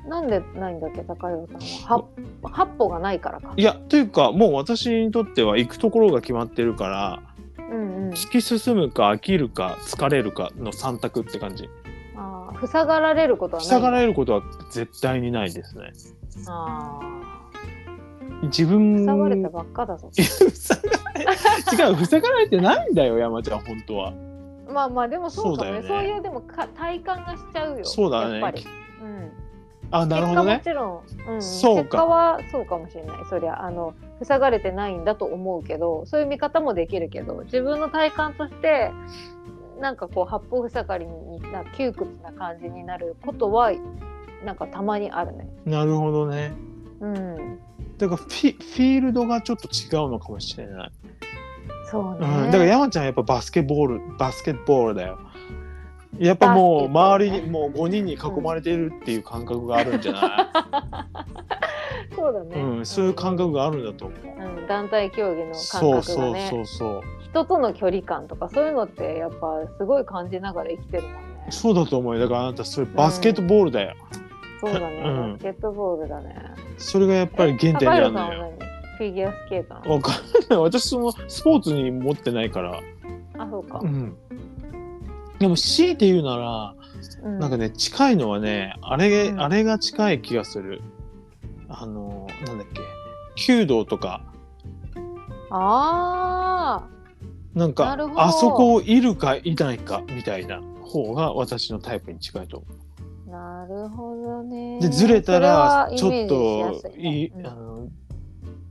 [SPEAKER 2] なんでないんだっけ高弘さんは八八歩がないからか
[SPEAKER 1] いやというかもう私にとっては行くところが決まってるから
[SPEAKER 2] うんうん
[SPEAKER 1] 突き進むか飽きるか疲れるかの3択って感じ
[SPEAKER 2] あー塞がられることはない
[SPEAKER 1] 塞がれることは絶対にないですね
[SPEAKER 2] あ
[SPEAKER 1] 自
[SPEAKER 2] ー
[SPEAKER 1] 分
[SPEAKER 2] 塞がれ たばっかだぞ
[SPEAKER 1] いや塞がれ違う塞がれてないんだよ山ちゃん本当は
[SPEAKER 2] まあまあでもそうかもね
[SPEAKER 1] そう
[SPEAKER 2] そ
[SPEAKER 1] だ
[SPEAKER 2] う
[SPEAKER 1] よね
[SPEAKER 2] いうでもか体感がしちゃうよ
[SPEAKER 1] そうだね
[SPEAKER 2] やっぱり、うん、
[SPEAKER 1] あなるほどね
[SPEAKER 2] 結果もちろん、うん、
[SPEAKER 1] そうか
[SPEAKER 2] 結果はそうかもしれないそりゃあの塞がれてないんだと思うけどそういう見方もできるけど自分の体感としてなんかこう八方塞がりにな窮屈な感じになることはなんかたまにあるね。
[SPEAKER 1] なるほどね
[SPEAKER 2] うん、
[SPEAKER 1] だからフィフィールドがちょっと違うのかもしれない、
[SPEAKER 2] そう
[SPEAKER 1] う
[SPEAKER 2] ね、
[SPEAKER 1] ん、だから山ちゃんはやっぱバスケボールバスケットボールだよやっぱもう
[SPEAKER 2] バスケ
[SPEAKER 1] 周
[SPEAKER 2] ットね
[SPEAKER 1] りにもう5人に囲まれてるっていう感覚があるんじゃな
[SPEAKER 2] そうだ
[SPEAKER 1] い、
[SPEAKER 2] ね、
[SPEAKER 1] うん、そういう感覚があるんだと思う
[SPEAKER 2] うん、団体競技の
[SPEAKER 1] そ
[SPEAKER 2] 感
[SPEAKER 1] う
[SPEAKER 2] 覚
[SPEAKER 1] そ
[SPEAKER 2] が
[SPEAKER 1] う
[SPEAKER 2] ね
[SPEAKER 1] そうそう
[SPEAKER 2] 人との距離感とかそういうのってやっぱすごい感じながら生きてるもんね。
[SPEAKER 1] そうだと思うよだからあなたそれバスケットボールだよ、
[SPEAKER 2] そうだね、
[SPEAKER 1] うん
[SPEAKER 2] バスケットボールだね。
[SPEAKER 1] それがやっぱり原点にあるのよ
[SPEAKER 2] 高弘さんは何フィギュアスケートなの
[SPEAKER 1] わかんない私そのスポーツに持ってないから
[SPEAKER 2] あ、そうか
[SPEAKER 1] う。んでも強いて言うなら
[SPEAKER 2] うん
[SPEAKER 1] なんかね近いのはねあれ,、
[SPEAKER 2] うん
[SPEAKER 1] あれが近い気がするあのなんだっけ弓道とか
[SPEAKER 2] あ
[SPEAKER 1] なん
[SPEAKER 2] な
[SPEAKER 1] か
[SPEAKER 2] るほど
[SPEAKER 1] あそこをいるかいないかみたいな方が私のタイプに近いと思
[SPEAKER 2] あ、なるほどね。
[SPEAKER 1] うでずれたらち
[SPEAKER 2] それは
[SPEAKER 1] ょっ
[SPEAKER 2] イメージし
[SPEAKER 1] と
[SPEAKER 2] やす
[SPEAKER 1] いい
[SPEAKER 2] ね
[SPEAKER 1] あの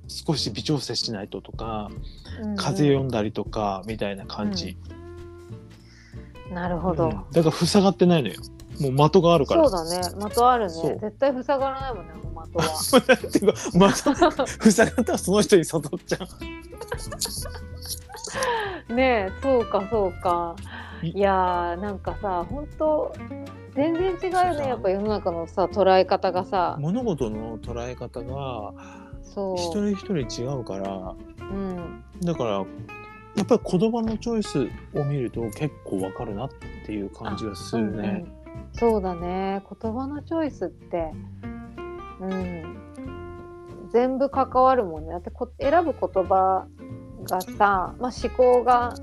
[SPEAKER 1] 少し微調整しないととか
[SPEAKER 2] うん
[SPEAKER 1] 風読んだりとかみたいな感じ、
[SPEAKER 2] うんなるほ
[SPEAKER 1] う
[SPEAKER 2] ど
[SPEAKER 1] ん。だから塞がってないのよもう的があるから
[SPEAKER 2] そうだね。的あるね
[SPEAKER 1] そう。
[SPEAKER 2] 絶対塞がらないもんね、あの的は。
[SPEAKER 1] っていうか、 また、塞がったらその人に誘っちゃう。
[SPEAKER 2] ねえそうかそうか
[SPEAKER 1] い
[SPEAKER 2] いやーなんかさ本当全然違う
[SPEAKER 1] そう
[SPEAKER 2] よ
[SPEAKER 1] じゃ
[SPEAKER 2] ね
[SPEAKER 1] ん
[SPEAKER 2] やっぱ世の中のさ捉え方がさ
[SPEAKER 1] 物事の捉え方が
[SPEAKER 2] そ
[SPEAKER 1] 一
[SPEAKER 2] う、
[SPEAKER 1] 人一人違うから、
[SPEAKER 2] うん、
[SPEAKER 1] だから、やっぱり言葉のチョイスを見ると結構わかるなっていう感じがする
[SPEAKER 2] うんう
[SPEAKER 1] ね。
[SPEAKER 2] んそうだね言葉のチョイスってうん全部関わるもんねだってこ選ぶ言葉がさ、まあ、思考が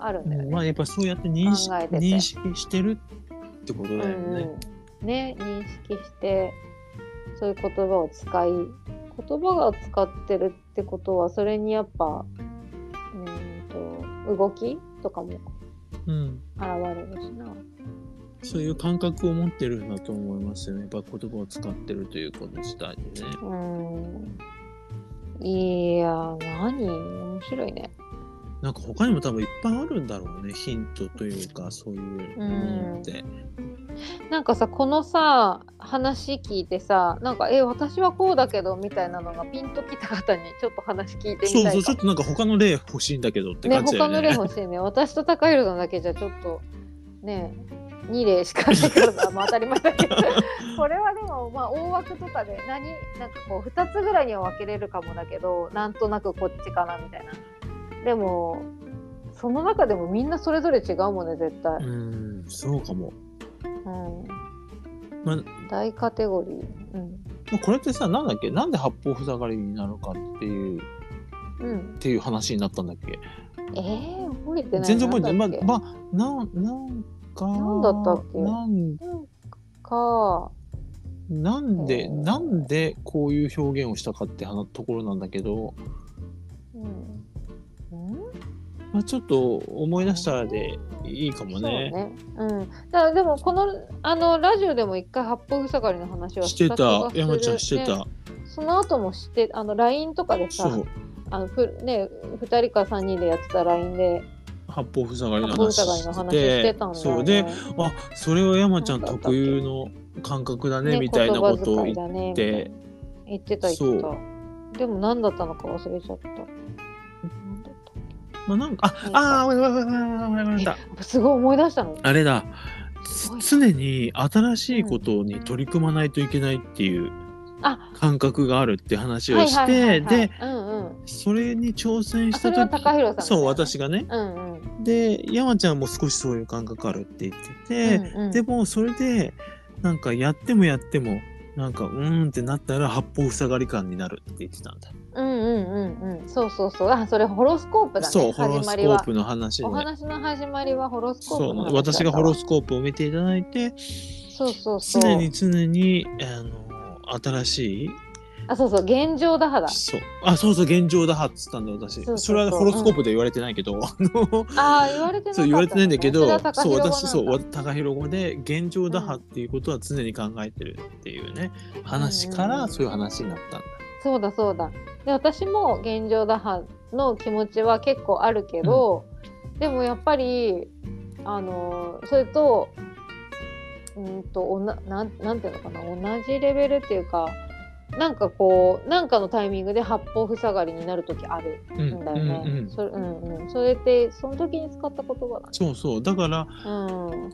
[SPEAKER 2] ああるんだよね
[SPEAKER 1] まあやっぱそうやって認識
[SPEAKER 2] 考えてて
[SPEAKER 1] 認識してるってことだよね。
[SPEAKER 2] うんうん、ね認識してそういう言葉を使い言葉が使ってるってことはそれにやっぱうーんと動きとかも
[SPEAKER 1] うん
[SPEAKER 2] 現れるしな。
[SPEAKER 1] そういう感覚を持ってるんだと思いますよね。やっぱ言葉を使ってるということ自体にね。
[SPEAKER 2] うんいや何面白いね。
[SPEAKER 1] なんか他にも多分いっぱいあるんだろうね。ヒントというか、そういうものって。
[SPEAKER 2] なんかさこのさ話聞いてさなんか「え私はこうだけど」みたいなのがピンときた方にちょっと話聞いてみたい
[SPEAKER 1] そう
[SPEAKER 2] か
[SPEAKER 1] そう、ちょっとなんか他の例欲しいんだけどって
[SPEAKER 2] ね
[SPEAKER 1] 感じだ
[SPEAKER 2] 他
[SPEAKER 1] よ
[SPEAKER 2] の
[SPEAKER 1] ね。
[SPEAKER 2] 例欲しい ね私と高弘さんだけじゃちょっとね2例しかないからまあ当たり前だ けどこれはでもまあ大枠とかで何なんかこう2つぐらいには分けれるかもだけどなんとなくこっちかなみたいなでもその中でもみんなそれぞれ違うもんね絶対、
[SPEAKER 1] うん、そうかも。
[SPEAKER 2] うん
[SPEAKER 1] まあ
[SPEAKER 2] 大カテゴリーうん、
[SPEAKER 1] これってさ、なんだっけなんで八方塞がりになるかっていう、
[SPEAKER 2] うん
[SPEAKER 1] っ、ていう話になったんだっけ
[SPEAKER 2] えー、覚えてない
[SPEAKER 1] 全然覚えてな。
[SPEAKER 2] ないんだっけ
[SPEAKER 1] まあ、まあ、なん、なんか、
[SPEAKER 2] なんだったっけ
[SPEAKER 1] なん
[SPEAKER 2] なんか
[SPEAKER 1] なんで、
[SPEAKER 2] うん
[SPEAKER 1] なんでこういう表現をしたかって話ところなんだけど、
[SPEAKER 2] うん、うん
[SPEAKER 1] まあ、ちょっと思い出したらでいいかもね。
[SPEAKER 2] そうね。うん。だからでもこのあのラジオでも一回八方塞がりの話は
[SPEAKER 1] して
[SPEAKER 2] 気が
[SPEAKER 1] た
[SPEAKER 2] す、る
[SPEAKER 1] 山ちゃんしてた。
[SPEAKER 2] ねその後もしてあの LINE とかで
[SPEAKER 1] そ
[SPEAKER 2] さ
[SPEAKER 1] う、
[SPEAKER 2] あのプね二人か三人でやってた LINE で
[SPEAKER 1] 八方塞がり
[SPEAKER 2] 八
[SPEAKER 1] の
[SPEAKER 2] 方
[SPEAKER 1] 話
[SPEAKER 2] 塞がりの話してたんだ
[SPEAKER 1] そ
[SPEAKER 2] よね。
[SPEAKER 1] うで、あそれは山ちゃん特有の感覚だねみたいなことを言
[SPEAKER 2] 言
[SPEAKER 1] っ
[SPEAKER 2] ってて言ってた言
[SPEAKER 1] そ
[SPEAKER 2] って
[SPEAKER 1] う
[SPEAKER 2] た。でも何だったのか忘れちゃった。なんだった
[SPEAKER 1] まあ、なんかああーわかったわかったわかったわかった
[SPEAKER 2] すごい思い出したの。
[SPEAKER 1] あれだ
[SPEAKER 2] すごい
[SPEAKER 1] つ常に新しいことに取り組まないといけないっていう
[SPEAKER 2] あ
[SPEAKER 1] 感覚があるって話
[SPEAKER 2] は
[SPEAKER 1] を
[SPEAKER 2] い
[SPEAKER 1] し
[SPEAKER 2] はいはい
[SPEAKER 1] て
[SPEAKER 2] はい
[SPEAKER 1] で、
[SPEAKER 2] うんうん。
[SPEAKER 1] それに挑戦
[SPEAKER 2] あ
[SPEAKER 1] した
[SPEAKER 2] それは
[SPEAKER 1] 時
[SPEAKER 2] 高弘さん。
[SPEAKER 1] そう。私がね
[SPEAKER 2] うんうん。
[SPEAKER 1] で山ちゃんも少しそういう感覚あるって言ってて、
[SPEAKER 2] うんうん
[SPEAKER 1] でもそれでなんかやってもやってもなんかうーんってなったら八方塞がり感になるって言ってたんだ
[SPEAKER 2] うんうんうんうん、そうそうそう、あ、それホロスコープだね。
[SPEAKER 1] そう、ホロスコ
[SPEAKER 2] 始まり
[SPEAKER 1] ー
[SPEAKER 2] は
[SPEAKER 1] プの話で
[SPEAKER 2] お。話の始まりはホロスコ
[SPEAKER 1] そ
[SPEAKER 2] ープの話だった
[SPEAKER 1] う、
[SPEAKER 2] わ。
[SPEAKER 1] 私がホロスコープを見ていただいて、
[SPEAKER 2] そうそうそう。
[SPEAKER 1] 常に常に、あの、新しい
[SPEAKER 2] あそうそう現状打破だ
[SPEAKER 1] そうあそうそう現状打破っつったんだ私
[SPEAKER 2] そうそうそう
[SPEAKER 1] それはホロスコープで言われてない けど、あの
[SPEAKER 2] ああ言われてなかったね、
[SPEAKER 1] そう言われてないんだけど
[SPEAKER 2] それは
[SPEAKER 1] そう
[SPEAKER 2] 高広語
[SPEAKER 1] 私そう
[SPEAKER 2] なん
[SPEAKER 1] わ
[SPEAKER 2] だ
[SPEAKER 1] 高広語で現状打破っていうことは常に考えてるっていうね、話か
[SPEAKER 2] うんうんう
[SPEAKER 1] ら
[SPEAKER 2] ん
[SPEAKER 1] そういう話になったんだ、
[SPEAKER 2] そうだそうだで私も現状打破の気持ちは結構あるけど、でもやっぱりあのそれとうんとおななんなんていうのかな同じレベルっていうかなんかこうなんかのタイミングで八方塞がりになる時ある
[SPEAKER 1] うん
[SPEAKER 2] んだよね、
[SPEAKER 1] うんうん
[SPEAKER 2] それうんうん、それってその時に使った言葉だね
[SPEAKER 1] そうそうだから
[SPEAKER 2] うん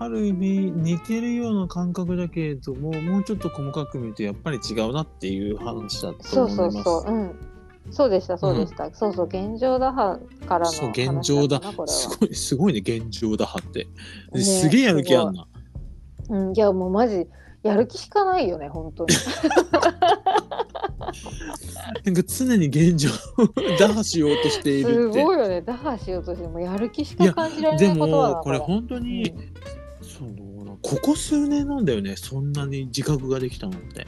[SPEAKER 1] ある意味似てるような感覚だけれどももうちょっと細かく見るとやっぱり違うなっていう話だと
[SPEAKER 2] そ
[SPEAKER 1] 思
[SPEAKER 2] う
[SPEAKER 1] います
[SPEAKER 2] そうそう、うん、そうでしたそうでした、そうそう現状打破からの話
[SPEAKER 1] そう
[SPEAKER 2] だ
[SPEAKER 1] 現状だ
[SPEAKER 2] ったなこれは
[SPEAKER 1] すごいすごいね現状打破って、
[SPEAKER 2] ね
[SPEAKER 1] すげえやる気あんな
[SPEAKER 2] うん、いやもうマジやる気しかないよね 本当に
[SPEAKER 1] なんか常に現状を打破しようとしてい
[SPEAKER 2] す
[SPEAKER 1] るって
[SPEAKER 2] ごいよね打破しようとしてもうやる気しか感じられ
[SPEAKER 1] で
[SPEAKER 2] ないことは
[SPEAKER 1] もこれ本当に、そのここ数年なんだよねそんなに自覚ができたのって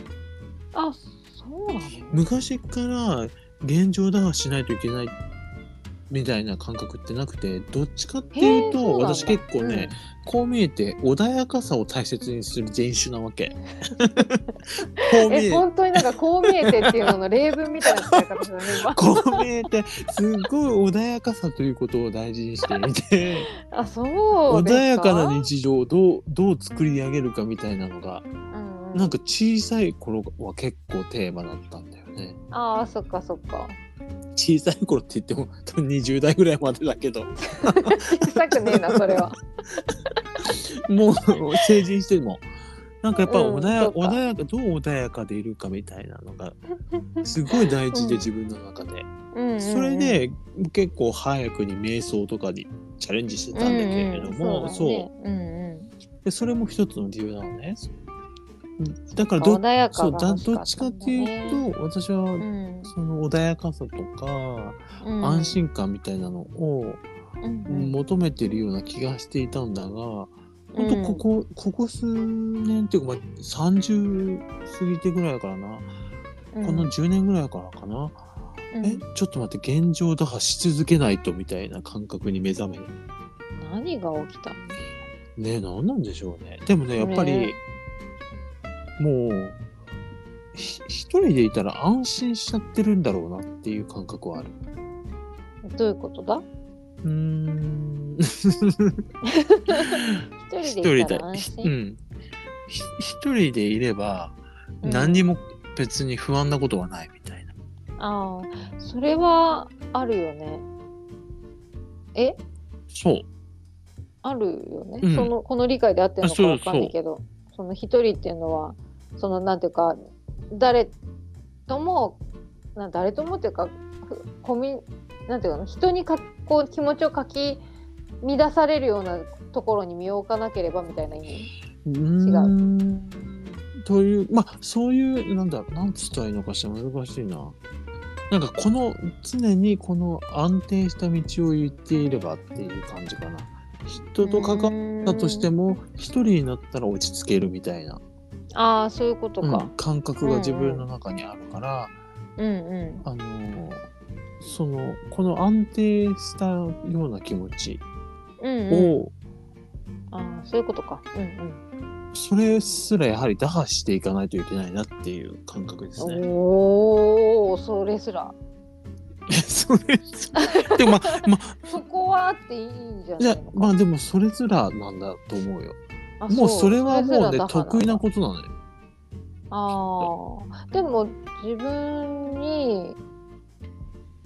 [SPEAKER 2] あそうなの
[SPEAKER 1] 昔から現状打破しないといけないみたいな感覚ってなくてどっちかっていう
[SPEAKER 2] へー
[SPEAKER 1] と
[SPEAKER 2] そうなんだ
[SPEAKER 1] 私結構ね、こう見えて穏やかさを大切にする人種なわ けこう
[SPEAKER 2] うん
[SPEAKER 1] 見
[SPEAKER 2] え
[SPEAKER 1] え
[SPEAKER 2] 本当になんかこう見えてっていうのの例文みたいな使い方だね 今
[SPEAKER 1] こう見えてすっごい穏やかさということを大事にしていて
[SPEAKER 2] あそうで
[SPEAKER 1] 穏
[SPEAKER 2] すか
[SPEAKER 1] やかな日常をどうどう作り上げるかみたいなのが
[SPEAKER 2] うんうん、
[SPEAKER 1] なんか小さい頃は結構テーマだったんだよね。
[SPEAKER 2] ああそっかそっか
[SPEAKER 1] 小さい頃って言っても多分20代ぐらいまでだけど
[SPEAKER 2] 小さくねえなそ れは
[SPEAKER 1] もう成人してもなんかやっぱ
[SPEAKER 2] うん
[SPEAKER 1] 穏や,、
[SPEAKER 2] そうか
[SPEAKER 1] 穏やかどう穏やかでいるかみたいなのがすごい大事で自分の中で、
[SPEAKER 2] うんうんうん
[SPEAKER 1] それで結構早くに瞑想とかにチャレンジしてたんだけれども、
[SPEAKER 2] うんうん
[SPEAKER 1] そう
[SPEAKER 2] そうだね
[SPEAKER 1] でそれも一つの理由なのね。だか
[SPEAKER 2] う
[SPEAKER 1] ら
[SPEAKER 2] んうん
[SPEAKER 1] ど
[SPEAKER 2] 穏やか
[SPEAKER 1] そう
[SPEAKER 2] が
[SPEAKER 1] だ
[SPEAKER 2] 欲し
[SPEAKER 1] ど
[SPEAKER 2] かたんだね
[SPEAKER 1] っちかっていうと私は
[SPEAKER 2] うん
[SPEAKER 1] その穏やかさとか
[SPEAKER 2] うん
[SPEAKER 1] 安心感みたいなのを
[SPEAKER 2] うんうん
[SPEAKER 1] 求めてるような気がしていたんだが、ほんとここ、ここ数年っていうか、まあ、30過ぎてぐらいからな、
[SPEAKER 2] うん
[SPEAKER 1] この10年ぐらいからかな、
[SPEAKER 2] うん
[SPEAKER 1] え、ちょっと待って、現状打破し続けないとみたいな感覚に目覚める。
[SPEAKER 2] 何が起きたの
[SPEAKER 1] ねえ、なんなんでしょうね。でもね、やっぱり、
[SPEAKER 2] ね
[SPEAKER 1] もう、ひ一人でいたら安心しちゃってるんだろうなっていう感覚はある。
[SPEAKER 2] どういうことだ
[SPEAKER 1] うーん。一
[SPEAKER 2] 一人で
[SPEAKER 1] 人
[SPEAKER 2] いた
[SPEAKER 1] で
[SPEAKER 2] ら、安
[SPEAKER 1] う
[SPEAKER 2] 心
[SPEAKER 1] ん。ひ一人でいれば、
[SPEAKER 2] うん
[SPEAKER 1] 何にも別に不安なことはないみたいな。
[SPEAKER 2] ああそれはあるよねえ
[SPEAKER 1] そう。
[SPEAKER 2] あるよね、
[SPEAKER 1] うん
[SPEAKER 2] そのこの理解で合ってるのか
[SPEAKER 1] あそう
[SPEAKER 2] わかんないけどその一人っていうのはそのなんていうか誰ともな誰ともっていうかふコミなんていうかな人にかこう気持ちをかき乱されるようなところに身を置かなければみたいな意味
[SPEAKER 1] うーん。という、まあ、そういう、なんだ、なんつったらいいのかしら、難しいな。なんか、この、常にこの安定した道を言っていればっていう感じかな。人と関わったとして
[SPEAKER 2] も
[SPEAKER 1] も、一人になったら落ち着けるみたいな、
[SPEAKER 2] ああそういうこと
[SPEAKER 1] うん
[SPEAKER 2] か、
[SPEAKER 1] 感覚が自分の中にあるから、
[SPEAKER 2] うんうん
[SPEAKER 1] あのーその、この安定したような気持ち
[SPEAKER 2] うんうん
[SPEAKER 1] を、
[SPEAKER 2] ああそういうことか。うん
[SPEAKER 1] それすらやはり打破していかないといけないなっていう感覚です
[SPEAKER 2] うん。
[SPEAKER 1] ね。
[SPEAKER 2] おおそれすら。
[SPEAKER 1] それでもまあまあ
[SPEAKER 2] そこはあっていいんじゃ
[SPEAKER 1] じ
[SPEAKER 2] な
[SPEAKER 1] ゃ
[SPEAKER 2] いのか。
[SPEAKER 1] まあでもそれすらなんだと思うよ。
[SPEAKER 2] あ
[SPEAKER 1] もうそれはもう
[SPEAKER 2] それすら
[SPEAKER 1] ね
[SPEAKER 2] だから
[SPEAKER 1] 得意なことなのよ。
[SPEAKER 2] ああでも自分に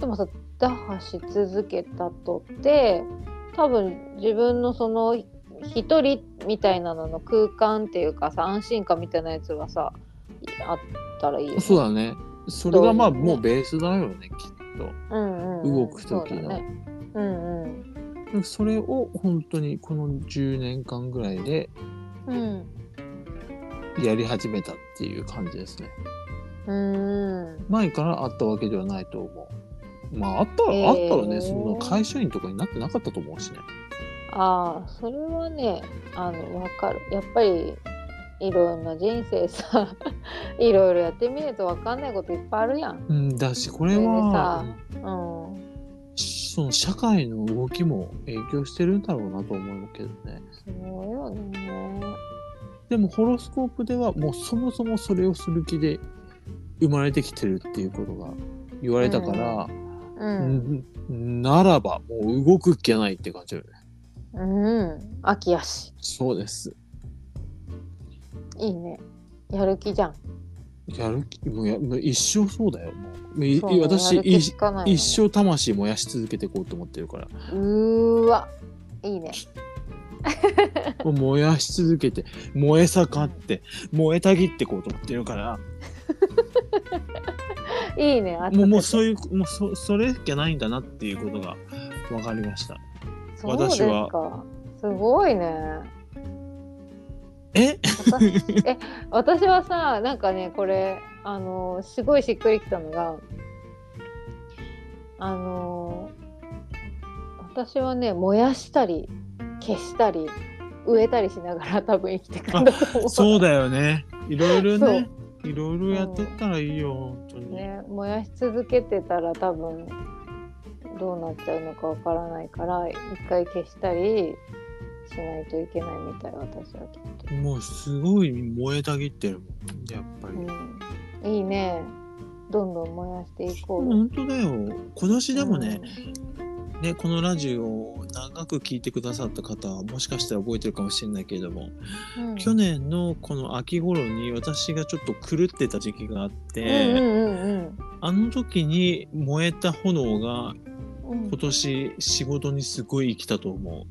[SPEAKER 2] でもさ打破し続けたとって多分自分のその一人みたいなのの空間っていうかさ安心感みたいなやつがさあったらいいよね。
[SPEAKER 1] そうだね。それがまあ
[SPEAKER 2] どういうね
[SPEAKER 1] もうベースだよねきっ
[SPEAKER 2] うんうんうん
[SPEAKER 1] 動く時の
[SPEAKER 2] そうだねうんうん
[SPEAKER 1] と。それを本当にこの10年間ぐらいで
[SPEAKER 2] うん
[SPEAKER 1] やり始めたっていう感じですね。
[SPEAKER 2] うーん。
[SPEAKER 1] 前からあったわけではないと思う。まああったら、
[SPEAKER 2] へー
[SPEAKER 1] あったらねその会社員とかになってなかったと思うしね。
[SPEAKER 2] ああ、それはね、あの、わかる。やっぱり、いろんな人生さ いろいろやってみると分かんないこといっぱいあるやん。
[SPEAKER 1] うん、だしこれ
[SPEAKER 2] それ
[SPEAKER 1] は
[SPEAKER 2] でうん、
[SPEAKER 1] その社会の動きも影響してるんだろうなと思うけどね
[SPEAKER 2] すごいよね。
[SPEAKER 1] でもホロスコープではもうそもそもそれをする気で生まれてきてるっていうことが言われたから、う
[SPEAKER 2] う、
[SPEAKER 1] んんならばもう動くっきゃないって感じだよね
[SPEAKER 2] うん、秋やし、
[SPEAKER 1] そうです
[SPEAKER 2] いいね。やる気じゃん。
[SPEAKER 1] やる気もうやもう一生そうだよもうもうい
[SPEAKER 2] そうね
[SPEAKER 1] 私
[SPEAKER 2] やる気
[SPEAKER 1] い
[SPEAKER 2] しかないよね
[SPEAKER 1] 一生魂燃やし続けていこうと思ってるから
[SPEAKER 2] うーわ、いいね。
[SPEAKER 1] もう燃やし続けて燃え盛って燃えたぎってこうと思ってるから
[SPEAKER 2] いいね。あ
[SPEAKER 1] もうもう
[SPEAKER 2] う
[SPEAKER 1] そういうもうそそれじゃないんだなっていうことが分かりました
[SPEAKER 2] そうで
[SPEAKER 1] 私
[SPEAKER 2] す
[SPEAKER 1] は
[SPEAKER 2] か。すごいね。
[SPEAKER 1] え
[SPEAKER 2] 私え私はさなんかねこれあのすごいしっくりきたのがあの私はね燃やしたり消したり植えたりしながら多分生きていくんだと思う。
[SPEAKER 1] そうだよねいろいろねいろいろやってったらいいよ本当に、
[SPEAKER 2] ね、燃やし続けてたら多分どうなっちゃうのかわからないから一回消したりしないといけないみたい私はきっと。
[SPEAKER 1] もうすごい燃えたぎってるもんやっぱり、
[SPEAKER 2] うん、いいねどんどん燃やしていこうよ。
[SPEAKER 1] 本当だよ今年でもね、ね、このラジオを長く聞いてくださった方はもしかしたら覚えてるかもしれないけれども、
[SPEAKER 2] うん、うん、
[SPEAKER 1] 去年のこの秋頃に私がちょっと狂ってた時期があって、
[SPEAKER 2] うんうん
[SPEAKER 1] あの時に燃えた炎が
[SPEAKER 2] うんうん
[SPEAKER 1] 今年仕事にすごい生きたと思う。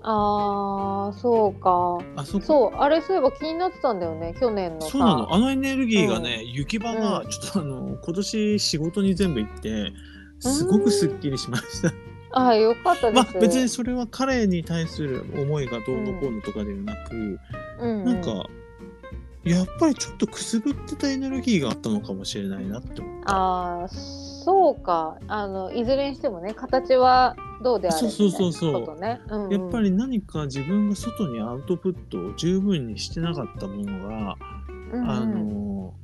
[SPEAKER 2] ああそうか
[SPEAKER 1] あそこそう
[SPEAKER 2] そうあれそういえば気になってたんだよね去年のさ
[SPEAKER 1] なのあのエネルギーがね、雪場がちょっとあの今年仕事に全部行ってすごくすっきりしました。
[SPEAKER 2] あよかったで、
[SPEAKER 1] ますあ別にそれは彼に対する思いがどうのこうのとかではなく、
[SPEAKER 2] うんうん
[SPEAKER 1] なんかやっぱりちょっとくすぶってたエネルギーがあったのかもしれないなって思った。
[SPEAKER 2] ああそうかあのいずれにしてもね形はどうであれ
[SPEAKER 1] そうそうそうそう
[SPEAKER 2] みたいなことね、うんうん、
[SPEAKER 1] やっぱり何か自分が外にアウトプットを十分にしてなかったものが、
[SPEAKER 2] うんうん、
[SPEAKER 1] あの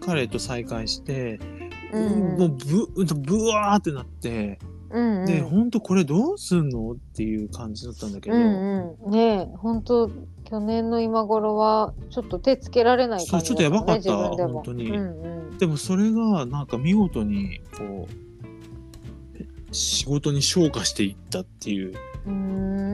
[SPEAKER 1] 彼と再会して、
[SPEAKER 2] うん
[SPEAKER 1] もうぶぶわーってなって、
[SPEAKER 2] うんうん
[SPEAKER 1] でほんとこれどうすんのっていう感じだったんだけど、
[SPEAKER 2] うんうん、ねえ本当去年の今頃はちょっと手つけられない感じだたもんね
[SPEAKER 1] そうちょっとやばかった
[SPEAKER 2] 自分でも
[SPEAKER 1] 本当に
[SPEAKER 2] うんうん、
[SPEAKER 1] でもそれがなんか見事にこう仕事に昇華していったっていう
[SPEAKER 2] うー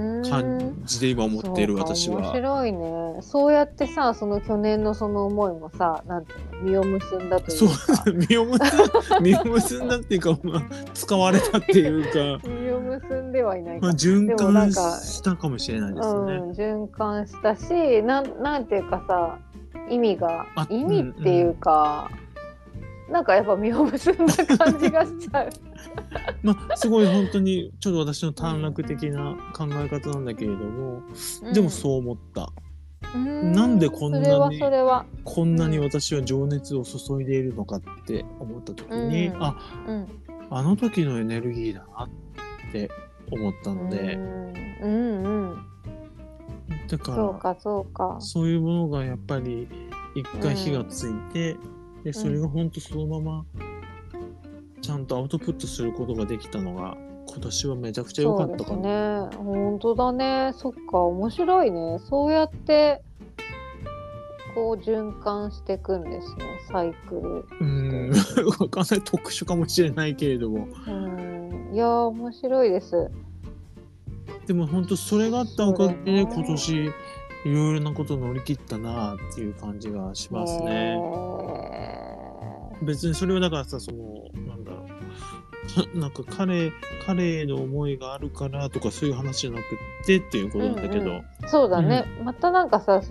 [SPEAKER 2] ん
[SPEAKER 1] 感じで今思っている
[SPEAKER 2] そうか
[SPEAKER 1] 私
[SPEAKER 2] 面
[SPEAKER 1] は。
[SPEAKER 2] 白いねそうやってさその去年のその思いもさなんていうの実を結んだとい
[SPEAKER 1] そう
[SPEAKER 2] うか
[SPEAKER 1] 身を結 ん身を結んだっていうか、まあ、使われたっていう か、
[SPEAKER 2] 実を結んではいないか
[SPEAKER 1] まあ、
[SPEAKER 2] ら、
[SPEAKER 1] 循
[SPEAKER 2] でもなん
[SPEAKER 1] 環
[SPEAKER 2] か
[SPEAKER 1] したかもしれないです
[SPEAKER 2] う
[SPEAKER 1] ね。
[SPEAKER 2] ん、循環したしなんなんていうかさ意味が
[SPEAKER 1] あ
[SPEAKER 2] 意味っていうか、なんかやっぱ実を結んだ感じがしちゃう。
[SPEAKER 1] まあ、すごい本当にちょっと私の短絡的な考え方なんだけれども、 でもそう思った
[SPEAKER 2] うん
[SPEAKER 1] なんでこんなに
[SPEAKER 2] それはそれは、
[SPEAKER 1] こんなに私は情熱を注いでいるのかって思った時に、
[SPEAKER 2] うん
[SPEAKER 1] あ
[SPEAKER 2] うん、
[SPEAKER 1] あの時のエネルギーだなって思ったので、
[SPEAKER 2] うんうんうん
[SPEAKER 1] だから
[SPEAKER 2] そうかそうか
[SPEAKER 1] そういうものがやっぱり一回火がついて、でそれが本当そのままちゃんとアウトプットすることができたのが今年はめちゃくちゃ良かったか
[SPEAKER 2] そう
[SPEAKER 1] な。
[SPEAKER 2] ですね本当だねそっか面白いねそうやってこう循環していくんですねサイク
[SPEAKER 1] うんわかん ない特殊かもしれないけれども
[SPEAKER 2] ルうんいやー面白いです
[SPEAKER 1] でも本当それがあったおかげで
[SPEAKER 2] そうだね
[SPEAKER 1] 今年いろいろなこと乗り切ったなっていう感じがします
[SPEAKER 2] え
[SPEAKER 1] ね。別にそれはだからさそのなんだろう なんか彼彼への思いがあるからとかそういう話じゃなくってっていうことなんだけど、
[SPEAKER 2] うんうんそうだね、またなんかさ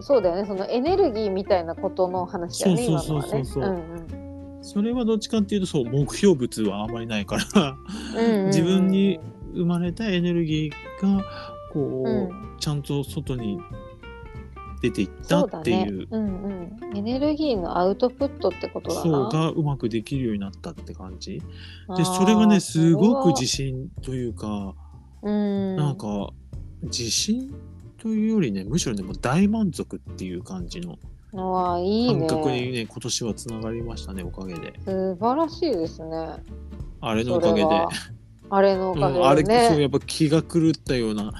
[SPEAKER 2] そうだよねそのエネルギーみたいなことの話だよね
[SPEAKER 1] そうそうそうそうそう
[SPEAKER 2] 今のはねうんうん
[SPEAKER 1] それはどっちかっていうとそう目標物はあまりないから
[SPEAKER 2] うんうんうん
[SPEAKER 1] 自分に生まれたエネルギーがこう、
[SPEAKER 2] うん
[SPEAKER 1] ちゃんと外に出ていった
[SPEAKER 2] そうだ
[SPEAKER 1] って
[SPEAKER 2] ね
[SPEAKER 1] いう。
[SPEAKER 2] うんうん、エネルギーのアウトプットってことだな
[SPEAKER 1] そうがうまくできるようになったって感じ
[SPEAKER 2] あー
[SPEAKER 1] でそれがねすごく
[SPEAKER 2] そ
[SPEAKER 1] 自信というか
[SPEAKER 2] れはうん
[SPEAKER 1] なんか自信とというよりねむしろねもう大満足っていう感じの
[SPEAKER 2] ああいい
[SPEAKER 1] 感
[SPEAKER 2] ね
[SPEAKER 1] 覚にね今年はつながりましたねおかげで
[SPEAKER 2] 素晴らしいですね
[SPEAKER 1] あれの
[SPEAKER 2] そ
[SPEAKER 1] おか
[SPEAKER 2] れ
[SPEAKER 1] げで、
[SPEAKER 2] はあれのおか
[SPEAKER 1] うんあれ
[SPEAKER 2] げで
[SPEAKER 1] そう
[SPEAKER 2] ね、
[SPEAKER 1] やっぱ気が狂ったような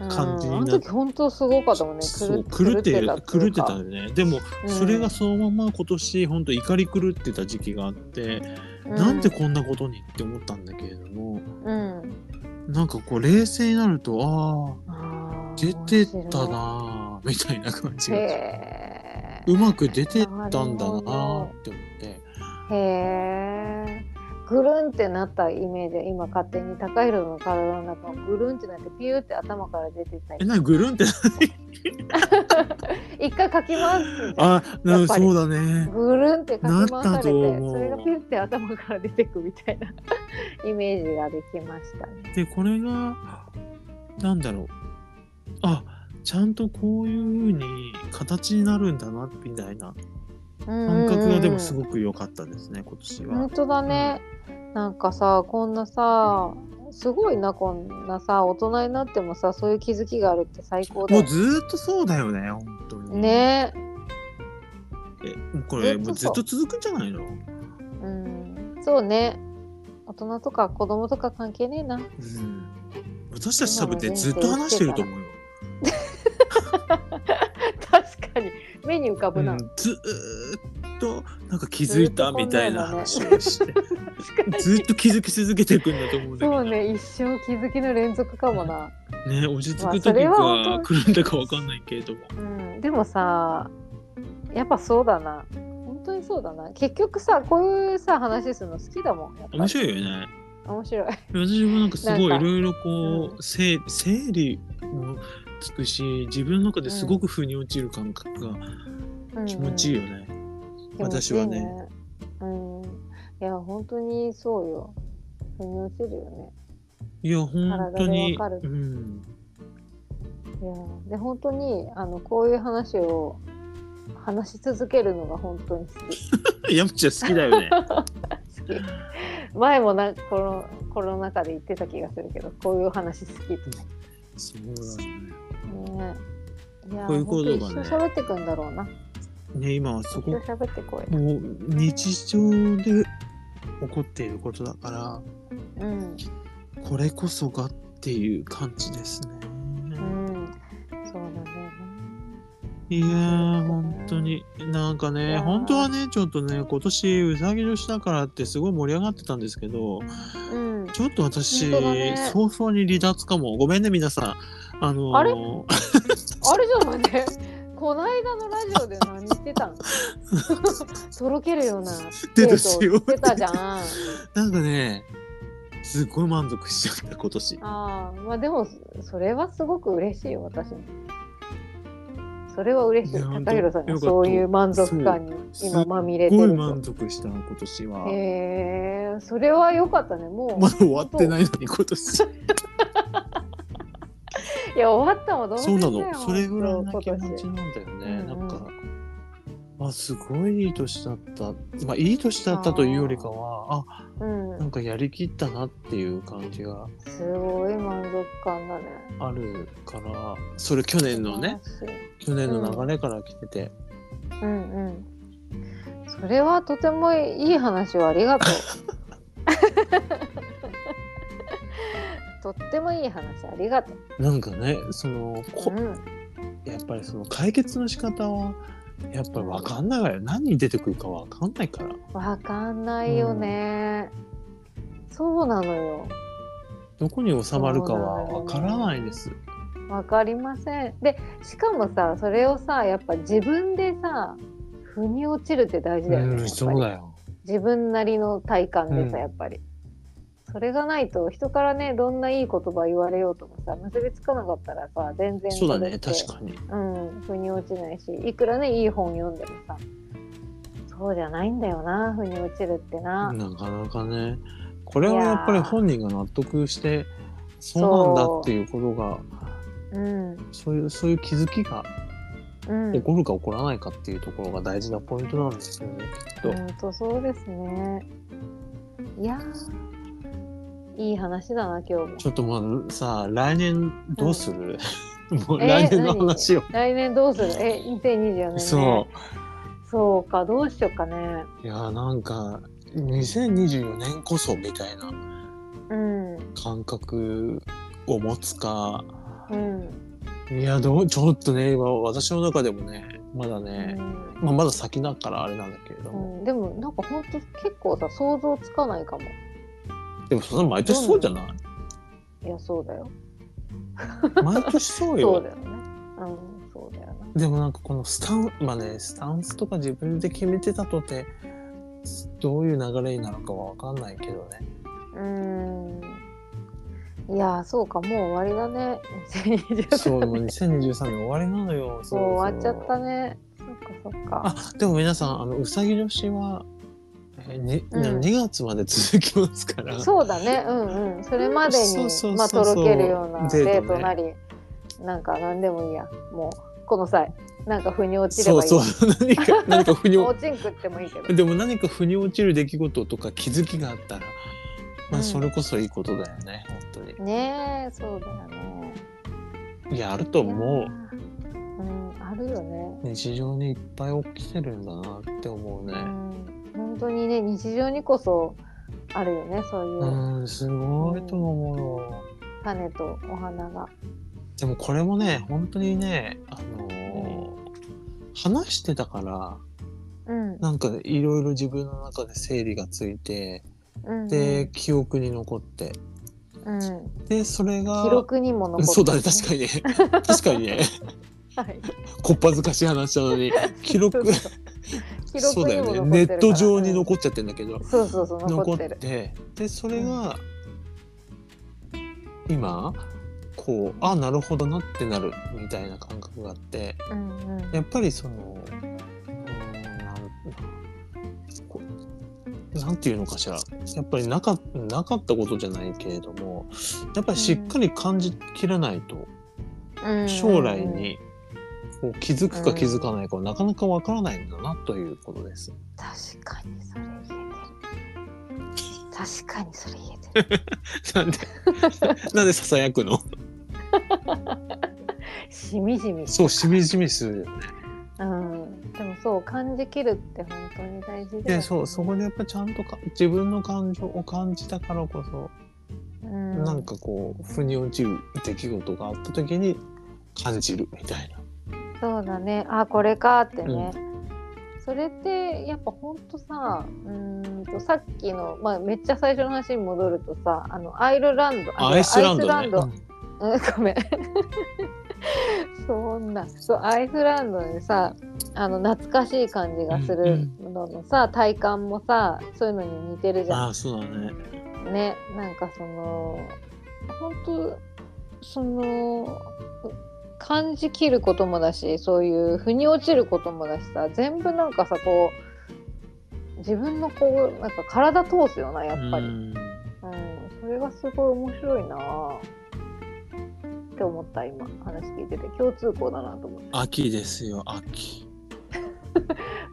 [SPEAKER 2] うん、
[SPEAKER 1] 感じに
[SPEAKER 2] あ
[SPEAKER 1] な
[SPEAKER 2] の時本当すごかったもんね
[SPEAKER 1] そう狂ってる狂ってたよねでも
[SPEAKER 2] うん
[SPEAKER 1] それがそのまま今年本当怒り狂ってた時期があって、なんでこんなことにって思ったんだけれども
[SPEAKER 2] うん、うん
[SPEAKER 1] なんかこう冷静になるとあ
[SPEAKER 2] あ
[SPEAKER 1] あ出
[SPEAKER 2] ー
[SPEAKER 1] てたなーみたいな感じ
[SPEAKER 2] 面白い
[SPEAKER 1] が
[SPEAKER 2] へ
[SPEAKER 1] うまく出てったんだなーって思って
[SPEAKER 2] えへえぐるんってなったイメージは今勝手に高弘の体の中をぐるんってなってピューって頭から出てた
[SPEAKER 1] え
[SPEAKER 2] り
[SPEAKER 1] なぐるんって
[SPEAKER 2] 一回かき回す
[SPEAKER 1] あ
[SPEAKER 2] や
[SPEAKER 1] な
[SPEAKER 2] っぱり
[SPEAKER 1] そうだね
[SPEAKER 2] ぐるんってかき回さ
[SPEAKER 1] なった
[SPEAKER 2] れて
[SPEAKER 1] と思う
[SPEAKER 2] それがピュって頭から出てくみたいな イメージができましたね。
[SPEAKER 1] でこれがなんだろうあちゃんとこういう風に形になるんだなみたいな感
[SPEAKER 2] 感
[SPEAKER 1] 覚がでもすごく良かったですね、今年は
[SPEAKER 2] 本。当だね、なんかさこんなさすごいなこんなさ大人になってもさそういう気づきがあるって最高だ
[SPEAKER 1] も
[SPEAKER 2] よ
[SPEAKER 1] うずーっとそうだよね、本当に。
[SPEAKER 2] ね。
[SPEAKER 1] えこれ、もうず
[SPEAKER 2] ず
[SPEAKER 1] っ
[SPEAKER 2] っとそ
[SPEAKER 1] と
[SPEAKER 2] う
[SPEAKER 1] 続くんじゃないの
[SPEAKER 2] うん、そうね大人とか子供とか関係ね えな。
[SPEAKER 1] うん。私たち多分ね、ずっと話してると思うよ。
[SPEAKER 2] 確かに目に浮かぶ
[SPEAKER 1] う
[SPEAKER 2] な。
[SPEAKER 1] ん、ずーっと、なんか気づいたみたいな話をして、
[SPEAKER 2] 確かに
[SPEAKER 1] ずっと気づき続けていくんだと思うんだけ
[SPEAKER 2] そ
[SPEAKER 1] ど
[SPEAKER 2] う。ね一生気づきの連続かもな。
[SPEAKER 1] ね、落ち着
[SPEAKER 2] ま
[SPEAKER 1] く
[SPEAKER 2] あそ
[SPEAKER 1] 時
[SPEAKER 2] れは
[SPEAKER 1] か
[SPEAKER 2] 本当
[SPEAKER 1] 来るんだかわかんないけれども。
[SPEAKER 2] うん、でもさやっぱそうだな本当にそうだな結局さこういうさ話するの好きだもんやっぱり
[SPEAKER 1] 面白いよね。
[SPEAKER 2] 面白い
[SPEAKER 1] 私もなんかすごい
[SPEAKER 2] ないんか
[SPEAKER 1] ろいろこ
[SPEAKER 2] う
[SPEAKER 1] う、整整理もつくし、自分の中ですごく腑に落ちる感覚が
[SPEAKER 2] うん
[SPEAKER 1] 気持ちいいよね。
[SPEAKER 2] 気持ち
[SPEAKER 1] 私
[SPEAKER 2] いい
[SPEAKER 1] はね
[SPEAKER 2] うんいや本当にそうよ腑に落ちるよ
[SPEAKER 1] いや、本当に。
[SPEAKER 2] 体でわか
[SPEAKER 1] う
[SPEAKER 2] る
[SPEAKER 1] ん。
[SPEAKER 2] ねいやで本当にあのこういう話を話し続けるのが本当に好き
[SPEAKER 1] 山ちゃん好きだよね。
[SPEAKER 2] 好き前もなこのコロナ禍で言ってた気がするけどこういう話好きとか
[SPEAKER 1] そうだね。
[SPEAKER 2] ねいや
[SPEAKER 1] こういうことがね
[SPEAKER 2] 本当一生喋ってくんだろうな
[SPEAKER 1] ね、今はそ
[SPEAKER 2] 一
[SPEAKER 1] こ
[SPEAKER 2] 生、喋ってこい
[SPEAKER 1] もう日常で起こっていることだか
[SPEAKER 2] うん、
[SPEAKER 1] ら、これこそがっていう感じですね。
[SPEAKER 2] うん、そうだね。
[SPEAKER 1] いやー、本当に、なんか
[SPEAKER 2] い
[SPEAKER 1] ね、
[SPEAKER 2] やー
[SPEAKER 1] 本当はね、ちょっとね、今年、うさぎ年だからってすごい盛り上がってたんですけど、
[SPEAKER 2] うん、
[SPEAKER 1] ちょっと私、
[SPEAKER 2] 本当だね
[SPEAKER 1] 早々に離脱かも。ごめんね、皆さん。あのー
[SPEAKER 2] あれあれじゃないね。この間のラジオで何して たん？とろけるような
[SPEAKER 1] 出
[SPEAKER 2] デ
[SPEAKER 1] た
[SPEAKER 2] ー
[SPEAKER 1] し
[SPEAKER 2] ト
[SPEAKER 1] よ
[SPEAKER 2] をしてたじゃん。あ
[SPEAKER 1] なんかね、すごい満足しちゃった、今年。
[SPEAKER 2] あー、まあでもそれはすごく嬉しいよ私も。それは嬉し
[SPEAKER 1] い
[SPEAKER 2] い。
[SPEAKER 1] や本
[SPEAKER 2] 高
[SPEAKER 1] 当
[SPEAKER 2] 弘さん
[SPEAKER 1] よか
[SPEAKER 2] が
[SPEAKER 1] った
[SPEAKER 2] そういう満足感に
[SPEAKER 1] そう
[SPEAKER 2] 今まみ
[SPEAKER 1] す
[SPEAKER 2] れて
[SPEAKER 1] ごい
[SPEAKER 2] る
[SPEAKER 1] 満
[SPEAKER 2] と。
[SPEAKER 1] 足した今年は、
[SPEAKER 2] へえ、それは良かったね。もう
[SPEAKER 1] まだ終わってないのに今年
[SPEAKER 2] いや終わったも同
[SPEAKER 1] そう
[SPEAKER 2] 然
[SPEAKER 1] な
[SPEAKER 2] だよ
[SPEAKER 1] のそれぐらいな気持
[SPEAKER 2] 今
[SPEAKER 1] ち
[SPEAKER 2] 年
[SPEAKER 1] なんだよね、
[SPEAKER 2] うんうん
[SPEAKER 1] なんかあすごいいい年だったまあいい年だったというよりかはあ
[SPEAKER 2] うん
[SPEAKER 1] な。んかやりきったなっていう感じが
[SPEAKER 2] すごい満足感だね。
[SPEAKER 1] あるからそれ去年のね
[SPEAKER 2] 素晴らしい。
[SPEAKER 1] 去年の流れから来てて、
[SPEAKER 2] うんうん。それはとてもいい話をありがとう。 とってもいい話ありがとう。
[SPEAKER 1] なんかねそのこ
[SPEAKER 2] うん、
[SPEAKER 1] やっぱりその解決の仕方はやっぱり分かんないから何に出てくるか分かんないから
[SPEAKER 2] わかんないよね。そうなのよ。
[SPEAKER 1] どこに収まるかは分からないです。
[SPEAKER 2] わかりません。で、しかもさ、それをさ、やっぱ自分でさ、腑に落ちるって大事だよ
[SPEAKER 1] う
[SPEAKER 2] ね。やっぱ
[SPEAKER 1] ん、
[SPEAKER 2] り
[SPEAKER 1] そうだよ。
[SPEAKER 2] 自分なりの体感でさ、
[SPEAKER 1] うん
[SPEAKER 2] やっぱりそれがないと人からねどんないい言葉言われようともさ結びつかなかったらさ全然
[SPEAKER 1] そうだね、
[SPEAKER 2] それって
[SPEAKER 1] 確かに。
[SPEAKER 2] うん腑に落ちないしいくらねいい本読んでもさそうじゃないんだよな腑に落ちるってな、
[SPEAKER 1] なかなかね、これはやっぱり本人が納得して、
[SPEAKER 2] う
[SPEAKER 1] そうなんだっていうことが、
[SPEAKER 2] うん
[SPEAKER 1] そういう、そういう気づきが
[SPEAKER 2] うん
[SPEAKER 1] 起こるか起こらないかっていうところが大事なポイントなんですよね、きっと。
[SPEAKER 2] 本当そうですねいやーいい話だな今日も
[SPEAKER 1] ちょっともうさ、来年どうする、 もう
[SPEAKER 2] えー
[SPEAKER 1] 来年の話を。
[SPEAKER 2] 来年どうするえ2024年、ね、
[SPEAKER 1] そう
[SPEAKER 2] そうかどうしようかね
[SPEAKER 1] う。いや、なんか、2024年こそみたいな
[SPEAKER 2] うん
[SPEAKER 1] 感覚を持つか。
[SPEAKER 2] うん、
[SPEAKER 1] いや、どう、ちょっとね、今、私の中でもね、まだね、まあ、まだ先だからあれなんだけれど
[SPEAKER 2] う
[SPEAKER 1] も。
[SPEAKER 2] ん、でもなんかほんと結構さ想像つかないかも
[SPEAKER 1] でも、そんな毎年そうじゃ ない
[SPEAKER 2] いやそうだよ
[SPEAKER 1] 毎年そうよ。
[SPEAKER 2] そうだよねうんそうだよな
[SPEAKER 1] でもなんかこのスタンまあねスタンスとか自分で決めてたとてどういう流れになるかは分かんないけどね
[SPEAKER 2] うんいやーそうかもう終わりだね2023
[SPEAKER 1] そうもう2023年終わりなのよ
[SPEAKER 2] そう
[SPEAKER 1] そ
[SPEAKER 2] 終わっちゃったねそっかそっか
[SPEAKER 1] あでも皆さんあのうさぎ年は、えーね
[SPEAKER 2] うん
[SPEAKER 1] な2月まで続きますから
[SPEAKER 2] そうだねうんうんそれまで
[SPEAKER 1] そうそ
[SPEAKER 2] に
[SPEAKER 1] う
[SPEAKER 2] ま
[SPEAKER 1] そ
[SPEAKER 2] あ
[SPEAKER 1] う
[SPEAKER 2] と
[SPEAKER 1] そう
[SPEAKER 2] ろけるようなデ
[SPEAKER 1] デ
[SPEAKER 2] ー
[SPEAKER 1] ー
[SPEAKER 2] ト
[SPEAKER 1] トね
[SPEAKER 2] なりなんか何でもいいやもうこの際なんか腑に落ちれ
[SPEAKER 1] そう
[SPEAKER 2] ばいい
[SPEAKER 1] そう何か何か腑 に落
[SPEAKER 2] おちんくってもいいけど
[SPEAKER 1] でも何か腑に落ちる出来事とか気づきがあったら、まあ、
[SPEAKER 2] うん
[SPEAKER 1] それこそいいことだよね、本
[SPEAKER 2] ねえそうだよね
[SPEAKER 1] 当にいやあると思う
[SPEAKER 2] うんあるよね
[SPEAKER 1] 日常にいっぱい起きてるんだなって思うね、
[SPEAKER 2] うん本当にね日常にこそあるよねそういう
[SPEAKER 1] うん、すごいと思うよ。
[SPEAKER 2] 種とお花が
[SPEAKER 1] でもこれもね、本当にね、あのー話してたから、
[SPEAKER 2] うん
[SPEAKER 1] なんかいろいろ自分の中で整理がついて、
[SPEAKER 2] うん
[SPEAKER 1] で、記憶に残って、
[SPEAKER 2] うん記
[SPEAKER 1] で、それが、
[SPEAKER 2] 録にも残って
[SPEAKER 1] そうだね、確かにね。 確かにね、
[SPEAKER 2] か に
[SPEAKER 1] こっぱずかしい話なのに、記録、
[SPEAKER 2] 記
[SPEAKER 1] そう
[SPEAKER 2] 録
[SPEAKER 1] だ
[SPEAKER 2] にも
[SPEAKER 1] よ
[SPEAKER 2] 残
[SPEAKER 1] ね、ネ
[SPEAKER 2] ってるか
[SPEAKER 1] ッ
[SPEAKER 2] ら
[SPEAKER 1] ト上に残っちゃってんだけど、
[SPEAKER 2] そうそうそう残
[SPEAKER 1] 残
[SPEAKER 2] っ
[SPEAKER 1] って
[SPEAKER 2] る
[SPEAKER 1] て、で、それが、今、こう、あ、なるほどなってなるみたいな感覚があって、
[SPEAKER 2] うんうん
[SPEAKER 1] やっぱりそのうーんなんこなんていうのかしらやっぱりなかなかったことじゃないけれどもやっぱりしっかり感じきらないと
[SPEAKER 2] うん
[SPEAKER 1] 将来にこう気づくか気づかないかはなかなかわからないんだなということです。
[SPEAKER 2] 確かにそれ言えてる確かにそれ言
[SPEAKER 1] な
[SPEAKER 2] えてる
[SPEAKER 1] んでなんでささやくの
[SPEAKER 2] しみじみ
[SPEAKER 1] そうしみじみするよね。
[SPEAKER 2] うんでもそう感じきるって本当に大事だよ
[SPEAKER 1] で
[SPEAKER 2] ね
[SPEAKER 1] そうそこでやっぱちゃんとか自分の感情を感じたからこそ
[SPEAKER 2] うん
[SPEAKER 1] なんかこう腑に落ちる出来事があった時に感じるみたいな。
[SPEAKER 2] そうだねあこれかってね、
[SPEAKER 1] う
[SPEAKER 2] それってやっぱほんとさうーんとさっきの、まあ、めっちゃ最初の話に戻るとさあのアイルランドあ
[SPEAKER 1] アイスランドね。
[SPEAKER 2] アイスランドうんごめん そんなそうアイスランドでさあの懐かしい感じがするののさ、体感もさそういうのに似てるじ
[SPEAKER 1] あ
[SPEAKER 2] ゃ
[SPEAKER 1] あ、そうだね。
[SPEAKER 2] んねなんかその本当そのう感じきることもだしそういう腑に落ちることもだしさ全部なんかさこう自分のこうなんか体通すよなやっぱり、
[SPEAKER 1] うん
[SPEAKER 2] うん、それがすごい面白いなぁって思った今話聞いてて共通項だなと思って
[SPEAKER 1] 秋ですよ、秋。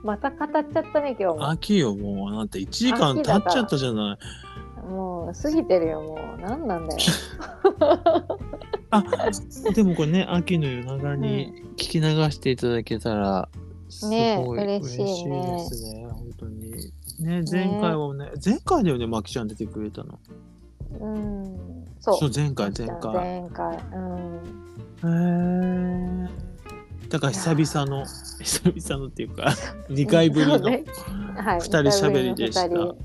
[SPEAKER 2] また語っちゃったね今日も
[SPEAKER 1] 秋よ、もう、あなた1時間経っ
[SPEAKER 2] 秋
[SPEAKER 1] ち
[SPEAKER 2] だから
[SPEAKER 1] ゃったじゃない。
[SPEAKER 2] もう過ぎてるよもう何なん だよ
[SPEAKER 1] あ、でもこれね、秋の夜長に聞き流していただけたら、すごい
[SPEAKER 2] 嬉しいね
[SPEAKER 1] ですね、本当に。ね、前回はね、前回だよね、まきちゃん出てくれたの。
[SPEAKER 2] うんそう
[SPEAKER 1] そう、前回、前
[SPEAKER 2] 前
[SPEAKER 1] 回。へ
[SPEAKER 2] 回前回うん
[SPEAKER 1] ーだから久々の、久々のっていう か、2回ぶり
[SPEAKER 2] そう
[SPEAKER 1] の。
[SPEAKER 2] ねはい
[SPEAKER 1] 二人喋りでした
[SPEAKER 2] 二人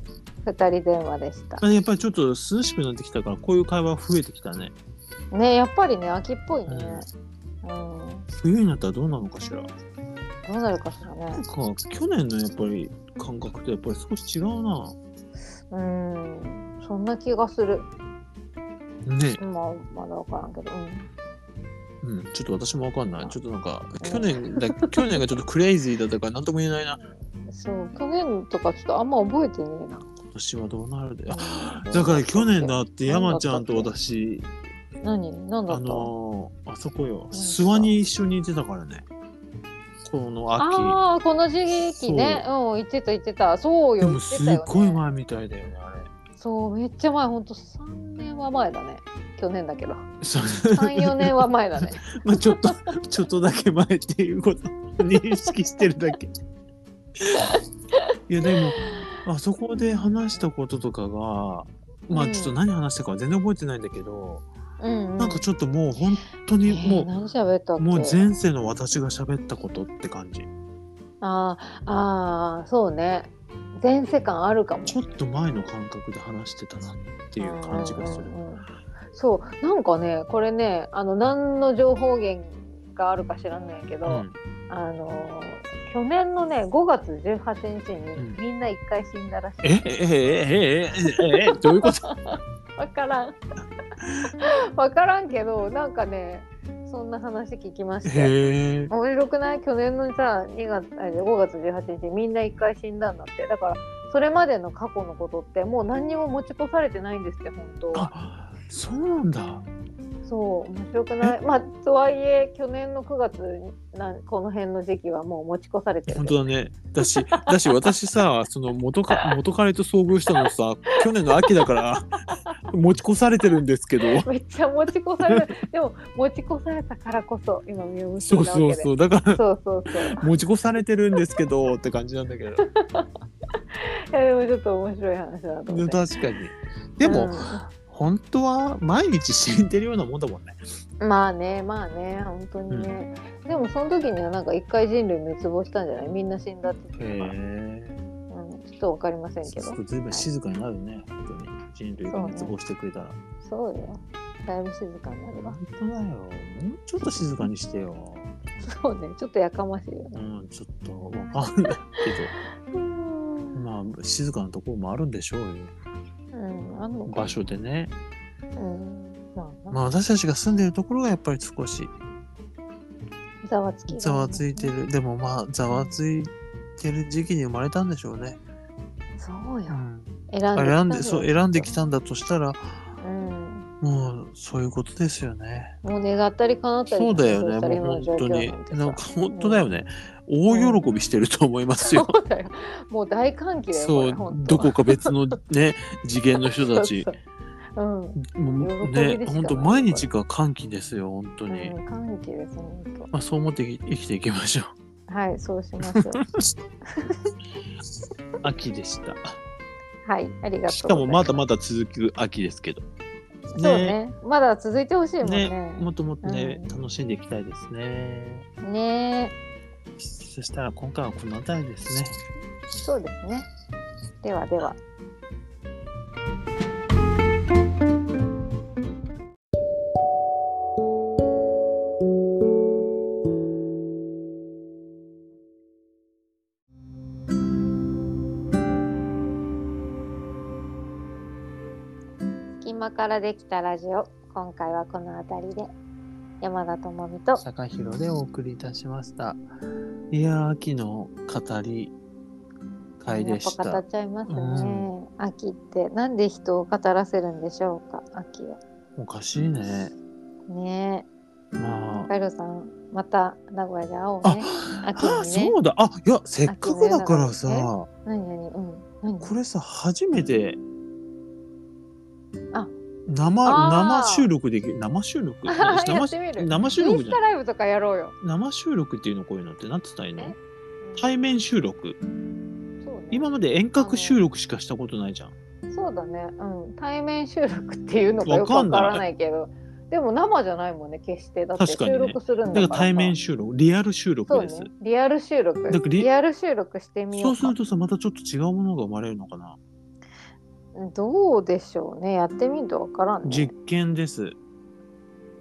[SPEAKER 2] 二人電話でした
[SPEAKER 1] あやっぱりちょっと涼しくなってきたからこういう会話増えてきたね
[SPEAKER 2] ねやっぱりね秋っぽいねうん、
[SPEAKER 1] 冬になったらどうなのかしらなんか
[SPEAKER 2] どうなるかしらね
[SPEAKER 1] 去年のやっぱり感覚とやっぱり少し違うな
[SPEAKER 2] うんそんな気がする
[SPEAKER 1] ね
[SPEAKER 2] 今はまだ分からんけどうん
[SPEAKER 1] うんちょっと私もわかんないちょっとなんか去年だ 去年がちょっとクレイジーだったから何とも言えないな
[SPEAKER 2] そう去年とかちょっとあんま覚えてねえな。
[SPEAKER 1] 今年はどうなるであ
[SPEAKER 2] うん
[SPEAKER 1] だから去年だって山ちゃんと私
[SPEAKER 2] 何何だ
[SPEAKER 1] あ
[SPEAKER 2] った
[SPEAKER 1] のーあそこよ
[SPEAKER 2] た
[SPEAKER 1] 諏訪に一緒にいてたからねこの秋
[SPEAKER 2] ああーこの時期ねうん言ってた言ってたそう
[SPEAKER 1] で
[SPEAKER 2] よ
[SPEAKER 1] も
[SPEAKER 2] 言って
[SPEAKER 1] す
[SPEAKER 2] たよ
[SPEAKER 1] っごい
[SPEAKER 2] ね
[SPEAKER 1] 前みたいだよねあれ
[SPEAKER 2] そうめっちゃ前ほんと3年は前だね去去年だけど
[SPEAKER 1] そう
[SPEAKER 2] 34年は前だね
[SPEAKER 1] ま あちょっとちょっとだけ前っていうことを認識してるだけ。いやでもあそこで話したこととかがまあ
[SPEAKER 2] うん
[SPEAKER 1] ちょっと何話したかは全然覚えてないんだけど、
[SPEAKER 2] うん、うん、
[SPEAKER 1] なんかちょっともう本当にも
[SPEAKER 2] えー
[SPEAKER 1] う、
[SPEAKER 2] 何喋ったっけ
[SPEAKER 1] もう前世の私が喋ったことって感じ
[SPEAKER 2] あーあーそうね前世感あるかも
[SPEAKER 1] ちょっと前の感覚で話してたなっていう感じがする。
[SPEAKER 2] うんうんうんそうなんかねこれねあの何の情報源があるか知らないけど、
[SPEAKER 1] うん
[SPEAKER 2] あの去年のね5月18日
[SPEAKER 1] うん
[SPEAKER 2] にみんな一回死んだらしい、
[SPEAKER 1] ええええええええ どういうこと
[SPEAKER 2] 分からん 分からんけどなんかねそんな話聞きまして
[SPEAKER 1] へえ
[SPEAKER 2] 面白くない去年のさ2月あ5月18日みんな一回死んだんだってだからそれまでの過去のことってもう何にも持ち越されてないんですって本当
[SPEAKER 1] あそうなんだ。
[SPEAKER 2] そう面白くないまあとはいえ去年の9月なんこの辺の時期はもう持ち越されてる
[SPEAKER 1] 本当だね。だし、だし私さ、その元 か元彼と遭遇したのさ、去年の秋だから持ち越されてるんですけど。
[SPEAKER 2] めっちゃ持ち越 されるでも持ち越されたからこそ今身を結
[SPEAKER 1] そ
[SPEAKER 2] ん
[SPEAKER 1] う
[SPEAKER 2] だ
[SPEAKER 1] そ
[SPEAKER 2] わ
[SPEAKER 1] う
[SPEAKER 2] けで
[SPEAKER 1] そう。だから
[SPEAKER 2] そうそうそう
[SPEAKER 1] 持ち越されてるんですけどって感じなんだけど。
[SPEAKER 2] いやでもちょっと面白い話だなと思
[SPEAKER 1] で
[SPEAKER 2] っ
[SPEAKER 1] 確
[SPEAKER 2] て
[SPEAKER 1] かに。でも、
[SPEAKER 2] う
[SPEAKER 1] 本当は毎日死んでるようなもんだもんね。
[SPEAKER 2] んまあねまあね本当にね、でもその時にはなんか一回人類滅亡したんじゃないみんな死んだって言ってたから、
[SPEAKER 1] え。
[SPEAKER 2] うん、ちょっとわかりませんけ
[SPEAKER 1] ち
[SPEAKER 2] ど
[SPEAKER 1] ょっと随分静かになるね。本当に人類が滅亡してくれたら。
[SPEAKER 2] そうよだいぶ静かになるわ
[SPEAKER 1] 本当だよ。もうちょっと静かにしてよ。
[SPEAKER 2] そうねちょっとやかましいよ
[SPEAKER 1] う
[SPEAKER 2] ね
[SPEAKER 1] ん、ちょっとわかんないけど。
[SPEAKER 2] うん
[SPEAKER 1] まあ静かなところもあるんでしょうよ
[SPEAKER 2] うんあんのかな
[SPEAKER 1] 場所でね
[SPEAKER 2] うんまあ
[SPEAKER 1] まあ私たちが住んでるところがやっぱり少し
[SPEAKER 2] ざわつきがね
[SPEAKER 1] ざわついてるでもまあざわついてる時期に生まれたんでしょうね、
[SPEAKER 2] そう
[SPEAKER 1] う
[SPEAKER 2] よ
[SPEAKER 1] ん、
[SPEAKER 2] 選んできた
[SPEAKER 1] 選ん
[SPEAKER 2] のよ
[SPEAKER 1] でそう選んできたんだとしたら
[SPEAKER 2] うん
[SPEAKER 1] もうそういうことですよね
[SPEAKER 2] もう願ったり叶ったり
[SPEAKER 1] そうだよね
[SPEAKER 2] したりの
[SPEAKER 1] もう本当
[SPEAKER 2] 状況
[SPEAKER 1] に
[SPEAKER 2] んてさ
[SPEAKER 1] なんか本当だよね、大喜びしてると思いますよ、
[SPEAKER 2] そうだよ。もう大歓喜だよ。
[SPEAKER 1] そ
[SPEAKER 2] れ
[SPEAKER 1] う
[SPEAKER 2] 本当
[SPEAKER 1] どこか別の ね次元の人たち
[SPEAKER 2] そうそううん。
[SPEAKER 1] もう
[SPEAKER 2] 喜びでしか
[SPEAKER 1] ね
[SPEAKER 2] ない
[SPEAKER 1] 本当毎日が歓喜ですよ本当に、
[SPEAKER 2] うん、歓喜です、本
[SPEAKER 1] まあそう思って生き生きていきましょう
[SPEAKER 2] 当。はい、そうし ます。
[SPEAKER 1] 秋でした。
[SPEAKER 2] はい、ありがとうございます。
[SPEAKER 1] しかもまだまだ続く秋ですけど。
[SPEAKER 2] そうね。まだ続いてほしいもんね。
[SPEAKER 1] ねもっともっとね、
[SPEAKER 2] うん
[SPEAKER 1] 楽しんでいきたいですね。
[SPEAKER 2] ね
[SPEAKER 1] そしたら今回はこの辺りですね。
[SPEAKER 2] そうですね。ではでは。隙間からできたラジオ今回はこの辺りで山田智美と
[SPEAKER 1] 坂広でお送りいたしました。いやー、秋の語り会
[SPEAKER 2] やっ
[SPEAKER 1] でし
[SPEAKER 2] ぱ語
[SPEAKER 1] た
[SPEAKER 2] っ。ちゃいますね、
[SPEAKER 1] うん
[SPEAKER 2] 秋ってなんで人を語らせるんでしょうか秋は
[SPEAKER 1] おかしいね。
[SPEAKER 2] ね
[SPEAKER 1] ま
[SPEAKER 2] え
[SPEAKER 1] あ。
[SPEAKER 2] カイロさんまた名古屋で会おう
[SPEAKER 1] あ
[SPEAKER 2] ね、秋
[SPEAKER 1] あ
[SPEAKER 2] にね
[SPEAKER 1] そうだ。あ、いや、せっかくだから
[SPEAKER 2] 秋の夜
[SPEAKER 1] さ、
[SPEAKER 2] 何何うん何
[SPEAKER 1] これさ、初めて。
[SPEAKER 2] あ
[SPEAKER 1] 生
[SPEAKER 2] あー
[SPEAKER 1] 生収録できる生収録
[SPEAKER 2] や
[SPEAKER 1] 生
[SPEAKER 2] ってみる
[SPEAKER 1] 生収
[SPEAKER 2] イン
[SPEAKER 1] 録
[SPEAKER 2] ス
[SPEAKER 1] じゃ
[SPEAKER 2] タ
[SPEAKER 1] ん
[SPEAKER 2] ライブとかやろうよ
[SPEAKER 1] 生収録っていうのこういうのってなんて言ったらいいの
[SPEAKER 2] え
[SPEAKER 1] 対面収録
[SPEAKER 2] そうね
[SPEAKER 1] 今まで遠隔収録しかしたことないじゃん
[SPEAKER 2] そうだねうん対面収録っていうのかよくわ
[SPEAKER 1] わかんない
[SPEAKER 2] からないけどでも生じゃないもんね決してだって
[SPEAKER 1] 確かに
[SPEAKER 2] 収
[SPEAKER 1] ね
[SPEAKER 2] 録するん
[SPEAKER 1] だ
[SPEAKER 2] だ
[SPEAKER 1] か
[SPEAKER 2] からら
[SPEAKER 1] 対面
[SPEAKER 2] 収
[SPEAKER 1] 収録リアル収録
[SPEAKER 2] 録
[SPEAKER 1] で
[SPEAKER 2] そ
[SPEAKER 1] す
[SPEAKER 2] うねリアル収録
[SPEAKER 1] だからリ
[SPEAKER 2] リアル収録してみ
[SPEAKER 1] そ
[SPEAKER 2] よ
[SPEAKER 1] う
[SPEAKER 2] う
[SPEAKER 1] す
[SPEAKER 2] か
[SPEAKER 1] るとさまたちょっと違うものが生まれるのかな
[SPEAKER 2] どうでしょうねやってみるとわからんね
[SPEAKER 1] 実験です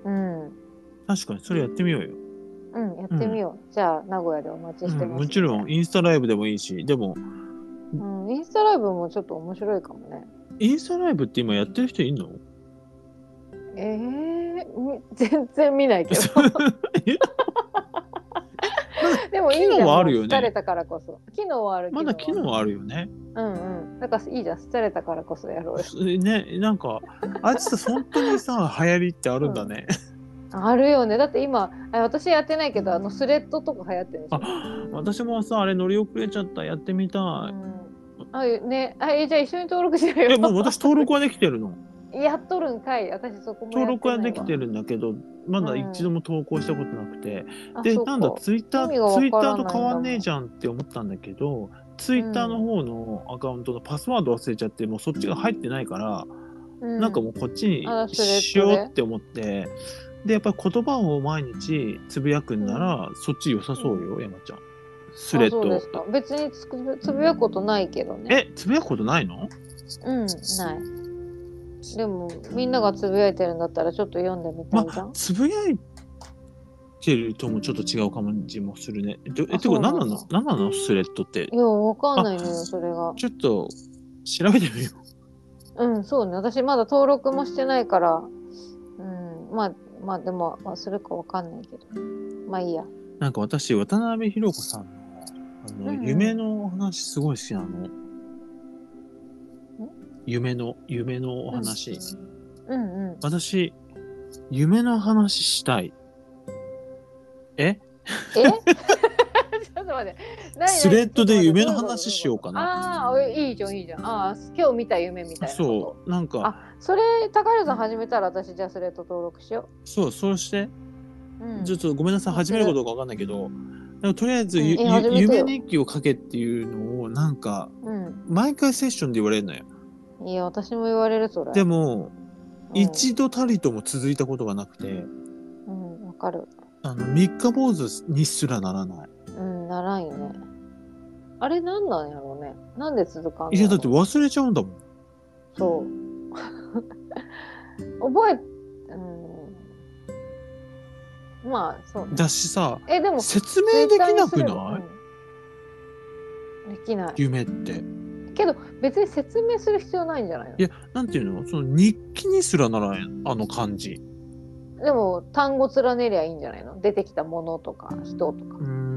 [SPEAKER 2] うん
[SPEAKER 1] 確かにそれやってみようよ、
[SPEAKER 2] うん、やってみよう。じゃあ、名古屋でお待ち
[SPEAKER 1] う
[SPEAKER 2] し
[SPEAKER 1] ん
[SPEAKER 2] てます、
[SPEAKER 1] もちろんインスタライブでもいいしでも
[SPEAKER 2] うん、インスタライブもちょっと面白いかもね。
[SPEAKER 1] インスタライブって今やってる人いんの
[SPEAKER 2] えー、み 全然見ないけど。
[SPEAKER 1] え
[SPEAKER 2] でもいいじゃん。
[SPEAKER 1] 機能はあるよね
[SPEAKER 2] もう疲れたからこそ。機能はあるけど。
[SPEAKER 1] まだ機能はあるよね
[SPEAKER 2] うんうん。だからいいじゃん。疲れたからこそやろうよ。
[SPEAKER 1] ねなんかあいつさ本当に さ流行りってあるんだね、
[SPEAKER 2] あるよね。だって今、あ私やってないけど、あのスレッドとか流行ってるでしょ。
[SPEAKER 1] 私もさあれ乗り遅れちゃったやってみたい、
[SPEAKER 2] うんあね、あえじゃあ一緒に登録しようよ
[SPEAKER 1] え、もう私登録はできてるの。
[SPEAKER 2] やっとるんかい私そこもや
[SPEAKER 1] 登
[SPEAKER 2] っ
[SPEAKER 1] 録
[SPEAKER 2] てないわ
[SPEAKER 1] はできてるんだけどまだ一度も投稿したことなくて、
[SPEAKER 2] あ
[SPEAKER 1] で
[SPEAKER 2] そうか
[SPEAKER 1] なんだツイッタ
[SPEAKER 2] 意味がわ
[SPEAKER 1] ー
[SPEAKER 2] か
[SPEAKER 1] ツイッ
[SPEAKER 2] らないん
[SPEAKER 1] タ
[SPEAKER 2] だもん
[SPEAKER 1] ーと変わんねえじゃんって思ったんだけどツイッターの方のアカウントのパスワード忘れちゃってもうそっちが入ってないから、
[SPEAKER 2] う
[SPEAKER 1] なんかもうこっちに
[SPEAKER 2] あそれ
[SPEAKER 1] しようって思ってでやっぱり言葉を毎日つぶやくんなら、そっち良さそうよ山ちゃんスレッ
[SPEAKER 2] あそう
[SPEAKER 1] ド
[SPEAKER 2] ですか別につくつぶやくことないけどね
[SPEAKER 1] えつぶやくことないの
[SPEAKER 2] うんないでもみんながつぶやいてるんだったらちょっと読んでみた
[SPEAKER 1] ま
[SPEAKER 2] いじゃん、
[SPEAKER 1] あつぶやいてるともちょっと違う感じもするねどえて
[SPEAKER 2] あ
[SPEAKER 1] か
[SPEAKER 2] そうな
[SPEAKER 1] 何
[SPEAKER 2] んだ
[SPEAKER 1] なの何なのスレッドって
[SPEAKER 2] いやわかんないのよそれが
[SPEAKER 1] ちょっと調べてみよう
[SPEAKER 2] うんそうね私まだ登録もしてないからうんまあまあでも、まあ、それかわかんないけどまあいいや
[SPEAKER 1] なんか私渡辺裕子さんのあの、
[SPEAKER 2] うんうん
[SPEAKER 1] 夢のお話すごい好きなの夢の夢のお話、
[SPEAKER 2] うん うん
[SPEAKER 1] 私、夢の話したい。え
[SPEAKER 2] え ちょっと待って何
[SPEAKER 1] スレッドで夢の話しようか
[SPEAKER 2] なああーいいじゃんいいじゃんああ今日見た夢みたいなこと
[SPEAKER 1] そう、なんか、
[SPEAKER 2] あそれ高原さん始めたら私じゃあスレッド登録しよ
[SPEAKER 1] そう、そうして、
[SPEAKER 2] う、うん、
[SPEAKER 1] ちょっとごめんなさい、始めることがわかんないけど、なんかとりあえずゆ、
[SPEAKER 2] うんいや始めて
[SPEAKER 1] ゆ
[SPEAKER 2] よ
[SPEAKER 1] 夢日記を書けっていうのを、なんか、
[SPEAKER 2] う
[SPEAKER 1] 毎回セッションで言われるのよ。
[SPEAKER 2] ん、いや私も言われるそれ
[SPEAKER 1] でも、
[SPEAKER 2] うん、
[SPEAKER 1] 一度たりとも続いたことがなくて、
[SPEAKER 2] うんわ、かる
[SPEAKER 1] あの、三日坊主にすらならない。
[SPEAKER 2] うんならんよねあれなんなんやろうねなんで続かんの
[SPEAKER 1] いや、だって
[SPEAKER 2] ろう
[SPEAKER 1] 忘れちゃうんだもん。
[SPEAKER 2] そう 覚えうんまあそうね
[SPEAKER 1] だしさ、
[SPEAKER 2] えでも
[SPEAKER 1] 説明できなく
[SPEAKER 2] Twitter にすれば
[SPEAKER 1] ない
[SPEAKER 2] うんできない
[SPEAKER 1] 夢って。
[SPEAKER 2] けど別に説明する必要ないんじゃないの
[SPEAKER 1] いや、なんていうのその日記にすらならないあの感じ。
[SPEAKER 2] でも単語連ねりゃいいんじゃないの出てきたものとか人とか
[SPEAKER 1] うーん、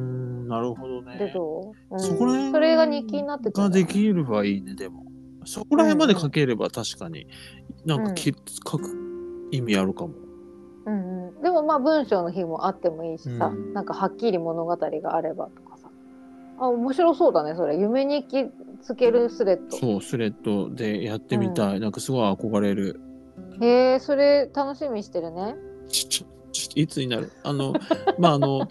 [SPEAKER 1] なるほどね
[SPEAKER 2] でどう、うん
[SPEAKER 1] そこら辺
[SPEAKER 2] それが日記になってくる
[SPEAKER 1] が
[SPEAKER 2] んじゃ
[SPEAKER 1] で
[SPEAKER 2] ない
[SPEAKER 1] きればいいね、でも。そこら辺まで書ければ確かに、なんかき、書く意味あるかも。
[SPEAKER 2] うんうん、でもまあ文章の日もあってもいいしさ、
[SPEAKER 1] うん
[SPEAKER 2] なんかはっきり物語があればとかさあ面白そうだねそれ夢日記つけるスレッド
[SPEAKER 1] そう、スレッドでやってみたい。なんかすごい憧れる。
[SPEAKER 2] へえそれ楽しみにしてるね
[SPEAKER 1] ちょ、ちょ、ちょいつになるあの、 まあ、あの、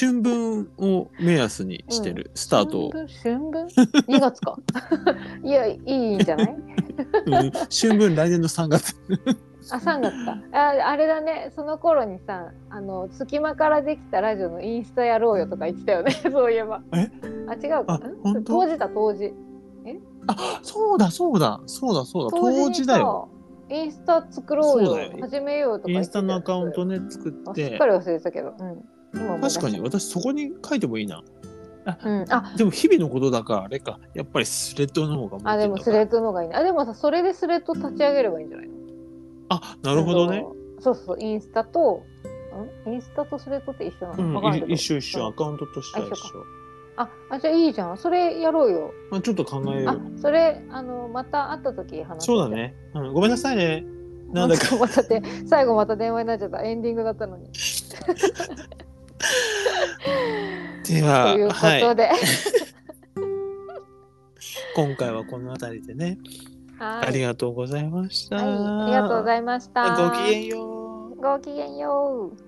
[SPEAKER 1] 春分を目安にしてる、スタートを。
[SPEAKER 2] 春分春分2 月かいやいいんじゃな
[SPEAKER 1] う
[SPEAKER 2] い
[SPEAKER 1] ん春分、来年の3月。
[SPEAKER 2] あ3月かああれだねその頃にさあの隙間からできたラジオのインスタやろうよとか言ってたよね そういえば
[SPEAKER 1] え
[SPEAKER 2] あ違うか
[SPEAKER 1] あ
[SPEAKER 2] ん
[SPEAKER 1] 本当
[SPEAKER 2] 当時だ当時
[SPEAKER 1] あ、そうだ、そうだ、そうだ、そうだ、当
[SPEAKER 2] 当時
[SPEAKER 1] 時
[SPEAKER 2] に
[SPEAKER 1] だ
[SPEAKER 2] さ
[SPEAKER 1] よ。
[SPEAKER 2] インスタ作ろうよ
[SPEAKER 1] そうだよ
[SPEAKER 2] 始めようとか
[SPEAKER 1] イ
[SPEAKER 2] 言
[SPEAKER 1] ン
[SPEAKER 2] っ
[SPEAKER 1] ス
[SPEAKER 2] て
[SPEAKER 1] タ
[SPEAKER 2] たよね
[SPEAKER 1] のアカウントね、作っ
[SPEAKER 2] あ
[SPEAKER 1] て。
[SPEAKER 2] すっかり忘れてたけど、うん、今思い出した
[SPEAKER 1] 確かに、私そこに書いてもいいな。
[SPEAKER 2] うん、あ
[SPEAKER 1] でも日々のことだからあれか、やっぱりスレッドの方が
[SPEAKER 2] あ
[SPEAKER 1] 向
[SPEAKER 2] で
[SPEAKER 1] い
[SPEAKER 2] も
[SPEAKER 1] て
[SPEAKER 2] ス
[SPEAKER 1] んだ
[SPEAKER 2] レ
[SPEAKER 1] な
[SPEAKER 2] ッドの方がいいねあでもさそれでスレッド立ち上げればいいんじゃないの
[SPEAKER 1] あ、なるほどね。
[SPEAKER 2] あのそうそうインスタとんインスタとスレッドって一緒な
[SPEAKER 1] う
[SPEAKER 2] の、わかんないけ
[SPEAKER 1] ん、
[SPEAKER 2] ど
[SPEAKER 1] い一緒一緒、
[SPEAKER 2] う
[SPEAKER 1] ア
[SPEAKER 2] ん
[SPEAKER 1] カウントとしては一
[SPEAKER 2] あ一緒
[SPEAKER 1] 緒。
[SPEAKER 2] ああじゃあいいじゃんそれやろうよ
[SPEAKER 1] まあ、ちょっと考えよ
[SPEAKER 2] あ
[SPEAKER 1] う。
[SPEAKER 2] それあのまた会った時話す
[SPEAKER 1] そうだね、うん。ごめんなさいね。なんだか。
[SPEAKER 2] またで最後また電話になっちゃったエンディングだったのに
[SPEAKER 1] で
[SPEAKER 2] と
[SPEAKER 1] は、
[SPEAKER 2] いうこ
[SPEAKER 1] は
[SPEAKER 2] と
[SPEAKER 1] い。
[SPEAKER 2] で、
[SPEAKER 1] 今回はこの辺りでね、
[SPEAKER 2] はい
[SPEAKER 1] ありがとうございました。
[SPEAKER 2] はいありがとうご
[SPEAKER 1] い
[SPEAKER 2] ざいました
[SPEAKER 1] ごきげんよう。
[SPEAKER 2] ごきげんよう